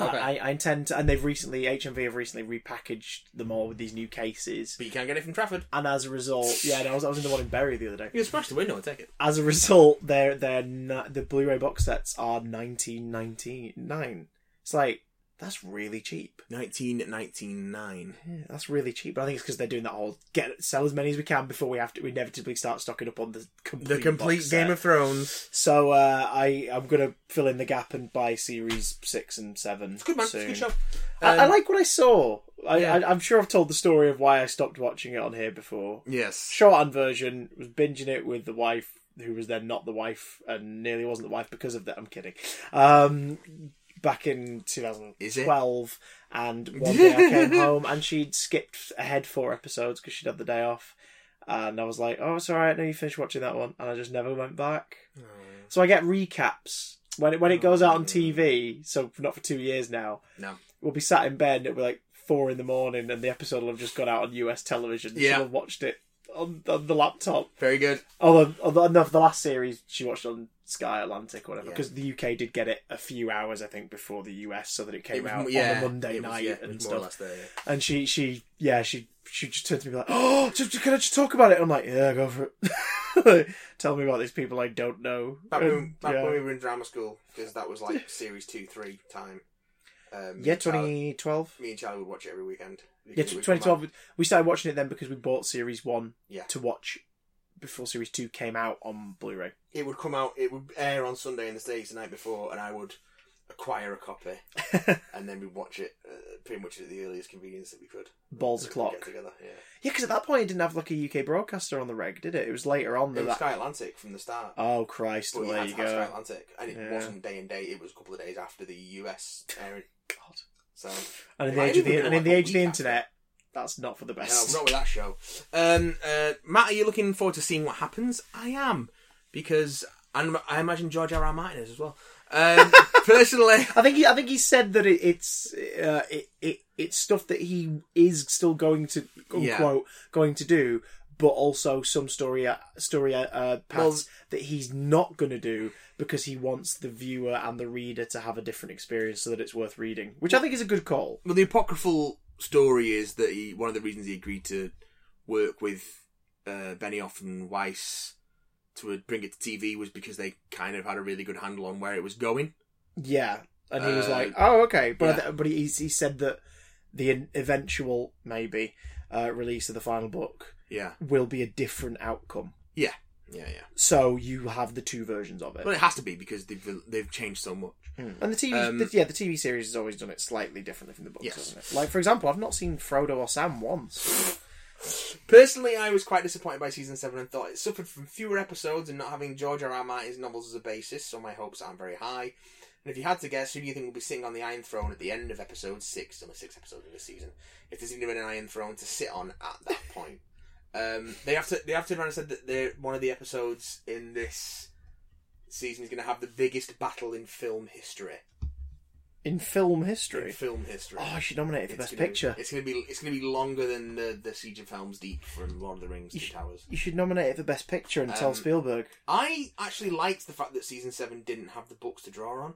Okay. I, I intend to, and they've recently HMV have recently repackaged them all with these new cases, but you can't get it from Trafford. and as a result, yeah, no, I was I was in the one in Bury the other day. You can smash the window and take it. As a result, their their na- the Blu-ray box sets are nineteen ninety nine. It's like that's really cheap. 1999. Yeah, that's really cheap. But I think it's because they're doing that whole get sell as many as we can before we have to we inevitably start stocking up on the complete The box complete set. Game of Thrones. So uh, I I'm gonna fill in the gap and buy series six and seven. It's good, man. soon. It's a good show. I, I Um, like what I saw. I, Yeah. I, I'm sure I've told the story of why I stopped watching it on here before. Yes. Shorthand version was binging it with the wife, who was then not the wife and nearly wasn't the wife because of that. I'm kidding. Um, back in 2012, and one day I came home and she'd skipped ahead four episodes because she'd had the day off, and I was like, "Oh, it's all right. No, you finished watching that one," and I just never went back. So I get recaps when it when it goes out on TV. So not for two years now No. we'll be sat in bed and it'll be like four in the morning and the episode will have just gone out on US television. Yeah. She'll have watched it on, on the laptop. Very good. Although, although no, the last series she watched on Sky Atlantic or whatever, Yeah. because the UK did get it a few hours, I think, before the US, so that it came It was out mo- yeah, on a Monday it was- night yeah, it and was more or stuff. less there, yeah. And she, she, yeah, she, she just turned to me like, oh, just, just- can I just talk about it? And I'm like, yeah, go for it. Tell me about these people I don't know. Back, when, And, back Um, yeah. when we were in drama school, because that was like series two, three time. Um, yeah, Charlie- 2012. Me and Charlie would watch it every weekend. Yeah, Because it would come 2012. out- we- We started watching it then because we bought Series One Yeah. to watch before Series Two came out on Blu-ray. It would come out. It would air on Sunday in the states the night before, and I would acquire a copy, and then we'd watch it uh, pretty much at the earliest convenience that we could. Balls That we could o'clock. Get together. Yeah. Yeah, because at that point it didn't have like a UK broadcaster on the reg, did it? It was later on It than was that. Sky Atlantic from the start. Oh Christ! but Well, you there had you to have Sky go. Atlantic, and it Yeah. wasn't day and day. It was a couple of days after the US airing. God. So And in the I age of didn't the know and in like the a age of the week after. internet, that's not for the No, best. not with that show. Um, uh, Matt, are you looking forward to seeing what happens? I am because I'm, I imagine George R. R. Martin is as well. Um, personally, I think he, I think he said that it, it's uh, it, it it's stuff that he is still going to unquote Yeah. going to do, but also some story uh, story uh, uh, paths that he's not going to do because he wants the viewer and the reader to have a different experience so that it's worth reading, which I think is a good call. well, the apocryphal story is that he one of the reasons he agreed to work with uh, Benioff and Weiss to bring it to TV was because they kind of had a really good handle on where it was going. Yeah, and he was Uh, like, "Oh, okay," but I yeah. th- but he he said that the in- eventual maybe uh, release of the final book Yeah, will be a different outcome. yeah, yeah, yeah. So you have the two versions of it. Well, it has to be because they've they've changed so much. And the TV, Um, the, yeah, the TV series has always done it slightly differently from the books, Yes. hasn't it? Like, for example, I've not seen Frodo or Sam once. Personally, I was quite disappointed by season seven and thought it suffered from fewer episodes and not having George R. R. Martin's novels as a basis, so my hopes aren't very high. And if you had to guess, who do you think will be sitting on the Iron Throne at the end of episode six? Only six episodes of this season. If there's even an Iron Throne to sit on at that point, um, they have to. They have to. And said that they're, one of the episodes in this season is going to have the biggest battle in film history. In film In history. film history. Oh, she nominated for It's Best gonna- Picture. It's gonna be. It's gonna be longer than the the Siege of Helm's Deep from Lord of the Rings: Two Towers. You should nominate it for Best Picture and Um, tell Spielberg. I actually liked the fact that season seven didn't have the books to draw on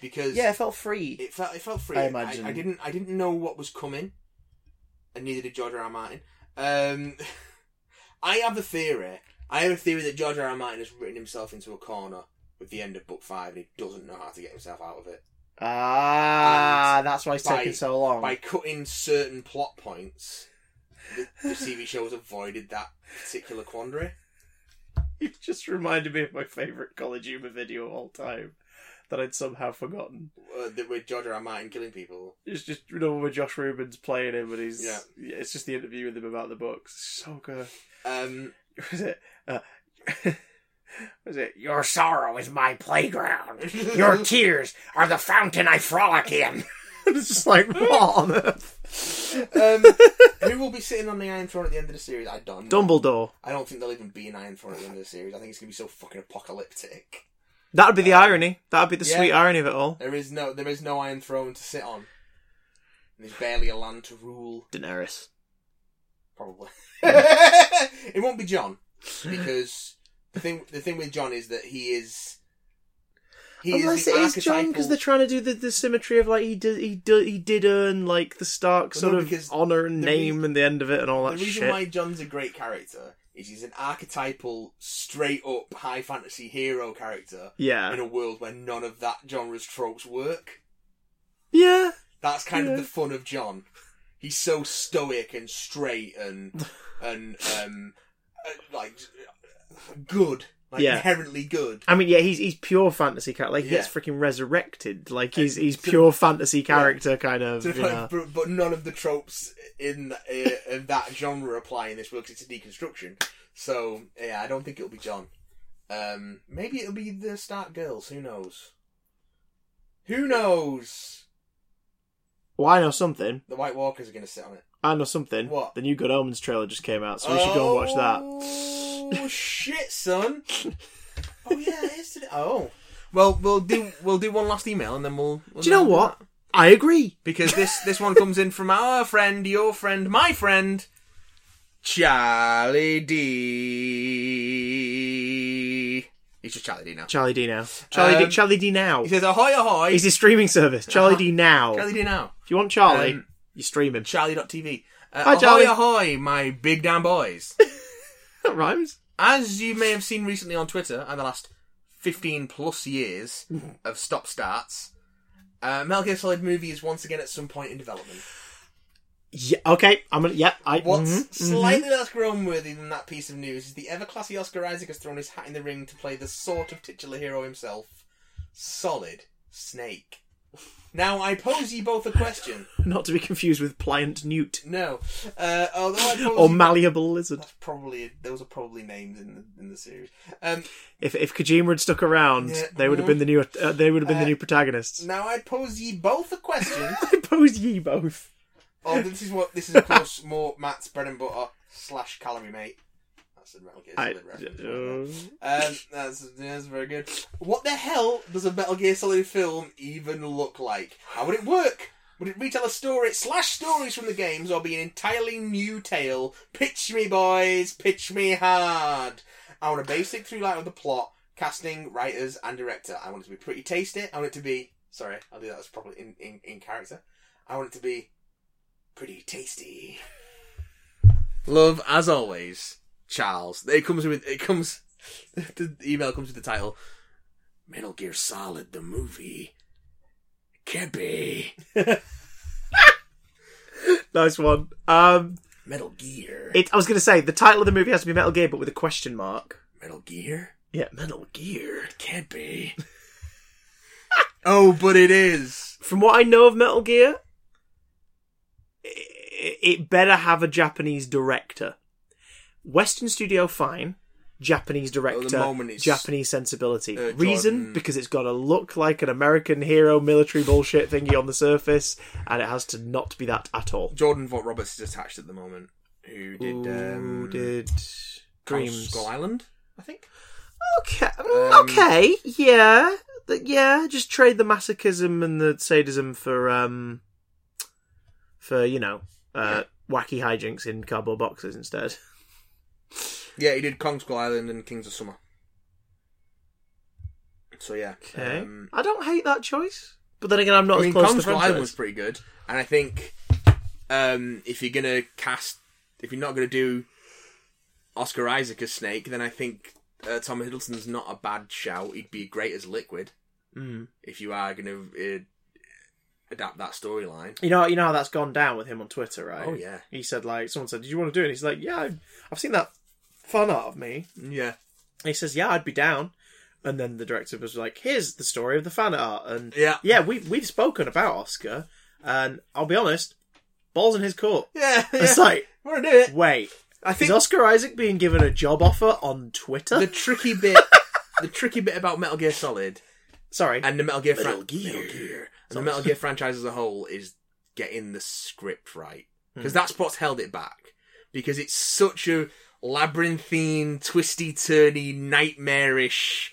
because Yeah, it felt free. it felt it felt free. I imagine. I, didn't I didn't know what was coming, and neither did George R. R. Martin. Um, I have a theory. I have a theory that George R. R. Martin has written himself into a corner with the end of book five, and he doesn't know how to get himself out of it Ah, And that's why it's by- taken so long. by cutting certain plot points. The, the TV show has avoided that particular quandary. It just reminded me of my favourite College Humor video of all time that I'd somehow forgotten. Uh, that with George R. R. Martin killing people. It's just, you know, where Josh Rubin's playing him and he's... Yeah. yeah it's just the interview with him about the books. So good. Um, was it? Uh, was it? Your sorrow is my playground. Your tears are the fountain I frolic in. it's just like what on earth? Um, who will be sitting on the Iron Throne at the end of the series? I don't. know. Dumbledore. I don't think there'll even be an Iron Throne at the end of the series. I think it's gonna be so fucking apocalyptic. That would be the irony. That would be the yeah. sweet irony of it all. There is no there is no Iron Throne to sit on. There's barely a land to rule. Daenerys. Probably. it won't be John because the thing the thing with John is that he is. He Unless is it the is John, because they're archetypal- trying to do the, the symmetry of like he did he did he did earn like the Stark Well, sort no, of because honor and the name reas- and the end of it and all the that reason Oh, shit. why John's a great character is he's an archetypal, straight up high fantasy hero character Yeah, in a world where none of that genre's tropes work. yeah. That's kind Yeah. of the fun of John. He's so stoic and straight and and um uh, like good, like Yeah. inherently good. I mean, yeah, he's he's pure fantasy character. Like he gets Yeah. freaking resurrected. Like he's And he's to- pure fantasy character kind of. So, You know. but, but none of the tropes in uh, in that genre apply in this works. It's a deconstruction. So yeah, I don't think it'll be John. Um, maybe it'll be the Stark Girls. Who knows? Who knows? Well, I know something. The White Walkers are going to sit on it. I know something. What? The new Good Omens trailer just came out, so we should go and watch that. Oh shit, son! oh yeah, it is today. Oh. Well, we'll do we'll do one last email and then we'll. we'll Do you know we'll what? I agree. because this this one comes in from our friend, your friend, my friend, Charlie D. He's just Charlie D now. Charlie D now. Charlie D. Um, Charlie D now. He says ahoy ahoy. He's his streaming service. Charlie D now. Charlie D now. If you want Charlie, Um, you stream him. Charlie.tv. Uh, Hi, ahoy Charlie. ahoy, my big damn boys. That rhymes. As you may have seen recently on Twitter, and the last 15 plus years of stop starts, uh, Metal Gear Solid movie is once again at some point in development. Yeah. Okay. I'm gonna. Yep. I. What's mhm, mhm. slightly less groan-worthy than that piece of news is the ever-classy Oscar Isaac has thrown his hat in the ring to play the sort of titular hero himself, Solid Snake. Now, I pose ye both a question. mm-hmm. Not to be confused with pliant newt No. Uh, although I pose or ye- malleable lizard. That's probably... Those are probably names in the, in the series. Um, If if Kojima had stuck around, Yeah, they would have been the new. Uh, they would have been the Uh, new protagonists. now, I pose ye both a question. I pose ye both. oh, this is what... This is, of course, more Matt's bread and butter slash calorie mate. That's a Metal Gear I, oh, Solid reference. wasn't it? Um, that's, that's very good. What the hell does a Metal Gear Solid film even look like? How would it work? Would it retell a story, slash stories from the games, or be an entirely new tale? Pitch me, boys, pitch me hard. I want a basic through line of the plot, casting, writers, and director. I want it to be pretty tasty. I want it to be. Sorry, I'll do that as properly in, in, in character. I want it to be pretty tasty. Love, as always, Charles. It comes with it comes. The email comes with the title: Metal Gear Solid the movie. Kebby. uh, nice one. Um, Metal Gear. it. I was gonna say the title of the movie has to be Metal Gear, but with a question mark. Metal Gear. Yeah, Metal Gear. It can't be. oh, but it is. From what I know of Metal Gear, it, it better have a Japanese director. Western studio, fine. Japanese director, moment it's, Japanese sensibility. uh, Reason Jordan- because it's got to look like an American hero military bullshit thingy on the surface, and it has to not be that at all. Jordan Vaught Roberts is attached at the moment. Who did? um, Ooh, did House dreams? Skull Island? I think. Okay. mm, Um, okay. Yeah. Th- Yeah. Just trade the masochism and the sadism for um for you know uh wacky hijinks in cardboard boxes instead. Yeah, he did Kong Skull Island and Kings of Summer. So yeah. Okay. um, I don't hate that choice, but then again, I'm not I mean, as close to Kong the Skull Island was franchise. pretty good, and I think um, if you're gonna cast, if you're not gonna do Oscar Isaac as Snake, then I think uh, Tom Hiddleston's not a bad shout. He'd be great as Liquid Mm. if you are gonna uh, adapt that storyline. You know, you know how that's gone down with him on Twitter, right? Oh, yeah. He said like someone said, "Did you want to do it?" he's like, "Yeah, I've, I've seen that fun art of me." Yeah, he says, "Yeah, I'd be down." And then the director was like, "Here's the story of the fan art." And Yeah. yeah, we we've spoken about Oscar, and I'll be honest, balls in his court. yeah, It's like, want to do it? wait, I is think Oscar Isaac being given a job offer on Twitter? the tricky bit, the tricky bit about Metal Gear Solid Sorry, and the Metal Gear, Metal fran- Gear. Metal Gear. and the Metal Gear franchise as a whole is getting the script right Hmm. because that's what's held it back because it's such a labyrinthine, twisty, turny, nightmarish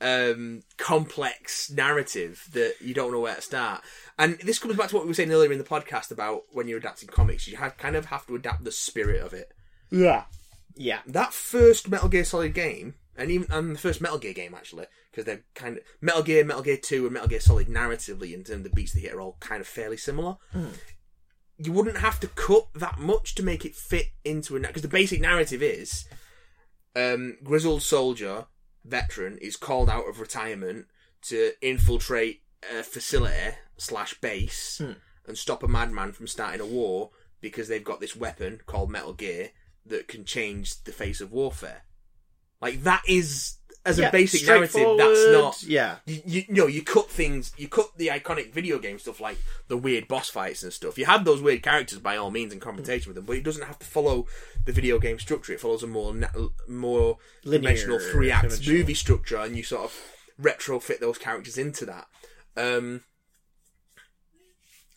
um, complex narrative that you don't know where to start. And this comes back to what we were saying earlier in the podcast about when you're adapting comics, you ha kind of have to adapt the spirit of it. Yeah. Yeah. That first Metal Gear Solid game, and even and the first Metal Gear game actually, because they're kind of Metal Gear, Metal Gear Two, and Metal Gear Solid narratively in terms of the beats they hit are all kind of fairly similar. You wouldn't have to cut that much to make it fit into a because the basic narrative is um, grizzled soldier veteran is called out of retirement to infiltrate a facility slash base Hmm. and stop a madman from starting a war because they've got this weapon called Metal Gear that can change the face of warfare. Like that is as Yeah, a basic narrative, that's straightforward, not Yeah. you, you, you know, you cut things, you cut the iconic video game stuff like the weird boss fights and stuff. You have those weird characters by all means in confrontation with them, but it doesn't have to follow the video game structure. It follows a more na- more Linear, conventional three act conventional. movie structure, and you sort of retrofit those characters into that. Um,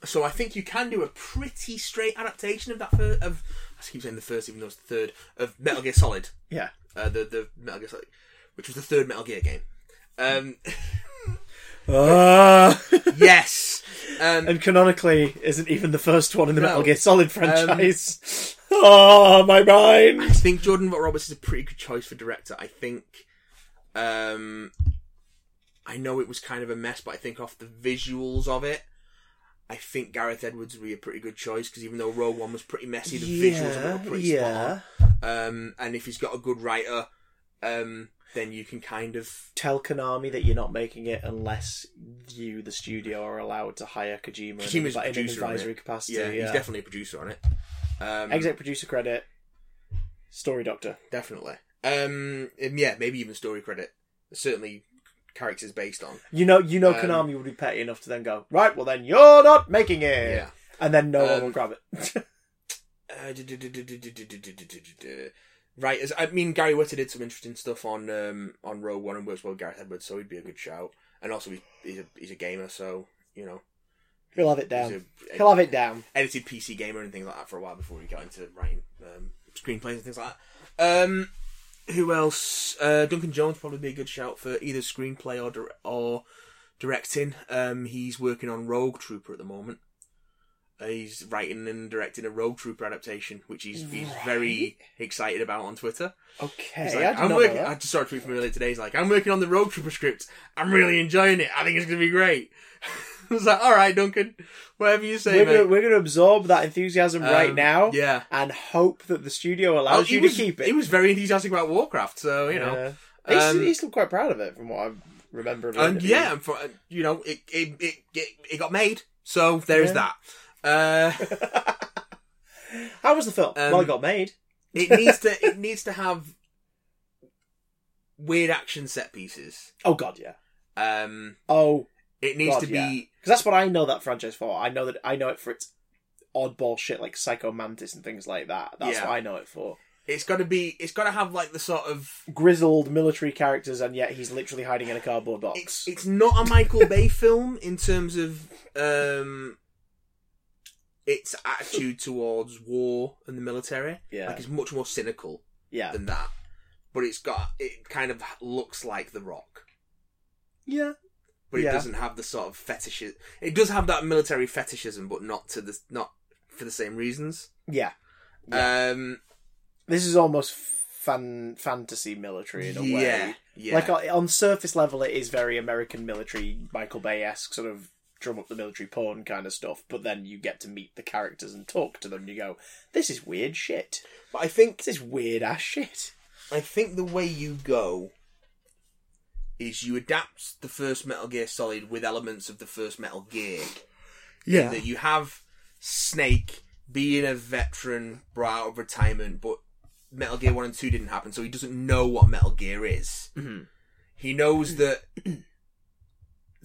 so I think you can do a pretty straight adaptation of that. Fir- of I keep saying the first, even though it's the third of Metal Gear Solid Yeah. uh, the the Metal Gear Solid, which was the third Metal Gear game. Um, yes, um, and canonically isn't even the first one in the No. Um, Metal Gear Solid franchise. Ah, oh, my I mind. think Jordan Roberts is a pretty good choice for director. I think, um, I know it was kind of a mess, but I think off the visuals of it. I think Gareth Edwards would be a pretty good choice because even though Rogue One was pretty messy, the visuals of it were pretty spot on. Um, and if he's got a good writer, um, then you can kind of Tell Konami that you're not making it unless you, the studio, are allowed to hire Kojima in, Kojima's an- in an producer on advisory it. capacity. yeah, Yeah, he's definitely a producer on it. Um, Exec producer credit, story doctor. definitely. Um, and yeah, maybe even story credit. Certainly, characters based on. You know, you know, Um, Konami would be petty enough to then go right. Well, then you're not making it, Yeah. and then no Um, one will grab it. Uh, du- du- du- du- du- du- du- du- du- du- du- Right, as I mean, Gary Whitta did some interesting stuff on um, on Row One and works well with Gareth Edwards, so he'd be a good shout. And also, he, he's a he's a gamer, so you know He'll have it he's down. a- He'll have it down. edited PC gamer and things like that for a while before he got into writing um, screenplays and things like that. Um, who else? Uh, Duncan Jones probably be a good shout for either screenplay or dir- or directing. Um, he's working on Rogue Trooper at the moment. Uh, he's writing and directing a Rogue Trooper adaptation, which he's, he's very excited about on Twitter. Okay, He's I like, did I'm not working. know I that. just saw a tweet from him earlier today. He's like, I'm working on the Road Trooper script. I'm really enjoying it. I think it's gonna be great. I was like, all right, Duncan, whatever you say, We're mate. gonna, we're gonna absorb that enthusiasm right Um, now, Yeah. and hope that the studio Oh, allows he you was, to keep it. He was very enthusiastic about Warcraft, so you know. Yeah. he's, Um, he's still quite proud of it, from what I remember. of the And interview. yeah, and for, you know, it it, it it it got made. So there's that. Uh, how was the film? Um, well, it got made. it needs to it needs to have weird action set pieces. Oh God, yeah. Um, Oh, it needs God, to be yeah. because that's what I know that franchise for. I know that I know it for its oddball shit like Psycho Mantis and things like that. That's Yeah. what I know it for. it's got to be it's got to have like the sort of Grizzled military characters, and yet he's literally hiding in a cardboard box. it's it's not a Michael Bay film in terms of um its attitude towards war and the military. Yeah. Like it's much more cynical yeah, than that. But it's got it kind of looks like The Rock, yeah, but it Yeah. doesn't have the sort of fetish. It does have that military fetishism, but not to the not for the same reasons. yeah. Um, This is almost fan fantasy military in a way. yeah, yeah. Like on- on surface level, it is very American military, Michael Bay esque sort of drum up the military porn kind of stuff. But then you get to meet the characters and talk to them. And you go, this is weird shit. but I think This is weird ass shit. I think the way you go is you adapt the first Metal Gear Solid with elements of the first Metal Gear. Yeah. That you have Snake being a veteran, brought out of retirement, but Metal Gear 1 and 2 didn't happen, so he doesn't know what Metal Gear is. He knows that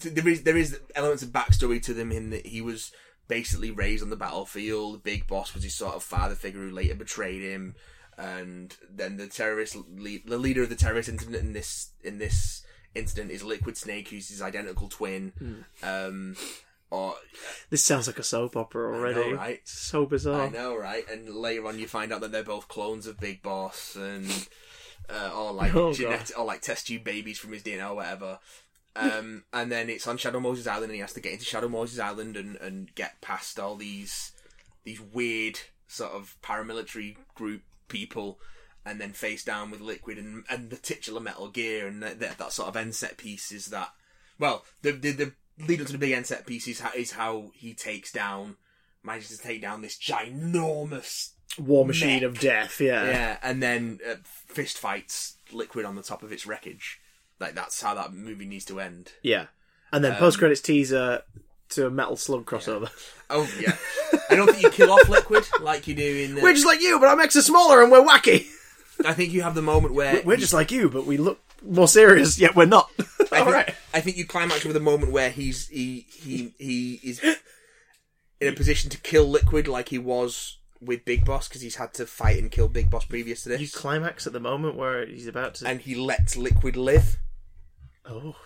there is there is elements of backstory to them in that he was basically raised on the battlefield. Big Boss was his sort of father figure who later betrayed him, and then the terrorist, le- the leader of the terrorist incident in this in this incident is Liquid Snake, who's his identical twin. Um, or This sounds like a soap opera already. I know, right? So bizarre. I know, right? And later on, you find out that they're both clones of Big Boss, and uh, or like Oh, God. genetic, or like test tube babies from his DNA or whatever. Um, and then it's on Shadow Moses Island, and he has to get into Shadow Moses Island and, and get past all these these weird sort of paramilitary group people, and then face down with Liquid and and the titular Metal Gear, and that, that, that sort of end set piece is that. Well, the the, the lead up to the big end set piece is how, is how he takes down manages to take down this ginormous War Machine of Death, yeah. yeah, and then uh, fist fights liquid on the top of its wreckage. Like that's how that movie needs to end. Yeah. And Um, then post credits teaser to a Metal Slug crossover. Oh yeah, I don't think you kill off liquid like you do in. The, We're just like you, but our mechs are smaller and we're wacky. I think you have the moment where We're just like you, but we look more serious, yet we're not. I think, Alright. I think you climax with a moment where he's he he he is in a position to kill liquid like he was with Big Boss because he's had to fight and kill Big Boss previous to this, You climax at the moment where he's about to. and he lets liquid live. oh.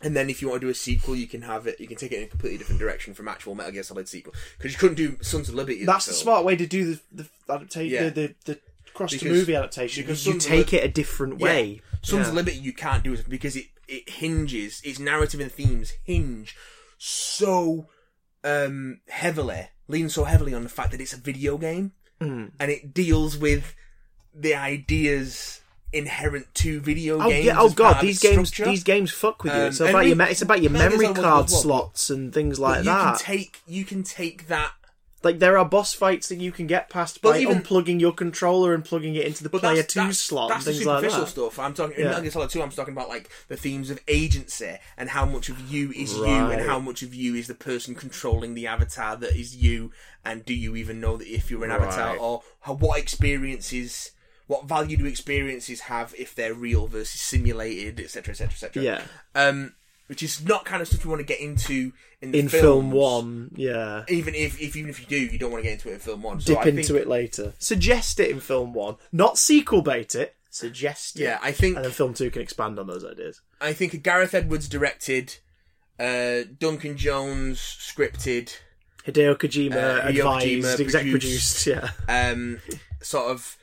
And then if you want to do a sequel, you can have it. You can take it in a completely different direction from actual Metal Gear Solid sequel because you couldn't do Sons of Liberty. as a That's the film. smart way to do the, the adaptation, Yeah. the, the, the cross to Because- movie adaptation. because you Sons of take Lib- it a different Yeah. way. Sons Yeah. of Liberty you can't do it because it it hinges its narrative and themes hinge so um heavily, lean so heavily on the fact that it's a video game Mm. and it deals with the ideas inherent to video Oh, games. yeah, oh as part god, of these its games structure. these games fuck with you. It's Um, and about we- your me- it's about your Metal Gear memory Solid was- card was what? slots and things But like you that. can take you can take that Like there are boss fights that you can get past But by even- unplugging your controller and plugging it into the But player that's- two that's- slot That's and the things like superficial that. stuff. I'm talking in Yeah. Metal Gear Solid Two. I'm talking about like the themes of agency and how much of you is you, Right. and how much of you is the person controlling the avatar that is you, and do you even know that if you're an avatar Right. or how, what experiences. What value do experiences have if they're real versus simulated, etc., etc., etc.? Yeah. Um, which is not kind of stuff you want to get into in, the In film films. one, yeah. Even if, if even if you do, you don't want to get into it in film one. So Dip I into think, it later. Suggest it in film one, not sequel bait it. Suggest it, Yeah, I think and then film two can expand on those ideas. I think a Gareth Edwards directed, uh, Duncan Jones scripted, Hideo Kojima Uh, Hideo advised, Kojima exec produced. produced, yeah. um, sort of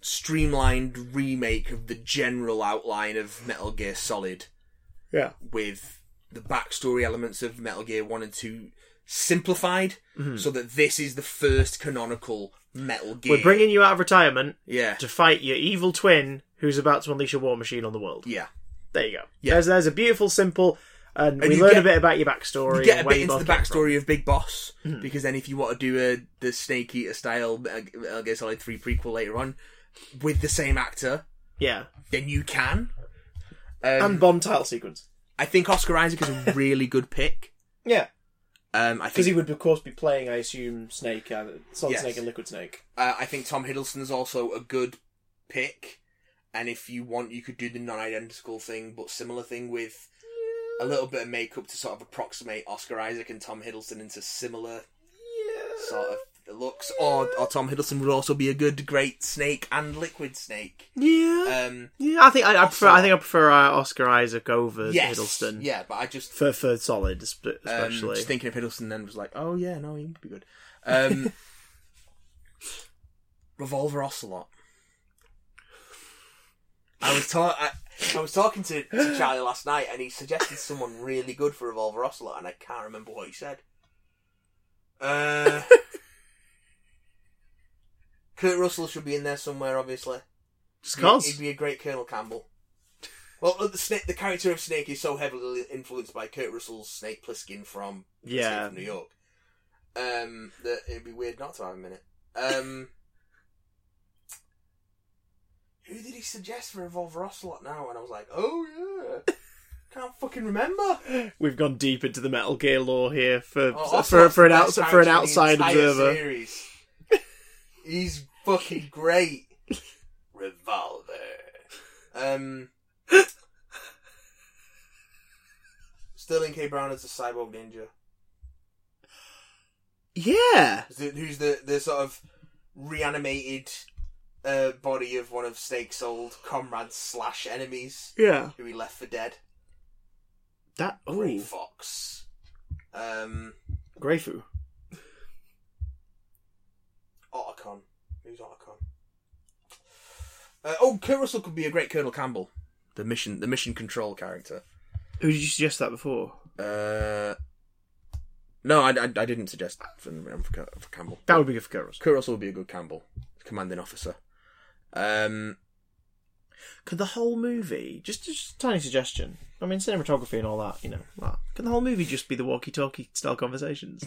streamlined remake of the general outline of Metal Gear Solid Yeah. with the backstory elements of Metal Gear 1 and 2 simplified so that this is the first canonical Metal Gear. Mm-hmm. We're bringing you out of retirement Yeah. to fight your evil twin who's about to unleash a war machine on the world. Yeah. There you go. Yeah. There's, there's a beautiful, simple, and, And we you learn get- a bit about your backstory. You get and a where bit you into both the came from. Hmm. backstory of Big Boss because then if you want to do a the Snake Eater style uh, Metal Gear Solid 3 prequel later on with the same actor, Yeah. then you can. Um, and Bond title sequence. I think Oscar Isaac is a really good pick. Yeah, Um, I because think he would of course be playing, I assume, Snake, uh, Solid Yes. Snake, and Liquid Snake. uh, I think Tom Hiddleston's also a good pick. And if you want, you could do the non-identical thing, but similar thing with a little bit of makeup to sort of approximate Oscar Isaac and Tom Hiddleston into similar sort of looks. Or, or Tom Hiddleston would also be a good, great snake and liquid snake. Yeah, Um, yeah. I think I, I prefer. Also- I think I prefer uh, Oscar Isaac over yes, Hiddleston yeah, but I just for for Solid, sp- um, especially. just thinking of Hiddleston then was like, oh yeah, no, he'd be good. Um, Revolver Ocelot. I was ta- I, I was talking to, to Charlie last night, and he suggested someone really good for Revolver Ocelot, and I can't remember what he said. Uh, Kurt Russell should be in there somewhere, obviously. Just He'd- cause. He'd be a great Colonel Campbell. Well, uh, the snake, the character of Snake is so heavily influenced by Kurt Russell's Snake Plissken from Escape Yeah. from New York um, that it'd be weird not to have him in it. Um, who did he suggest for Revolver Ocelot now? And I was like, oh yeah, can't fucking remember. We've gone deep into the Metal Gear lore here for Oh, for, Ocelot's for an the outs- best for an character in the outside entire observer. series. He's fucking great. Revolver. Um. Sterling K. Brown is a cyborg ninja. Yeah, Who's the, who's the, the sort of reanimated uh, body of one of Snake's old comrades slash enemies yeah. who he left for dead. That oh, Grey Fox. Um. Greyfu. Otacon. Who's Otacon? Uh, oh, Kurt Russell could be a great Colonel Campbell, the mission the mission control character. Who did you suggest that before? Uh, no, I, I, I didn't suggest that for, um, for, Cur- for Campbell. That would be good for Kuros. Kurt Russell would be a good Campbell, commanding officer. Um, Could the whole movie just, just a tiny suggestion? I mean, cinematography and all that, you know. That. Could the whole movie just be the walkie-talkie style conversations?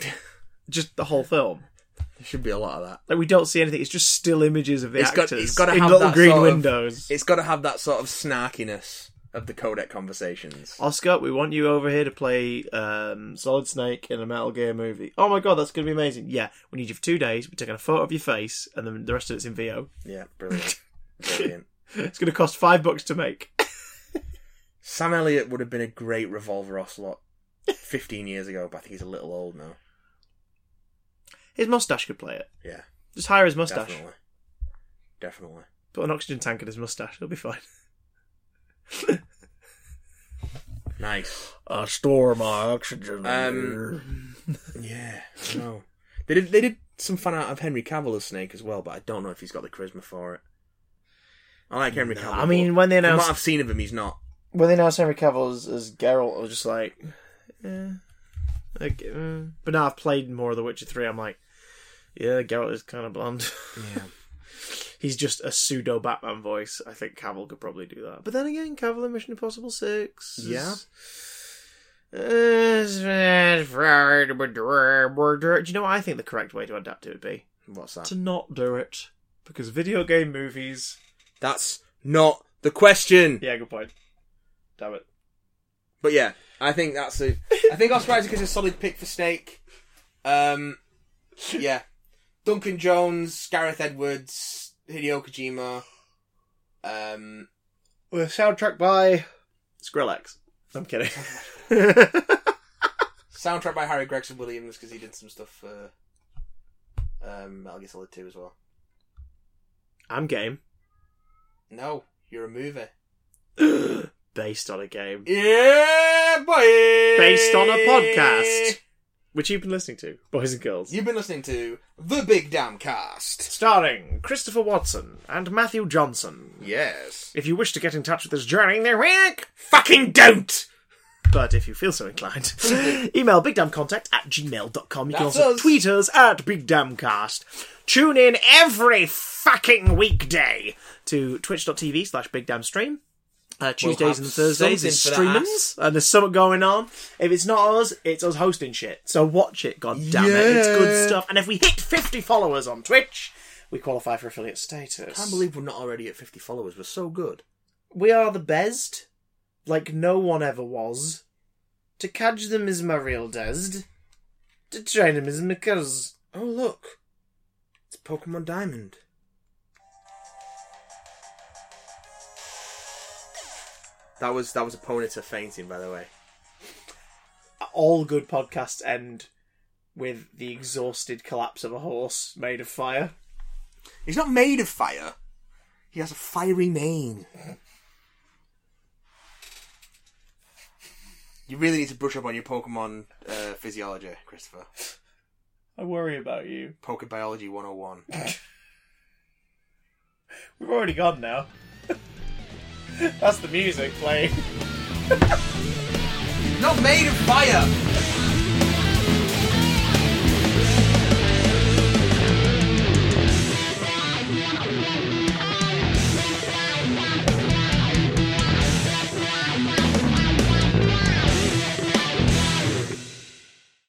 just the whole film. there should be a lot of that. Like we don't see anything. It's just still images of the It's got- actors it's gotta in have little that green sort of- windows. It's got to have that sort of snarkiness of the codec conversations. Oscar, we want you over here to play um, Solid Snake in a Metal Gear movie. Oh my god, that's going to be amazing. Yeah, we need you for two days. We're taking a photo of your face, and then the rest of it's in VO. Yeah, brilliant, brilliant. It's going to cost five bucks to make. Sam Elliott would have been a great Revolver Ocelot 15 years ago, but I think he's a little old now. His mustache could play it. Yeah, Just hire his mustache. definitely, definitely. Put an oxygen tank in his mustache. It'll be fine. Nice. I store my oxygen. Um, Yeah, I know. They did. They did some fun out of Henry Cavill as Snake as well, but I don't know if he's got the charisma for it. I like Henry Cavill. I mean, but when they from announced what I've seen of him, he's not. when they announced Henry Cavill as, as Geralt, I was just like, eh. Like, mm. but now I've played more of The Witcher Three. I'm like, yeah, Geralt is kind of blonde. Yeah. He's just a pseudo Batman voice. I think Cavill could probably do that. But then again, Cavill in Mission Impossible Six. is- Yeah. Is- Do you know what I think the correct way to adapt it would be? What's that? To not do it. Because video game movies. That's not the question. Yeah, good point. Damn it. But yeah, I think that's a. I think Oscar Isaac is a solid pick for Snake. Um, yeah, Duncan Jones, Gareth Edwards, Hideo Kojima. Um, With a soundtrack by Skrillex. I'm kidding. soundtrack by Harry Gregson Williams because he did some stuff for um, Metal Gear Solid Two as well. I'm game. No, you're a movie. Based on a game. Yeah, boy. Based on a podcast. Which you've been listening to, boys and girls. You've been listening to the Big Damn Cast. Starring Christopher Watson and Matthew Johnson. Yes. If you wish to get in touch with this journey, they're back. Fucking don't. But if you feel so inclined, email bigdamcontact at gmail.com. You can That's also us. tweet us at bigdamcast. Tune in every fucking weekday to twitch.tv slash bigdamstream. Uh, Tuesdays have and Thursdays something is for that streamings, and there's something going on. If it's not us, it's us hosting shit. So watch it, god damn it. It's good Yeah. stuff. And if we hit 50 followers on Twitch, we qualify for affiliate status. Can't believe we're not already at 50 followers. We're so good. we are the best, like no one ever was. To catch them is my real dest. To train them is my cuz. Oh, look. It's Pokemon Diamond. That was that was a Ponyta fainting, by the way. All good podcasts end with the exhausted collapse of a horse made of fire. He's not made of fire. He has a fiery mane. You really need to brush up on your Pokemon uh, physiology, Christopher. I worry about you. Pokebiology 101. We've already gone now. That's the music playing. not made of fire!